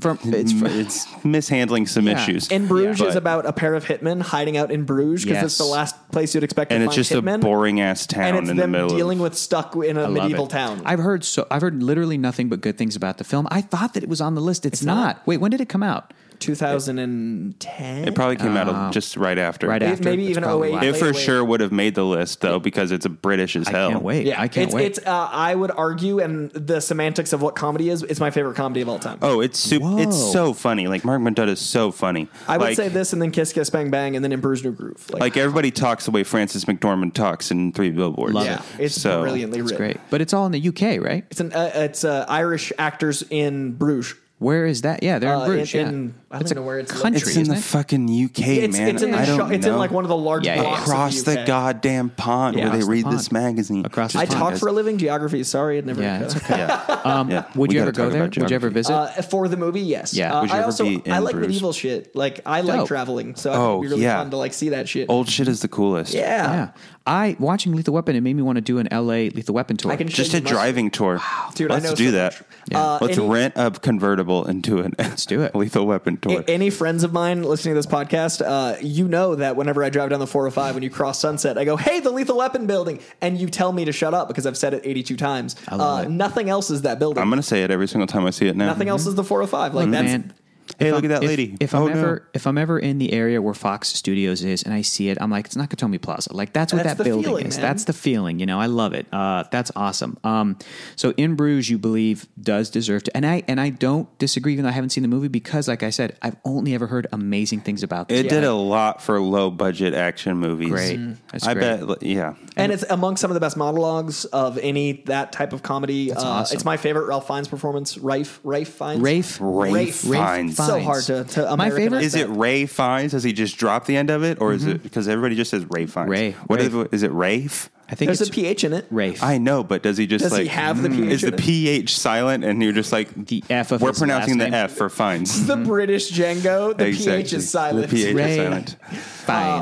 S1: From it's from,
S3: it's mishandling some
S1: Yeah.
S3: issues.
S2: And Bruges
S3: But-
S2: is about a pair of hitmen hiding out in Bruges because it's the
S1: Yes.
S2: last place you'd expect to
S3: and
S2: find
S3: it's just
S2: hitmen.
S3: a boring ass
S2: and
S3: town
S2: it's
S3: in the
S2: them
S3: middle.
S2: dealing
S3: of,
S2: with stuck in a
S1: I love
S2: medieval
S1: it.
S2: town.
S1: I've heard so. I've heard literally nothing but good things about the film. I thought that it was on the list. It's, not. Wait, when did it come out?
S2: 2010.
S3: it probably came out just right after.
S1: Right after.
S2: maybe
S1: That's
S2: even
S1: probably
S2: 08.
S1: why.
S3: It
S2: Ah. Wait,
S3: for
S2: wait.
S3: sure would have made the list though because it's a British as hell.
S1: I can't wait. I can't
S2: it's,
S1: wait.
S2: It's uh, I would argue, and the semantics of what comedy is, it's my favorite comedy of all time.
S3: Oh, it's super,
S1: Whoa.
S3: it's so funny. Like Mark Mendota is so funny.
S2: I would
S3: like,
S2: say this, and then Kiss Kiss Bang Bang, and then In Bruges New Groove.
S3: Like everybody talks the way Francis McDormand talks in Three Billboards.
S1: Love
S2: yeah, it's
S3: so,
S2: brilliantly
S1: it's
S2: written.
S1: great, but it's all in the UK, right?
S2: It's an uh, it's uh, Irish actors in Bruges.
S1: Where is that? Yeah, they're
S2: Uh,
S1: in Bruges.
S2: in-
S1: yeah.
S2: in- I don't
S1: it's a
S2: know where it's
S1: country.
S3: It's in
S1: isn't
S3: the
S1: it?
S3: fucking UK,
S2: It's,
S3: man.
S2: it's in
S3: I
S2: the
S3: don't
S2: sho- it's in
S3: know.
S2: like one of the large
S1: Yeah, yeah,
S2: blocks of
S3: across the,
S2: UK.
S3: goddamn pond
S2: Yeah.
S3: where they
S1: Across the
S3: read
S1: pond.
S3: this magazine.
S1: Across the
S2: I
S1: Just
S2: talk
S1: pond.
S2: for a living geography. Sorry, it never.
S1: Yeah, that's okay.
S3: (laughs) Yeah.
S1: Um,
S3: Yeah,
S1: Would
S3: we
S1: you ever
S3: gotta
S1: go
S3: talk
S1: there?
S3: about
S1: Would you ever
S3: geography.
S1: visit?
S2: Uh, for the movie, yes.
S1: Yeah.
S2: Uh,
S1: Would
S3: you
S2: I
S3: ever
S2: also
S3: be in
S2: I like
S3: Bruges?
S2: medieval shit. Like I like
S1: Dope.
S2: traveling, so it
S3: Oh,
S2: would be really
S3: yeah. Oh,
S2: fun to like see that shit.
S3: Old shit is the coolest.
S2: yeah.
S1: yeah, I watching Lethal Weapon. It made me want to do an LA Lethal Weapon tour.
S2: I can
S3: Just
S2: You
S3: a
S2: must-
S3: driving tour.
S2: Dude, I
S3: Let's
S2: know
S3: do
S2: so
S3: that.
S2: much. Uh,
S3: Let's
S2: any-
S3: rent a convertible and do (laughs) it. Let's
S1: do it.
S3: Lethal Weapon tour.
S2: A- Any friends of mine listening to this podcast, uh, you know that whenever I drive down the 405 when you cross Sunset, I go, "Hey, the Lethal Weapon building," and you tell me to shut up because I've said it 82 times.
S1: love
S2: uh,
S1: it.
S2: Nothing else is that building.
S3: I'm Mm-hmm. gonna say it every single time I see it now.
S2: nothing else is the 405. Like
S1: Look,
S2: that's
S1: man,
S3: Hey,
S1: if
S3: look
S1: I'm-
S3: at that
S1: if-
S3: lady.
S1: If I'm
S3: Oh, no.
S1: ever if I'm ever in the area where Fox Studios is and I see it, I'm like, it's Nakatomi Plaza. Like that's what
S2: That's
S1: that
S2: the
S1: building
S2: feeling,
S1: is.
S2: man.
S1: That's the feeling. You know, I love it. Uh, that's awesome. Um, so in Bruges, you believe does deserve to, and I and I don't disagree. Even though I haven't seen the movie, because like I said, I've only ever heard amazing things about this.
S3: It did a lot for low budget action movies.
S1: Great. Mm. That's
S3: I
S1: great.
S3: bet. Yeah.
S2: and it's among some of the best monologues of any that type of comedy. uh,
S1: awesome.
S2: It's my favorite Ralph Fiennes performance. Rafe, Rafe Fiennes.
S1: Rafe,
S3: Rafe Fiennes.
S2: So hard to- to
S1: my favorite.
S2: Americanize
S3: Is it Ray Fines? Has he just dropped the end of it, or is
S2: Mm-hmm.
S3: it because everybody just says Ray Fines?
S1: Ray.
S3: What
S1: Ray.
S3: if it- is it? Rafe.
S1: I think
S2: There's
S1: it's
S2: a pH in it.
S1: Rafe.
S3: I know, but does he just
S2: Does he
S3: like
S2: have the
S3: Mm.
S2: PH
S3: Is the
S2: in it?
S3: pH silent, and you're just like
S1: The F of
S3: We're
S1: his
S3: pronouncing
S1: last
S3: the
S1: name.
S3: F for Fines.
S2: The British Django. (laughs) The pH
S3: Mm-hmm. Exactly.
S2: is silent.
S3: The pH
S1: Ray
S3: is silent.
S2: Uh,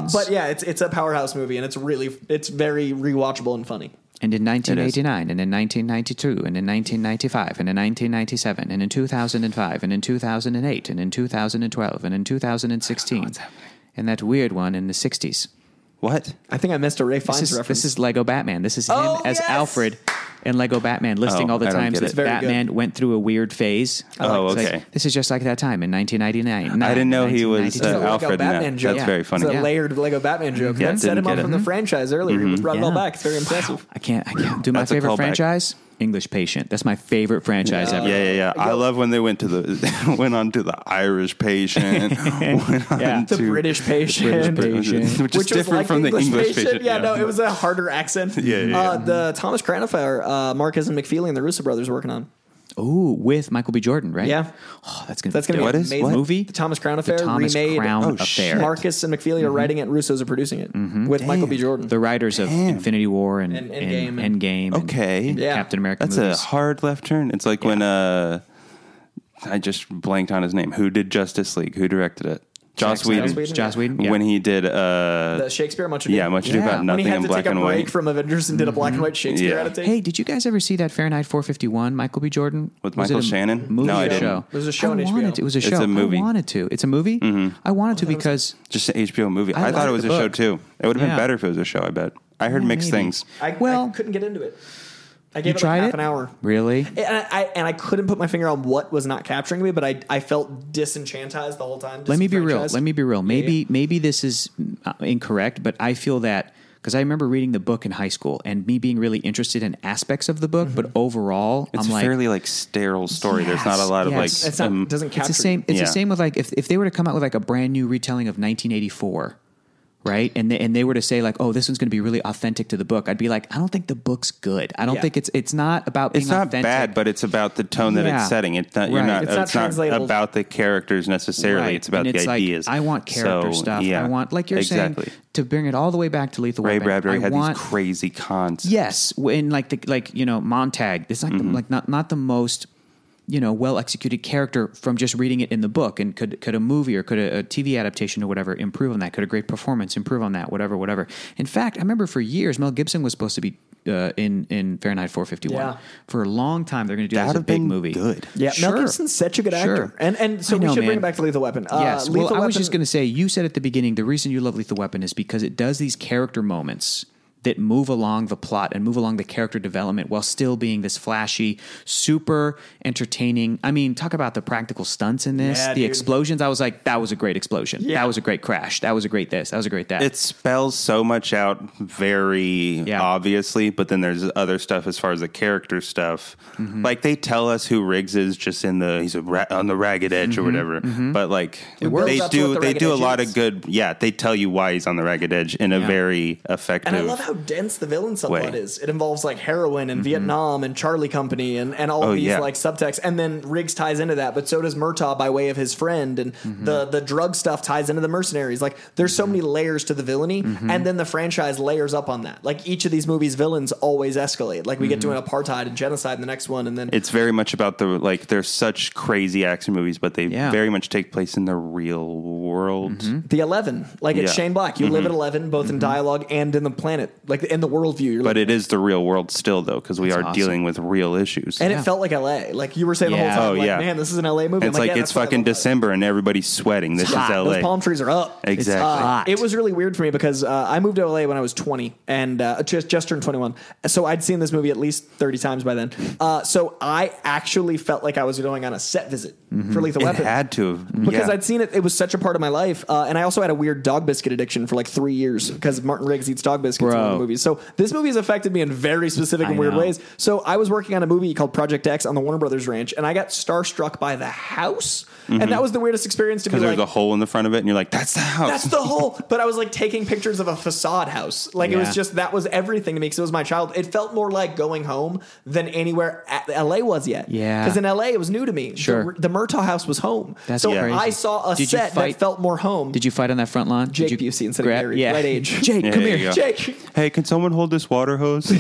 S1: Fiennes.
S2: but yeah, it's it's a powerhouse movie, and it's really it's very rewatchable and funny.
S1: And in 1989, and in 1992, and in 1995, and in 1997, and in 2005, and in 2008, and in 2012, and in 2016, and that weird one in the 60s.
S3: What?
S2: I think I missed a Ray Fiennes
S1: This is,
S2: reference.
S1: this is Lego Batman. This is him
S2: Oh,
S1: as
S2: yes!
S1: Alfred in Lego Batman, listing
S3: Oh,
S1: all the
S3: I don't
S1: times
S3: get
S1: that
S3: it.
S2: Very good.
S1: Batman went through a weird phase.
S3: Oh,
S1: It's like,
S3: okay.
S1: this is just like that time in 1999.
S3: I didn't know he was
S1: 1992.
S3: uh,
S2: Lego
S3: Alfred. in that.
S2: Batman
S3: That's
S2: joke.
S3: very funny. Mm-hmm.
S2: It's a
S1: Yeah.
S2: layered Lego Batman joke.
S3: Yeah,
S2: that set
S3: didn't
S2: him off
S3: get it. Mm-hmm.
S2: from the franchise earlier. He brought it all
S1: Yeah.
S2: back. It's very impressive.
S1: I can't. I can't do my
S3: That's a
S1: favorite
S3: callback.
S1: franchise. English Patient. That's my favorite franchise
S3: Yeah,
S1: ever.
S3: yeah, yeah. I love when they went to the (laughs) went on to the Irish patient. (laughs) went
S1: (laughs)
S3: on
S1: Yeah.
S2: The
S3: to-
S2: British patient.
S1: Patient.
S3: which is different from the English patient.
S2: Yeah, no, it was a harder accent.
S3: (laughs) Yeah, yeah,
S2: Uh, the Thomas Cranifer, uh, Marquez and McFeely and the Russo brothers were working on.
S1: Oh, with Michael B. Jordan, right?
S2: Yeah.
S1: Oh, that's gonna.
S2: That's going to be
S1: dope.
S3: What is-
S2: amazing.
S3: what?
S1: movie?
S2: The Thomas Crown
S1: The
S2: Affair
S1: Thomas
S2: remade.
S1: Crown
S3: Oh,
S1: Affair.
S3: shit.
S2: Marcus and McFeely
S3: Mm-hmm.
S2: are writing it. and Russo's are producing it with Michael B. Jordan.
S1: the writers of
S3: Damn.
S1: Infinity War and,
S2: And
S1: and
S2: Endgame
S1: Endgame,
S2: and-
S1: and-
S3: Okay.
S1: and
S2: Yeah.
S1: Captain America.
S3: That's
S1: movies.
S3: a hard left turn. It's like when uh, I just blanked on his name. Who did Justice League? Who directed it? Joss
S1: Jack
S3: Whedon.
S1: Snyder.
S2: Whedon,
S1: Joss
S2: yeah.
S1: Whedon. Yeah.
S3: When he did uh,
S2: the Shakespeare much ado.
S3: yeah, much ado
S1: Yeah.
S3: about
S1: When he
S2: when he
S3: nothing
S2: had
S3: in
S2: to
S3: black
S2: take a
S3: and
S2: break
S3: white. Mm-hmm.
S2: from Avengers and did a black and white Shakespeare
S3: Yeah.
S2: adaptation.
S1: Hey, did you guys ever see that Fahrenheit 451? Michael B. Jordan
S3: With
S1: Was it
S3: Michael
S1: a
S3: Shannon?
S1: Movie
S3: No,
S1: or
S3: I didn't.
S1: Show?
S2: It was a show on
S1: I
S2: HBO.
S1: wanted to. It was a show.
S3: a movie. Mm-hmm.
S1: I wanted to. It's a movie. I wanted to because
S3: just an HBO movie.
S1: I
S3: I, thought
S1: liked
S3: it was
S1: the
S3: a show
S1: book.
S3: too. It would have
S1: Yeah.
S3: been better if it was a show. I bet. I heard
S1: Yeah,
S3: mixed
S1: maybe.
S3: things.
S2: I,
S1: Well-
S2: I couldn't get into it. I
S1: you
S2: gave it
S1: tried
S2: like half
S1: it
S2: an hour.
S1: Really?
S2: And I, I and I couldn't put my finger on what was not capturing me, but I I felt disenchantized the whole time.
S1: Let me be real.
S2: disenfranchised.
S1: Let me be real. Maybe maybe this is uh, incorrect, but I feel that because I remember reading the book in high school and me being really interested in aspects of the book,
S2: Mm-hmm.
S1: but overall,
S3: It's
S1: I'm
S3: a
S1: like
S3: fairly like sterile story.
S1: Yes,
S3: There's not a lot of
S1: yes.
S3: like
S2: It's not
S3: um,
S2: doesn't capture.
S1: it's the same. It's the
S3: Yeah.
S1: same with like if, if they were to come out with like a brand new retelling of 1984, right? And they, and they were to say like, oh, this one's going to be really authentic to the book. I'd be like, I don't think the book's good. I don't
S2: Yeah.
S1: think it's it's not about being
S3: it's not
S1: authentic.
S3: bad, but it's about the tone that
S1: Yeah.
S3: it's setting. It's not, you're
S1: Right.
S3: not,
S1: It's
S3: it's,
S2: not
S3: not,
S2: translatable.
S3: about the characters necessarily.
S1: Right.
S3: It's about
S1: And
S3: the
S1: like,
S3: ideas.
S1: I want character
S3: So,
S1: stuff.
S3: yeah.
S1: I want like you're
S3: exactly.
S1: saying to bring it all the way back to Lethal
S3: Ray
S1: Weapon. I
S3: Bradbury had
S1: want
S3: these crazy cons. Mm-hmm.
S1: Yes, in like the like you know Montag. It's not the, like not not the most you know well executed character from just reading it in the book and could could a movie or could a, a TV adaptation or whatever improve on that could a great performance improve on that whatever whatever in fact I remember for years Mel Gibson was supposed to be uh, in in Fahrenheit 451
S2: Yeah.
S1: for a long time they're going to do
S3: That
S1: that as a
S3: would've
S1: big
S3: been
S1: movie
S3: good.
S2: Yeah,
S1: Sure.
S2: Mel Gibson's such a good actor,
S1: Sure.
S2: and and so
S1: I
S2: we
S1: know,
S2: should bring
S1: man.
S2: it back to Lethal Weapon. Uh,
S1: Yes. well,
S2: Lethal
S1: I was
S2: Weapon-
S1: just going to say, you said at the beginning, the reason you love Lethal Weapon is because it does these character moments that move along the plot and move along the character development while still being this flashy, super entertaining. I mean, talk about the practical stunts in this,
S2: Yeah,
S1: the
S2: dude.
S1: explosions. I was like, that was a great explosion.
S2: Yeah.
S1: That was a great crash. That was a great this. That was a great that.
S3: It spells so much out very
S1: Yeah.
S3: obviously, but then there's other stuff as far as the character stuff.
S1: Mm-hmm.
S3: Like they tell us who Riggs is just in the he's a ra- on the ragged edge
S1: Mm-hmm.
S3: or whatever, but like
S2: works.
S3: they
S2: Builds up to what
S3: do
S2: the
S3: they
S2: ragged
S3: do a
S2: edge
S3: lot
S2: is.
S3: of good. Yeah, they tell you why he's on the ragged edge in a
S1: Yeah.
S3: very effective.
S2: And I love how dense the villain subplot
S3: Way.
S2: is. It involves like heroin and Vietnam and Charlie Company and, and all
S3: Mm-hmm. Oh,
S2: of these
S3: yeah.
S2: like subtexts. And then Riggs ties into that, but so does Murtaugh by way of his friend. And
S3: Mm-hmm.
S2: the, the drug stuff ties into the mercenaries. Like there's so many layers to the villainy.
S3: Mm-hmm.
S2: And then the franchise layers up on that. Like each of these movies' villains always escalate. Like we get
S3: Mm-hmm.
S2: to an apartheid and genocide in the next one. And then
S3: it's very much about the like they're such crazy action movies, but they
S1: Yeah.
S3: very much take place in the real world.
S2: the 11. Like it's
S3: Yeah. Mm-hmm.
S2: Shane Black. You live at 11, both in dialogue and in the planet, like in the worldview. You're
S3: But
S2: like,
S3: it is the real world still though, because we
S1: That's
S3: are
S1: awesome.
S3: dealing with real issues.
S2: and
S1: yeah.
S2: it felt like LA. Like you were saying the
S1: Yeah.
S2: whole time,
S3: Oh,
S2: like,
S3: yeah.
S2: man, this is an LA movie. I'm
S3: it's like,
S2: yeah,
S3: it's
S2: that's what I
S3: fucking
S2: love about it.
S3: December and everybody's sweating. This is
S2: hot.
S3: LA.
S2: Those palm trees are up.
S3: Exactly.
S1: It's hot.
S2: Uh, It was really weird for me because uh, I moved to LA when I was 20 and uh, just, just turned 21. So I'd seen this movie at least 30 times by then. Uh, so I actually felt like I was going on a set visit for Lethal
S3: Mm-hmm. It
S2: Weapon.
S3: had to have
S2: because
S3: yeah.
S2: I'd seen it, it was such a part of my life, uh, and I also had a weird dog biscuit addiction for like three years because Martin Riggs eats dog biscuits in one of
S1: Bro.
S2: the movies. So this movie has affected me in very specific and
S1: I
S2: weird
S1: know.
S2: ways. So I was working on a movie called Project X on the Warner Brothers Ranch, and I got starstruck by the house, and that was the weirdest experience to be
S3: Mm-hmm. because
S2: like,
S3: there's a hole in the front of it, and you're like, "That's the
S1: (laughs)
S3: house."
S2: that's the whole. But I was like taking pictures of a facade house. Like it
S1: Yeah.
S2: was just that was everything to me because it was my child. It felt more like going home than anywhere at LA was yet.
S1: Yeah.
S2: because in LA it was new to me.
S1: Sure.
S2: the, the Murtaugh house was home.
S1: That's
S2: so
S1: crazy.
S2: I saw a
S1: Did you
S2: set
S1: fight-
S2: that felt more home.
S1: Did you fight on that front lawn?
S2: Jake
S1: Did you
S2: Busey instead
S1: grab-
S2: of Gary,
S1: Yeah. (laughs)
S2: right age.
S1: Jake,
S3: Yeah,
S1: come
S3: there
S1: here.
S3: you go.
S2: Jake.
S3: hey, can someone hold this water
S2: (laughs)
S3: hose?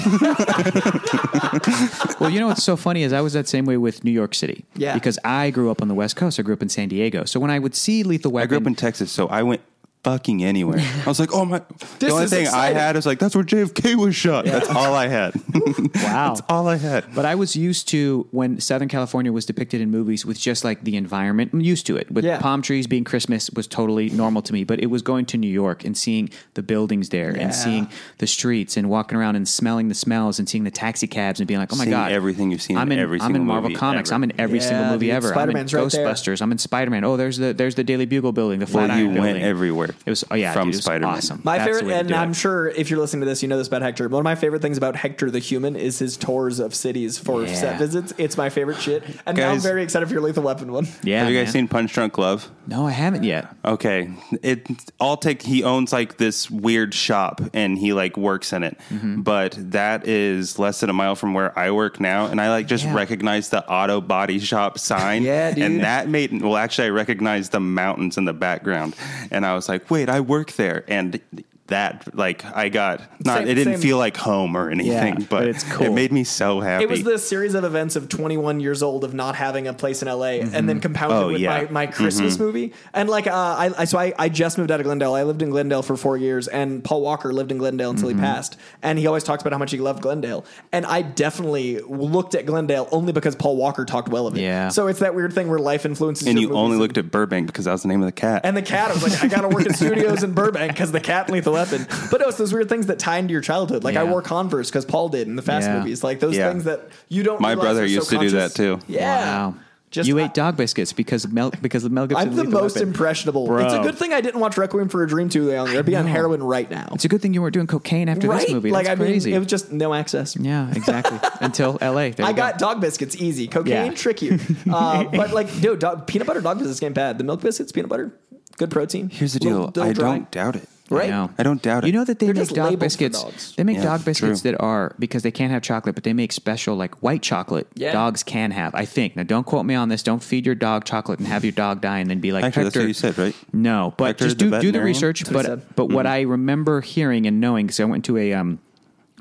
S1: well, you know what's so funny is I was that same way with New York City.
S2: Yeah.
S1: Because I grew up on the West Coast. I grew up in San Diego. So when I would see Lethal Weapon,
S3: I grew up in Texas, so I went fucking anywhere. I was like, "Oh my!"
S2: This
S3: the only
S2: is
S3: thing
S2: exciting.
S3: I had is like, "That's where JFK was shot." That's all I had.
S2: (laughs)
S1: wow,
S3: That's all I had.
S1: (laughs) But I was used to when Southern California was depicted in movies with just like the environment. I'm used to it. With
S2: Yeah.
S1: palm trees being Christmas was totally normal to me. But it was going to New York and seeing the buildings there
S2: Yeah.
S1: and seeing the streets and walking around and smelling the smells and seeing the taxi cabs and being like, oh my
S3: Seeing
S1: God.
S3: everything you've seen
S1: I'm
S3: in
S1: in
S3: every
S1: I'm
S3: single
S1: in Marvel
S3: movie
S1: Comics.
S3: ever.
S1: I'm in every
S2: Yeah,
S1: single movie
S2: dude,
S1: ever.
S2: Spider-Man's
S1: I'm in
S2: right there.
S1: Ghostbusters. I'm in Spider Man. Oh, there's the there's the Daily Bugle building, the
S3: Well,
S1: Flatiron
S3: you went
S1: building.
S3: everywhere.
S1: It was oh yeah,
S3: from
S1: dude, it was
S3: Spider-Man.
S1: Awesome.
S2: My
S1: That's the
S2: favorite,
S1: way to
S2: and
S1: do
S2: I'm
S1: it.
S2: sure if you're listening to this, you know this about Hector. One of my favorite things about Hector the human is his tours of cities for
S1: Yeah.
S2: set visits. It's my favorite shit, and now I'm
S3: Guys.
S2: very excited for your Lethal Weapon one.
S1: Yeah,
S3: Have you guys
S1: man.
S3: seen Punch Drunk Love?
S1: No, I haven't yet.
S3: Okay, it. I'll take. He owns like this weird shop, and he like works in it.
S2: Mm-hmm.
S3: But that is less than a mile from where I work now, and I like just
S1: Yeah.
S3: recognized the auto body shop sign.
S2: (laughs) Yeah, dude.
S3: And that made well, actually, I recognized the mountains in the background, and I was like, wait, I work there, and. That like I got not
S2: Same-
S3: it didn't
S2: same.
S3: feel like home or anything, but,
S1: but it's cool.
S3: it made me so happy.
S2: It was the series of events of 21 years old of not having a place in LA, and then compounded
S3: Oh,
S2: with
S3: yeah. Mm-hmm.
S2: my, my Christmas movie. And like, uh, I, I so I, I just moved out of Glendale. I lived in Glendale for four years, and Paul Walker lived in Glendale until
S3: Mm-hmm.
S2: he passed. And he always talked about how much he loved Glendale. And I definitely looked at Glendale only because Paul Walker talked well of it.
S1: Yeah.
S2: So it's that weird thing where life influences.
S3: and
S2: your
S3: you only
S2: movies.
S3: looked at Burbank because that was the name of the cat.
S2: And the cat, I was like, I gotta work at studios in Burbank because the cat and Lethal Weapon. But no, it's those weird things that tie into your childhood. Like I
S1: Yeah.
S2: wore Converse because Paul did in the Fast
S1: Yeah.
S2: movies. Like those
S3: Yeah.
S2: things that you don't.
S3: My
S2: realize
S3: brother
S2: are so
S3: used to do
S2: conscious.
S3: that, too.
S2: Yeah.
S1: Wow.
S2: Just
S1: you
S2: I-
S1: ate dog biscuits because Mel because of Mel Gibson.
S2: I'm the
S1: Lethal
S2: most
S1: Weapon.
S2: impressionable.
S1: Bro.
S2: It's a good thing I didn't watch Requiem for a Dream too long. I'd be on heroin right now.
S1: It's a good thing you weren't doing cocaine after
S2: right?
S1: this movie.
S2: like
S1: That's
S2: I
S1: crazy.
S2: mean, it was just no access.
S1: yeah, exactly.
S2: (laughs)
S1: Until L.A. There
S2: I
S1: you go.
S2: got dog biscuits easy. Cocaine
S1: Yeah. (laughs)
S2: trickier. Uh, but like, dude, dog, peanut butter dog biscuits ain't bad. The milk biscuits, peanut butter, good protein.
S3: Here's the deal.
S2: Little- little
S3: I
S2: dry.
S3: don't doubt it.
S1: I
S2: Right.
S1: know.
S3: I don't doubt it.
S1: You know that they
S2: They're
S1: make
S2: just
S1: dog
S2: labeled for
S1: biscuits.
S2: dogs.
S1: They make
S3: Yeah,
S1: dog biscuits
S3: true.
S1: that are because they can't have chocolate, but they make special like white chocolate.
S2: Yeah.
S1: Dogs can have. I think. Now, don't quote me on this. Don't feed your dog chocolate and have your dog die and then be like,
S3: Actually, that's
S1: Hector,
S3: what you said, right?
S1: No, but
S3: Hector
S1: just do
S3: the
S1: do the
S3: veterinarian? Mm-hmm.
S1: research.
S2: what he said.
S1: But but what I remember hearing and knowing because I went to a um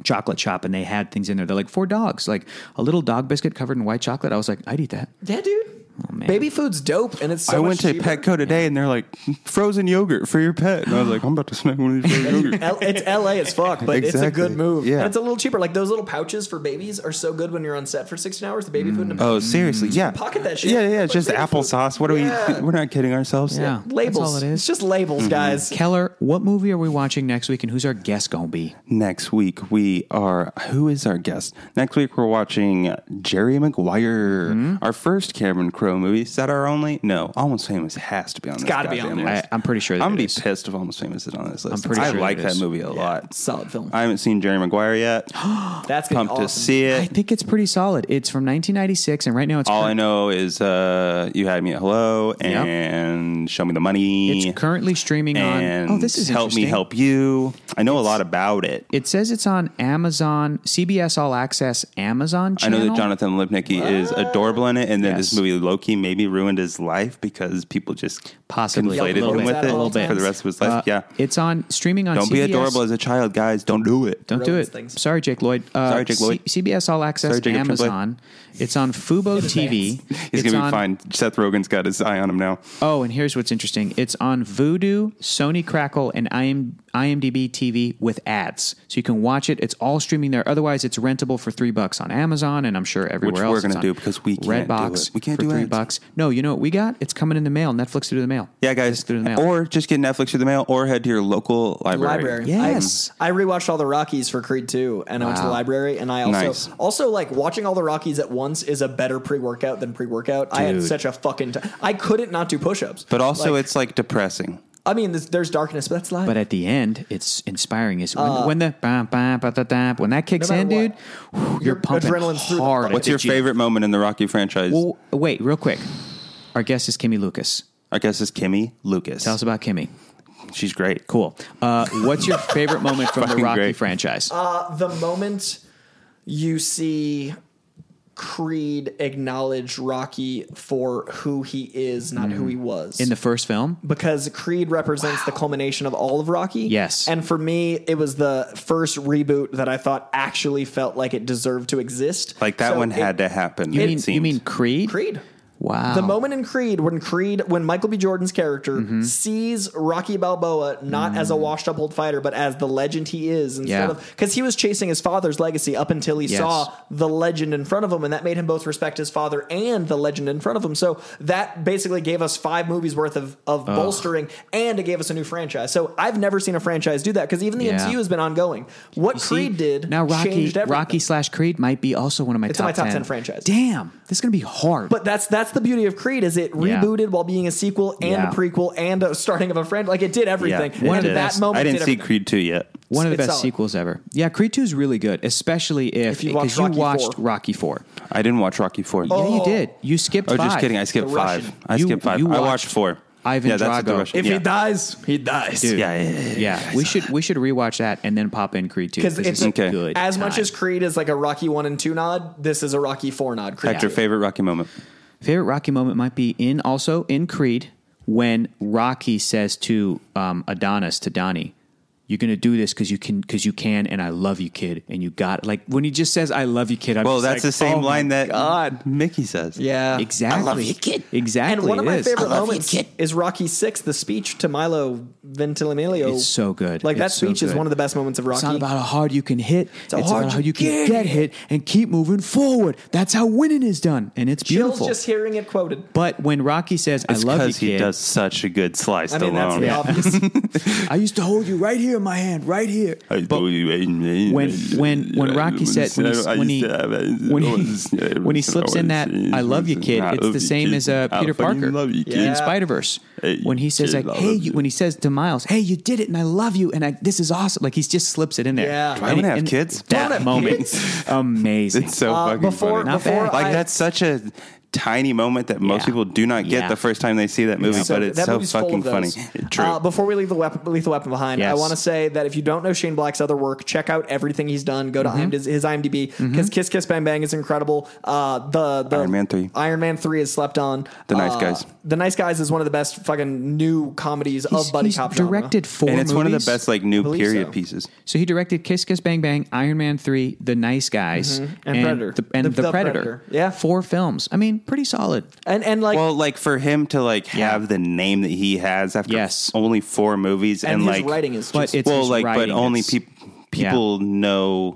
S1: chocolate shop and they had things in there. They're like four dogs, like a little dog biscuit covered in white chocolate. I was like, I'd eat that.
S2: Yeah, dude.
S1: Oh, man.
S2: Baby food's dope, and it's. So
S3: I
S2: much
S3: went to
S2: cheaper.
S3: Petco today and they're like frozen yogurt for your pet, and I was like, I'm about to smack one of these
S1: (laughs)
S3: frozen yogurt.
S2: L- it's LA as fuck, but it's a
S3: Exactly.
S2: good move.
S3: Yeah.
S2: And it's a little cheaper. Like those little pouches for babies are so good when you're on set for 16 hours. The baby food in a pouch.
S3: Oh,
S1: Mm.
S3: seriously? Yeah.
S2: Pocket that shit.
S3: Yeah, yeah.
S2: Like
S3: Just
S2: baby food.
S3: applesauce. What are
S2: Yeah.
S3: we? We're not kidding ourselves.
S1: Yeah. That's
S2: labels.
S1: all it is.
S2: It's just labels,
S3: Mm-hmm.
S2: guys.
S1: Keller, what movie are we watching next week and who's our guest going to be?
S3: Next week we are. Who is our guest? Next week we're watching Jerry Maguire,
S1: Hmm?
S3: our first Cameron Crowe movie. Is that our only? No, Almost Famous has to be on. It's this
S2: gotta be on
S3: goddamn
S2: there.
S1: I,
S3: list.
S1: I'm pretty sure that
S3: I'm gonna
S1: it
S3: be
S1: is.
S3: pissed if Almost Famous is on this list.
S1: pretty
S3: I
S1: sure
S3: like
S1: it
S3: that
S1: is.
S3: movie a lot.
S2: Solid film.
S3: I haven't seen Jerry
S1: (gasps)
S3: Maguire yet.
S2: That's gonna be
S3: Pumped
S2: awesome.
S3: to see
S1: I
S3: it.
S1: think it's pretty solid. It's from 1996, and right now it's
S3: Uh, All I
S1: cur-
S3: know is uh, you had me at hello and show me the money.
S1: it's currently streaming
S3: and
S1: on. Oh, this is
S3: help me
S1: interesting.
S3: help you. I know a lot about it.
S1: It says it's on Amazon, CBS All Access, Amazon
S3: I
S1: channel.
S3: know that Jonathan Lipnicki is adorable in it, and that this
S1: Yes.
S3: movie Loki maybe ruined his life because people just
S1: Possibly.
S3: conflated
S1: A little
S3: him
S1: bit.
S3: with
S1: A
S3: it
S1: little bit.
S3: for the rest of his life.
S1: Uh,
S3: yeah,
S1: it's on streaming on.
S3: don't
S1: CBS.
S3: be adorable as a child, guys. Don't do it.
S1: Don't do it.
S2: Ruins things.
S1: Sorry, Jake Lloyd. Uh,
S3: Sorry, Jake Lloyd.
S1: C- CBS All Access,
S3: Sorry, Jacob Tremblay.
S1: Amazon. It's on Fubo TV.
S3: (laughs) He's
S1: It's
S3: gonna be
S1: on-
S3: fine. Seth Rogen's got his eye on him now.
S1: Oh, and here's what's interesting. It's on Vudu, Sony Crackle, and IM, IMDb TV with ads, so you can watch it. It's all streaming there. Otherwise, it's rentable for three bucks on Amazon, and I'm sure everywhere
S3: Which
S1: else.
S3: we're
S1: It's
S3: gonna
S1: on
S3: do because we can't do
S1: Redbox
S3: it. We can't
S1: for
S3: do
S1: three
S3: ads.
S1: bucks. No, you know what we got? It's coming in the mail. Netflix through the mail.
S3: Yeah, guys.
S1: Netflix through the mail.
S3: Or just get Netflix through the mail, or head to your local library.
S2: Library.
S1: Yes.
S2: I, I rewatched all the Rockies for Creed 2 and I went to the
S1: Wow.
S2: library and I also
S3: Nice.
S2: also like watching all the Rockies at once is a better pre-workout than pre-workout. I had
S1: Dude.
S2: such a fucking time. I couldn't not do push-ups.
S3: But also,
S2: Like,
S3: it's like depressing.
S2: I mean there's, there's darkness, but that's life.
S1: But at the end, it's inspiring. Is when, when the bam, bam, ba, da, da, when that kicks
S2: Uh. No matter
S1: in, dude, whew, you're
S2: Your
S1: pumping
S2: adrenaline's through the
S1: hard. at
S2: fucking
S3: What's your
S1: the gym.
S3: favorite moment in the Rocky franchise?
S1: Well, Oh, wait, real quick. Our guest is Kimmy Lucas.
S3: I guess it's Kimmy Lucas.
S1: Tell us about Kimmy.
S3: She's great.
S1: Cool. Uh, what's
S3: (laughs)
S1: your favorite moment from the
S3: Fucking
S1: Rocky
S3: great.
S1: franchise?
S2: the moment you see Creed acknowledge Rocky for who he is, not
S3: Mm.
S2: who he was.
S1: in the first film?
S2: because Creed represents the culmination of all of Rocky.
S1: Yes.
S2: And for me, it was the first reboot that I thought actually felt like it deserved to exist.
S3: Like that
S2: So
S3: one
S2: it-
S3: had to happen.
S1: You
S3: it
S1: mean, you
S3: seems.
S1: mean Creed?
S2: Creed.
S1: Wow. Mm-hmm.
S2: The moment in Creed when Creed, when Michael B. Jordan's character sees Rocky Balboa not as a washed up old fighter, but as the legend he is,
S1: Mm. Yeah.
S2: instead of because he was chasing his father's legacy up until he
S1: Yes.
S2: saw the legend in front of him, and that made him both respect his father and the legend in front of him. So that basically gave us five movies worth of, of bolstering, and it gave us a new franchise. So I've never seen a franchise do that because even the
S1: Yeah.
S2: MCU has been ongoing. What
S1: You see,
S2: Creed did
S1: now. Rocky,
S2: changed everything.
S1: Rocky slash Creed might be also one of my
S2: It's in
S1: top
S2: my top 10 franchise.
S1: Damn, this is gonna be hard.
S2: But that's that's the beauty of Creed is it
S1: Yeah.
S2: rebooted while being a sequel and
S1: Yeah.
S2: a prequel and a starting of a friend. Like it did everything.
S3: Yeah, it
S1: One
S2: and
S1: of the
S2: that
S1: best-
S2: moment
S3: I
S2: did
S3: didn't see
S2: everything.
S3: Creed 2 yet.
S1: one of the
S2: it's
S1: best
S2: solid.
S1: sequels ever. Yeah, Creed Two is really good, especially if
S2: If you
S1: because
S2: watched Rocky
S1: watched
S2: four.
S1: Rocky Four.
S3: I didn't watch Rocky 4.
S1: Yeah, you
S2: Oh.
S1: did. You skipped.
S3: Oh,
S1: five.
S3: just kidding. I skipped
S2: The
S3: five.
S2: Russian.
S3: I
S1: You-
S3: skipped five.
S1: you
S3: I
S1: watched
S3: watched four.
S1: Ivan
S3: yeah, that's the
S1: Drago.
S3: Russian.
S2: If
S3: yeah.
S2: he dies, he dies.
S1: Dude.
S3: yeah, yeah, yeah, yeah,
S1: Yeah, we should we should rewatch that and then pop in Creed Two
S2: 'Cause
S1: because
S2: it's-
S1: it's
S3: Okay.
S1: good.
S2: As much
S1: time.
S2: as Creed is like a Rocky one and two nod, this is a Rocky four nod. Creed
S3: Hector,
S2: two.
S3: favorite Rocky moment.
S1: favorite Rocky moment might be in also in Creed when Rocky says to um, Adonis to Donnie, "You're gonna do this because you can because you can, and I love you, kid, and you got it." like when he just says, "I love you, kid." I'm
S3: Well,
S1: just
S3: that's
S1: like,
S3: the same
S1: oh my
S3: line that
S1: God.
S3: Mickey says.
S2: Yeah.
S1: (laughs) Exactly.
S3: you, kid.
S1: Exactly.
S2: And one of
S1: it
S2: my
S1: is.
S2: favorite moments is Rocky six, the speech to Milo Ventimiglia.
S1: It's so good.
S2: Like that
S1: It's so
S2: speech is
S1: good.
S2: one of the best moments of Rocky.
S1: It's not about how hard you can hit. It's,
S2: how hard
S1: about how
S2: you
S1: you can
S2: get
S1: get hit and keep moving forward. That's how winning is done, and it's
S2: Chills
S1: beautiful.
S2: just hearing it quoted.
S1: but when Rocky says, "I
S3: It's
S1: love you,
S3: because
S1: kid,"
S3: he does such a good slice
S2: I mean, that's
S3: alone.
S1: (laughs)
S2: the obvious.
S1: I used to hold you right here in my hand, right here. But when when when Rocky said when he when he,
S3: (laughs)
S1: when he (laughs) when he slips in that "I love you, kid," it's the same as uh, Peter Parker
S2: Yeah.
S1: in Spider Verse
S3: Hey,
S1: when he says
S3: kid,
S1: like
S3: I
S1: "Hey,"
S3: love
S1: you,
S3: you.
S1: when he says to Miles, "Hey, you did it, and I love you," and I, this is awesome. Like he just slips it in there.
S2: Yeah. Do I
S1: And
S3: wanna
S1: he-
S3: have
S1: and
S3: kids?
S1: That
S2: Don't have
S1: moment,
S2: kids.
S1: (laughs) amazing.
S3: (laughs) It's so
S2: Uh,
S3: fucking
S2: before
S3: funny.
S1: Not
S2: before
S1: bad.
S2: I-
S3: Like that's such a tiny moment that most
S2: Yeah.
S3: people do not get
S1: Yeah.
S3: the first time they see that movie,
S2: So
S3: but it's
S2: that
S3: so
S2: movie's full
S3: fucking
S2: of
S3: funny.
S2: those.
S3: True.
S2: Uh, before we leave the weapon, lethal weapon behind, I
S1: Yes.
S2: want to say that if you don't know Shane Black's other work, check out everything he's done. Go to
S3: Mm-hmm.
S2: IMD his, IMDb because Kiss Kiss Bang Bang is incredible. Uh, the, the
S3: Iron Man 3.
S2: Iron Man three is slept on.
S3: The Nice
S2: Uh,
S3: Guys.
S2: The Nice Guys is one of the best fucking new comedies
S1: He's-
S2: of buddy
S1: he's
S2: cop genre.
S1: directed four
S3: and it's one of the
S1: movies.
S3: best like new
S2: Believe
S3: period
S2: so.
S3: pieces.
S1: So he directed Kiss Kiss Bang Bang, Iron Man Three, The Nice Guys,
S2: Mm-hmm. And Predator.
S1: the, and
S2: The-
S1: the,
S2: the
S1: Predator.
S2: Predator. Yeah.
S1: four films. I mean, pretty solid.
S2: and and like
S3: Well, like for him to like
S1: Yeah.
S3: have the name that he has after
S1: Yes.
S3: only four movies and,
S2: and, his
S3: like
S2: writing is
S1: But
S2: just
S1: it's
S3: well,
S1: his
S3: like but
S1: writing
S3: only
S1: that's-
S3: peop people know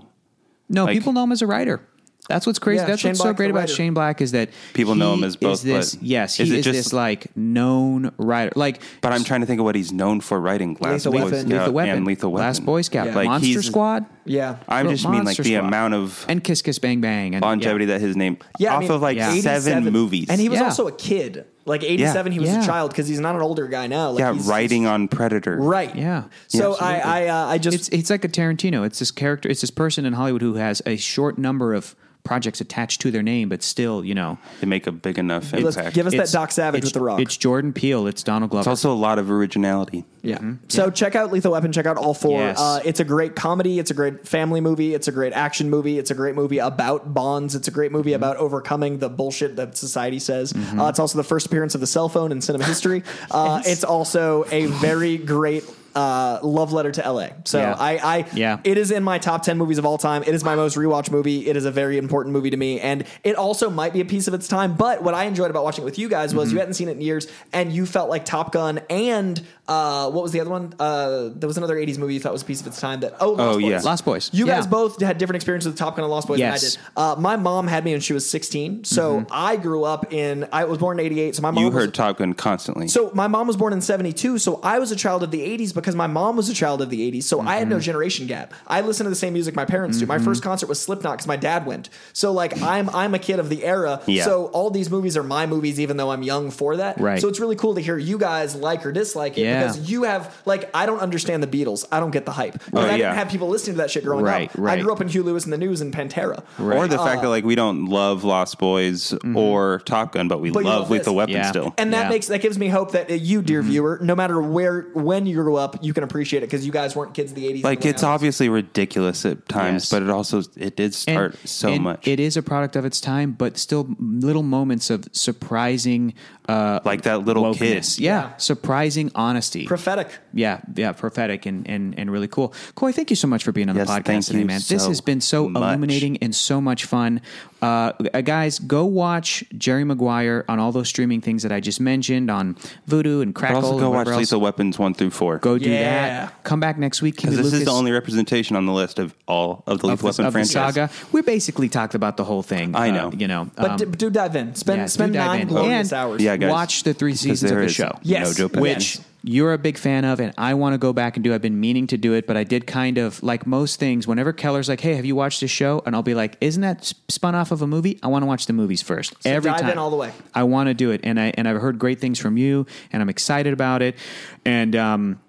S1: No,
S3: like-
S1: people know him as a writer. That's what's crazy.
S2: Yeah,
S1: That's
S2: Shane
S1: what's so
S2: Black's
S1: great
S2: a
S1: about
S2: writer.
S1: Shane Black is that
S3: People know
S1: he
S3: him as both,
S1: Is this,
S3: but
S1: yes,
S3: is
S1: he
S3: it
S1: is
S3: just-
S1: this like known writer? Like,
S3: But I'm trying to think of what he's known for writing. Last
S2: Lethal
S3: Boy
S2: Weapon.
S3: Scout
S1: Lethal Weapon,
S3: and Lethal Weapon.
S1: Last Boy Scout,
S2: Yeah.
S3: Like,
S1: Monster
S3: he's-
S1: Squad,
S2: yeah.
S3: I'm just mean like
S1: Monster
S3: the
S1: Squad.
S3: amount of
S1: and Kiss Kiss Bang Bang, and
S3: longevity that his name
S2: Yeah, I
S3: off
S2: mean,
S3: of like
S1: yeah.
S3: seven
S2: 87.
S3: movies.
S2: and he was
S1: Yeah.
S2: also a kid. Like eighty-seven, he was
S1: Yeah.
S2: a child because he's not an older guy now. Like,
S3: yeah,
S2: he's-
S3: writing on Predator.
S2: right?
S1: Yeah.
S2: So
S1: Yeah,
S2: I I uh, I just
S1: it's it's like a Tarantino. It's this character. It's this person in Hollywood who has a short number of projects attached to their name, but still, you know,
S3: They make a big enough
S2: Let's
S3: impact.
S2: give us that
S1: it's-
S2: Doc Savage
S1: it's-
S2: with the Rock.
S1: It's Jordan Peele. It's Donald Glover.
S3: it's also a lot of originality.
S2: Yeah. So check out Lethal Weapon. Check out all four.
S1: Mm-hmm. Yes.
S2: Uh, it's a great comedy. It's a great family movie. It's a great action movie. It's a great movie about bonds. It's a great movie
S1: Mm-hmm.
S2: about overcoming the bullshit that society says. Uh, it's also the first appearance of the cell phone in
S1: (laughs)
S2: cinema history. Uh, It's also a very great. Uh, love letter to LA. So
S1: Yeah.
S2: I, I,
S1: Yeah.
S2: it is in my top ten movies of all time. It is my most rewatch movie. It is a very important movie to me, and it also might be a piece of its time. But what I enjoyed about watching it with you guys
S1: Mm-hmm.
S2: was you hadn't seen it in years, and you felt like Top Gun and uh, what was the other one? Uh, there was another '80s movie you thought was a piece of its time. That oh, Lost
S3: Oh,
S2: Boys.
S3: yeah.
S1: Lost Boys.
S2: You
S1: Yeah.
S2: guys both had different experiences with Top Gun and Lost Boys
S1: Yes. Mm-hmm.
S2: than I did. Uh, my mom had me when she was 16, so I grew up in. I was born in '88, so my mom
S3: You
S2: was-
S3: heard Top Gun constantly.
S2: so my mom was born in 72, so I was a child of the 80s because my mom was a child of the 80s, so I had no
S1: Mm-hmm.
S2: generation gap. I listened to the same music my parents do. My first concert was Slipknot cuz my dad went. So like I'm I'm a kid of the era.
S3: Yeah.
S2: So all these movies are my movies even though I'm young for that.
S1: Right.
S2: So it's really cool to hear you guys like or dislike it
S1: Yeah.
S2: because you have like I don't understand the Beatles. I don't get the hype. Cuz
S3: Oh,
S2: I
S3: yeah.
S2: didn't have people listening to that shit growing
S1: Right,
S2: up. I
S1: right.
S2: grew up in Hugh Lewis and the News and Pantera.
S1: uh,
S3: Or the fact that like we don't love Lost Boys
S1: Mm-hmm.
S3: or Top Gun, but we
S2: But you
S3: love
S2: love
S3: Lethal
S2: this.
S3: Weapon
S1: Yeah.
S3: still.
S2: And that
S1: Yeah. Mm-hmm.
S2: makes that gives me hope that uh, you, dear viewer, no matter where when you grew up, you can appreciate it because you guys weren't kids of the eighties.
S3: like it's obviously ridiculous at times,
S1: Yes.
S3: but it also it did start
S1: And-
S3: so
S1: and
S3: much.
S1: It is a product of its time, but still little moments of surprising, uh,
S3: Like that little
S1: wokeness.
S3: kid.
S1: Yeah.
S2: Yeah.
S1: surprising honesty.
S2: prophetic.
S1: yeah, yeah, prophetic and, and and really cool. Coy, thank you so much for being on
S3: Yes,
S1: the podcast
S3: thank
S1: today,
S3: you
S1: man. this
S3: so
S1: has been so
S3: much.
S1: illuminating and so much fun. Uh, uh, guys, go watch Jerry Maguire on all those streaming things that I just mentioned on Voodoo and
S3: but
S1: Crackle.
S3: also
S1: and
S3: go watch
S1: whatever else.
S3: Lethal Weapons one through four.
S1: Go do
S2: Yeah.
S1: that. Come back next week. Kiwi
S3: because this is
S1: Lucas
S3: the only representation on the list of all of the
S1: of
S3: Lethal
S1: the,
S3: Weapon
S1: of the
S3: franchise.
S1: saga. We basically talked about the whole thing.
S3: I
S1: uh,
S3: know.
S1: you know,
S2: But
S1: um,
S2: d- do dive in. Spend
S1: yes,
S2: spend
S1: do dive
S2: nine
S1: in.
S2: glorious
S1: And
S2: hours.
S3: Yeah, guys.
S1: Watch the three seasons
S3: there
S1: of the
S3: is
S1: show.
S2: Yes.
S3: no joke
S1: which you're a big fan of, and I want to go back and do. I've been meaning to do it, but I did kind of like most things. Whenever Keller's like, "Hey, have you watched this show?" and I'll be like, "Isn't that s- spun off of a movie?" I want to watch the movies first every
S2: dive in
S1: time,
S2: all the way.
S1: I want to do it, and I and I've heard great things from you, and I'm excited about it, and um,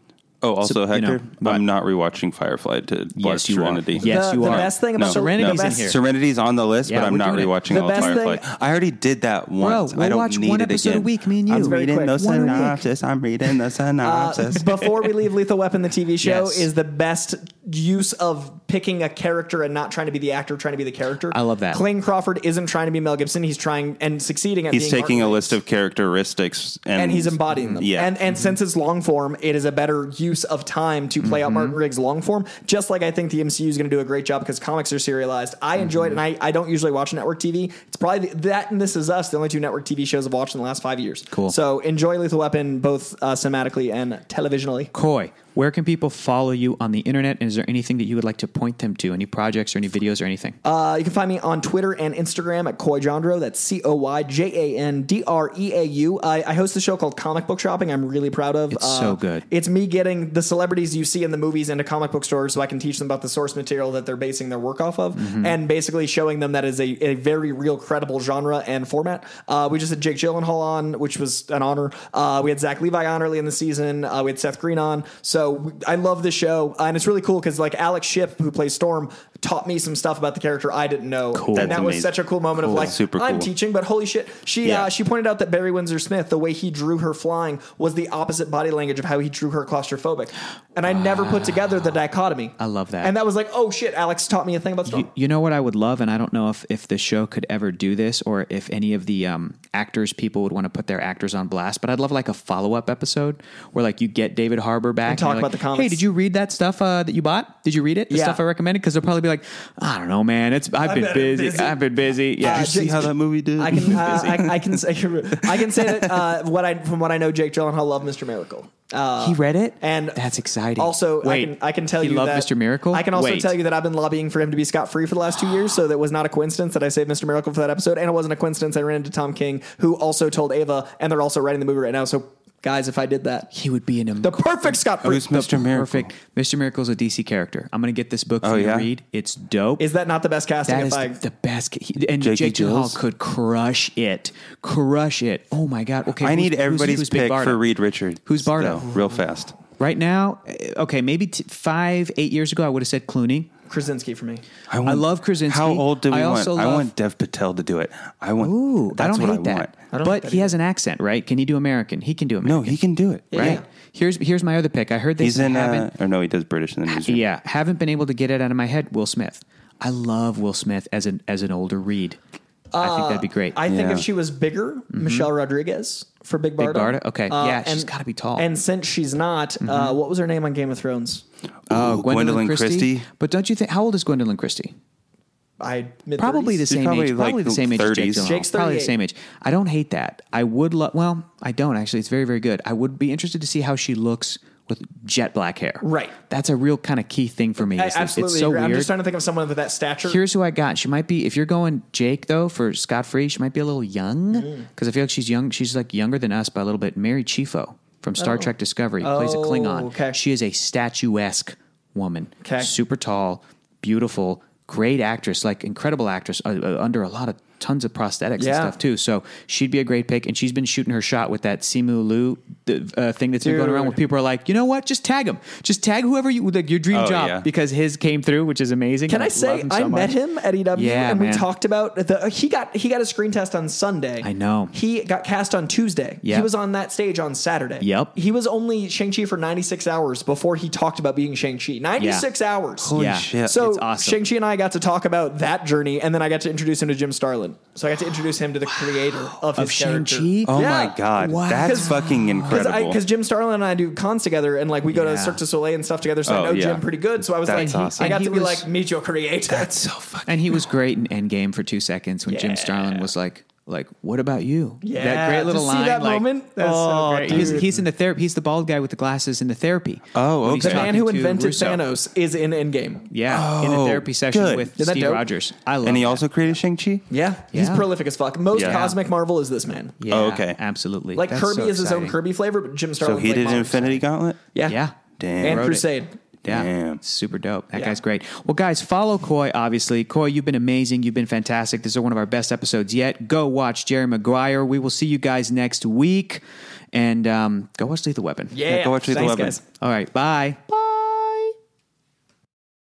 S3: Oh, also
S1: you know,
S3: Hector,
S1: what?
S3: I'm not rewatching Firefly to watch
S1: you are.
S3: Serenity.
S1: Yes.
S2: the,
S1: you
S2: the
S1: are.
S2: best thing about
S3: No,
S2: the,
S1: Serenity's
S2: the
S1: in
S2: best-
S1: here.
S3: Serenity's on the list,
S1: Yeah,
S3: but I'm
S1: we're
S3: not
S1: doing it.
S3: rewatching
S2: The
S3: all of
S2: best
S3: Firefly.
S2: thing-
S3: I already did that once.
S1: we'll
S3: I don't
S1: watch
S3: need
S1: one
S3: it
S1: episode a
S3: again.
S1: week, me and you.
S3: I'm
S1: It's
S2: very
S3: reading
S2: quick. Uh,
S3: the
S1: One a week.
S3: synopsis. I'm
S2: (laughs)
S3: reading the synopsis.
S2: Before we leave Lethal Weapon, the TV show
S1: Yes.
S2: is the best use of picking a character and not trying to be the actor, trying to be the character.
S1: I love that.
S2: Clayton Crawford isn't trying to be Mel Gibson. He's trying and succeeding at being
S3: he's taking
S2: Martin
S3: a
S2: Lawrence.
S3: list of characteristics and,
S2: and he's embodying them.
S3: Yeah.
S2: And and since it's long form, it is a better use of time to play out Martin Riggs long form. Just like I think the MCU is going to do a great job because comics are serialized. I enjoy it, and I, I don't usually watch network TV. It's probably the, that and This Is Us, the only two network TV shows I've watched in the last five years.
S1: Cool.
S2: So enjoy Lethal Weapon both uh, cinematically and televisionally.
S1: Coy, where can people follow you on the internet? And is there anything that you would like to point them to? Any projects or any videos or anything?
S2: Uh, you can find me on Twitter and Instagram at Coy Jandro. That's C O Y J A N D R E A U. I, I host a show called Comic Book Shopping. I'm really proud of. Uh, It's
S1: so good.
S2: It's me getting the celebrities you see in the movies into comic book stores, so I can teach them about the source material that they're basing their work off of,
S3: Mm-hmm.
S2: and basically showing them that is a, a very real, credible genre and format. Uh, we just had Jake Gyllenhaal on, which was an honor. Uh, we had Zach Levi on early in the season. Uh, we Uh, had Seth Green on. So we- I love this show, and it's really cool because like Alex Ship, who plays Storm, taught me some stuff about the character I didn't know.
S1: Cool.
S2: And
S3: That's
S2: that was
S3: amazing.
S2: such a cool moment
S3: Cool.
S2: of like,
S3: Super
S2: I'm
S3: cool.
S2: teaching, but holy shit. She
S3: Yeah.
S2: uh, she pointed out that Barry Windsor Smith, the way he drew her flying was the opposite body language of how he drew her claustrophobic. And I never put together the dichotomy.
S1: I love that.
S2: And that was like, oh shit, Alex taught me a thing about storm.
S1: You, you know what I would love, and I don't know if if the show could ever do this, or if any of the um, actors people would want to put their actors on blast. But I'd love like a follow up episode where like you get David Harbour back
S2: talk
S1: you're
S2: about
S1: like,
S2: the comics.
S1: Hey, did you read that stuff uh, that you bought? Did you read it? The
S2: Yeah.
S1: stuff I recommended? Because they'll probably be like, I don't know, man. It's I've, been,
S2: been
S1: busy.
S2: busy.
S1: I've been busy. Yeah,
S2: Uh,
S1: just-
S3: See
S2: Jake-
S3: how that movie did?
S2: I
S1: (laughs)
S2: can uh, I, I can say (laughs) I can say that uh, what I from what I know, Jake Gyllenhaal loved Mr. Miracle. Uh,
S1: he read it,
S2: and
S1: that's exciting.
S2: Also,
S1: Wait,
S2: I can I can tell
S1: he
S2: you
S1: loved
S2: that
S1: Mr. Miracle.
S2: I can also
S1: Wait.
S2: tell you that I've been lobbying for him to be scot free for the last two years, so that was not a coincidence that I saved Mr. Miracle for that episode, and it wasn't a coincidence I ran into Tom King, who also told Ava, and they're also writing the movie right now. So, guys, if I did that,
S1: he would be an
S2: the perfect scot free.
S3: Who's Mr. Miracle?
S1: perfect Mr. Miracle's a DC character. I'm gonna get this book for
S3: Oh,
S1: you
S3: yeah?
S1: to read. It's dope.
S2: Is that not the best casting?
S1: That
S2: If
S1: is
S2: I,
S1: the best. He, and
S3: Jake
S1: Jake, Gyllenhaal
S3: Gyllenhaal?
S1: could crush it. Crush it. Oh my God. Okay.
S3: I
S1: who's-
S3: need
S1: who's-
S3: everybody's
S1: who's Big
S3: pick
S1: Barda?
S3: for Reed Richards.
S1: Who's Bardo?
S3: though, real fast.
S1: Right now, eh, okay, maybe t- five, eight years ago, I would have said Clooney.
S2: Krasinski for me.
S1: I love Krasinski.
S3: How old do we
S1: I
S3: want?
S1: also
S3: I
S1: love-
S3: want Dev Patel to do it. I want.
S1: Ooh,
S3: that's
S1: I don't
S3: what
S1: hate
S3: I
S1: that.
S3: want.
S2: don't hate
S1: but
S2: that
S1: he has an accent, right? Can he do American? He can do American.
S3: No, he can do it. Right?
S1: Right. Here's here's my other pick. I heard they
S3: He's in.
S1: haven't.
S3: Uh, or no, he does British in the newsroom.
S1: yeah, haven't been able to get it out of my head. Will Smith. I love Will Smith as an as an older Reed. I think that'd
S3: Uh,
S1: be great.
S2: I think
S3: Yeah.
S2: if she was bigger, Michelle Rodriguez for Big Barda.
S1: Barda? Mm-hmm. Okay. Yeah, she's gotta be tall. Mm-hmm.
S2: And since she's not, uh, what was her name on Game of Thrones?
S1: Oh,
S3: Ooh, Gwendolyn Christie.
S1: But don't you think? How old is Gwendolyn Christie?
S2: I mid-thirties.
S1: Probably the
S3: She's
S1: same
S3: probably
S1: age.
S3: like
S1: probably the same age. As Jake
S3: 30s.
S1: Gyllenhaal.
S2: Jake's
S1: probably the
S2: 38.
S1: same age. I don't hate that. I would love. Well, I don't actually. It's very very good. I would be interested to see how she looks with jet black hair.
S2: Right.
S1: That's a real kind of key thing for me.
S2: I
S1: is that
S2: absolutely
S1: It's so
S2: agree.
S1: weird.
S2: I'm just trying to think of someone with that stature.
S1: Here's who I got. She might be. If you're going Jake though for Scott Free, she might be a little young
S2: Mm.
S1: because I feel like she's young. She's like younger than us by a little bit. Mary Chifo from Star Trek Discovery plays a
S2: Oh,
S1: Klingon.
S2: okay.
S1: She is a statuesque woman.
S2: Okay.
S1: Super tall, beautiful, great actress, like incredible actress uh, uh, under a lot of tons of prosthetics and
S2: Yeah.
S1: stuff too. So she'd be a great pick. And she's been shooting her shot with that Simu Lu uh, thing that's been going around
S2: Dude.
S1: where people are like, you know what? Just tag him. Just tag whoever you like your dream
S3: Oh,
S1: job
S3: yeah.
S1: because his came through, which is amazing. And
S2: Can I
S1: love
S2: say
S1: him so
S2: I met
S1: much.
S2: him at EW
S1: Yeah,
S2: and
S1: man.
S2: we talked about the he got he got a screen test on Sunday.
S1: I know.
S2: He got cast on Tuesday.
S1: Yeah.
S2: He was on that stage on Saturday.
S1: Yep.
S2: He was only Shang-Chi for 96 hours before he talked about being Shang-Chi. 96 hours.
S3: Holy
S1: Yeah.
S3: shit.
S2: So
S1: It's awesome.
S2: Shang-Chi and I got to talk about that journey, and then I got to introduce him to Jim Starlin. So I got to introduce him to the creator of his
S1: Of
S2: character.
S1: Shang-Chi?
S3: Oh
S2: Yeah.
S3: my god,
S1: Wow.
S3: that's
S2: 'Cause-
S3: fucking incredible.
S2: Because Jim Starlin and I do cons together, and like we go
S1: Yeah.
S2: to Cirque du Soleil and stuff together. So
S3: Oh,
S2: I know
S3: yeah.
S2: Jim pretty good. So I was
S3: That's
S2: like,
S3: awesome.
S2: I got
S1: And
S2: to
S1: he
S2: be
S1: was-
S2: like, meet your creator.
S3: that's so fucking.
S1: And he was great in Endgame for two seconds when Jim
S2: Yeah.
S1: Starlin was like, like, what about you? that
S2: Yeah,
S1: great
S2: to
S1: little
S2: see
S1: line.
S2: that
S1: like,
S2: moment? That's so
S1: oh,
S2: great,
S1: He's,
S2: dude.
S1: he's in the therapy. He's the bald guy with the glasses in the therapy.
S3: Oh,
S1: When he's
S2: The
S3: okay.
S2: man
S1: talking
S2: who
S1: to
S2: invented
S1: Russo.
S2: Thanos is in Endgame.
S1: Yeah, in a
S3: Oh,
S1: therapy session
S3: good.
S1: with
S2: Isn't that
S1: Steve
S2: dope?
S1: Rogers. I love.
S3: And he
S1: that.
S3: also created Shang Chi.
S2: Yeah, he's
S1: Yeah.
S2: prolific as fuck. Most
S3: Yeah.
S2: cosmic Marvel is this man.
S1: Yeah,
S3: Oh, okay.
S1: absolutely.
S2: Like
S1: That's so
S2: Kirby is his own
S1: exciting.
S2: Kirby flavor, but Jim
S3: So
S2: Starlin.
S3: he
S2: like
S3: did
S2: modern.
S3: Infinity Gauntlet.
S2: Yeah,
S1: Yeah.
S3: Damn.
S2: and
S1: Wrote it.
S2: Crusade.
S1: Yeah.
S3: Damn.
S1: Super dope. That
S2: Yeah.
S1: guy's great. Well, guys, follow Coy, obviously. Coy, you've been amazing. You've been fantastic. This is one of our best episodes yet. Go watch Jerry Maguire. We will see you guys next week. And um, go watch Lethal Weapon.
S2: Yeah,
S3: Yeah, go watch Lethal
S2: Thanks,
S3: Weapon.
S2: guys.
S1: All right. Bye. Bye.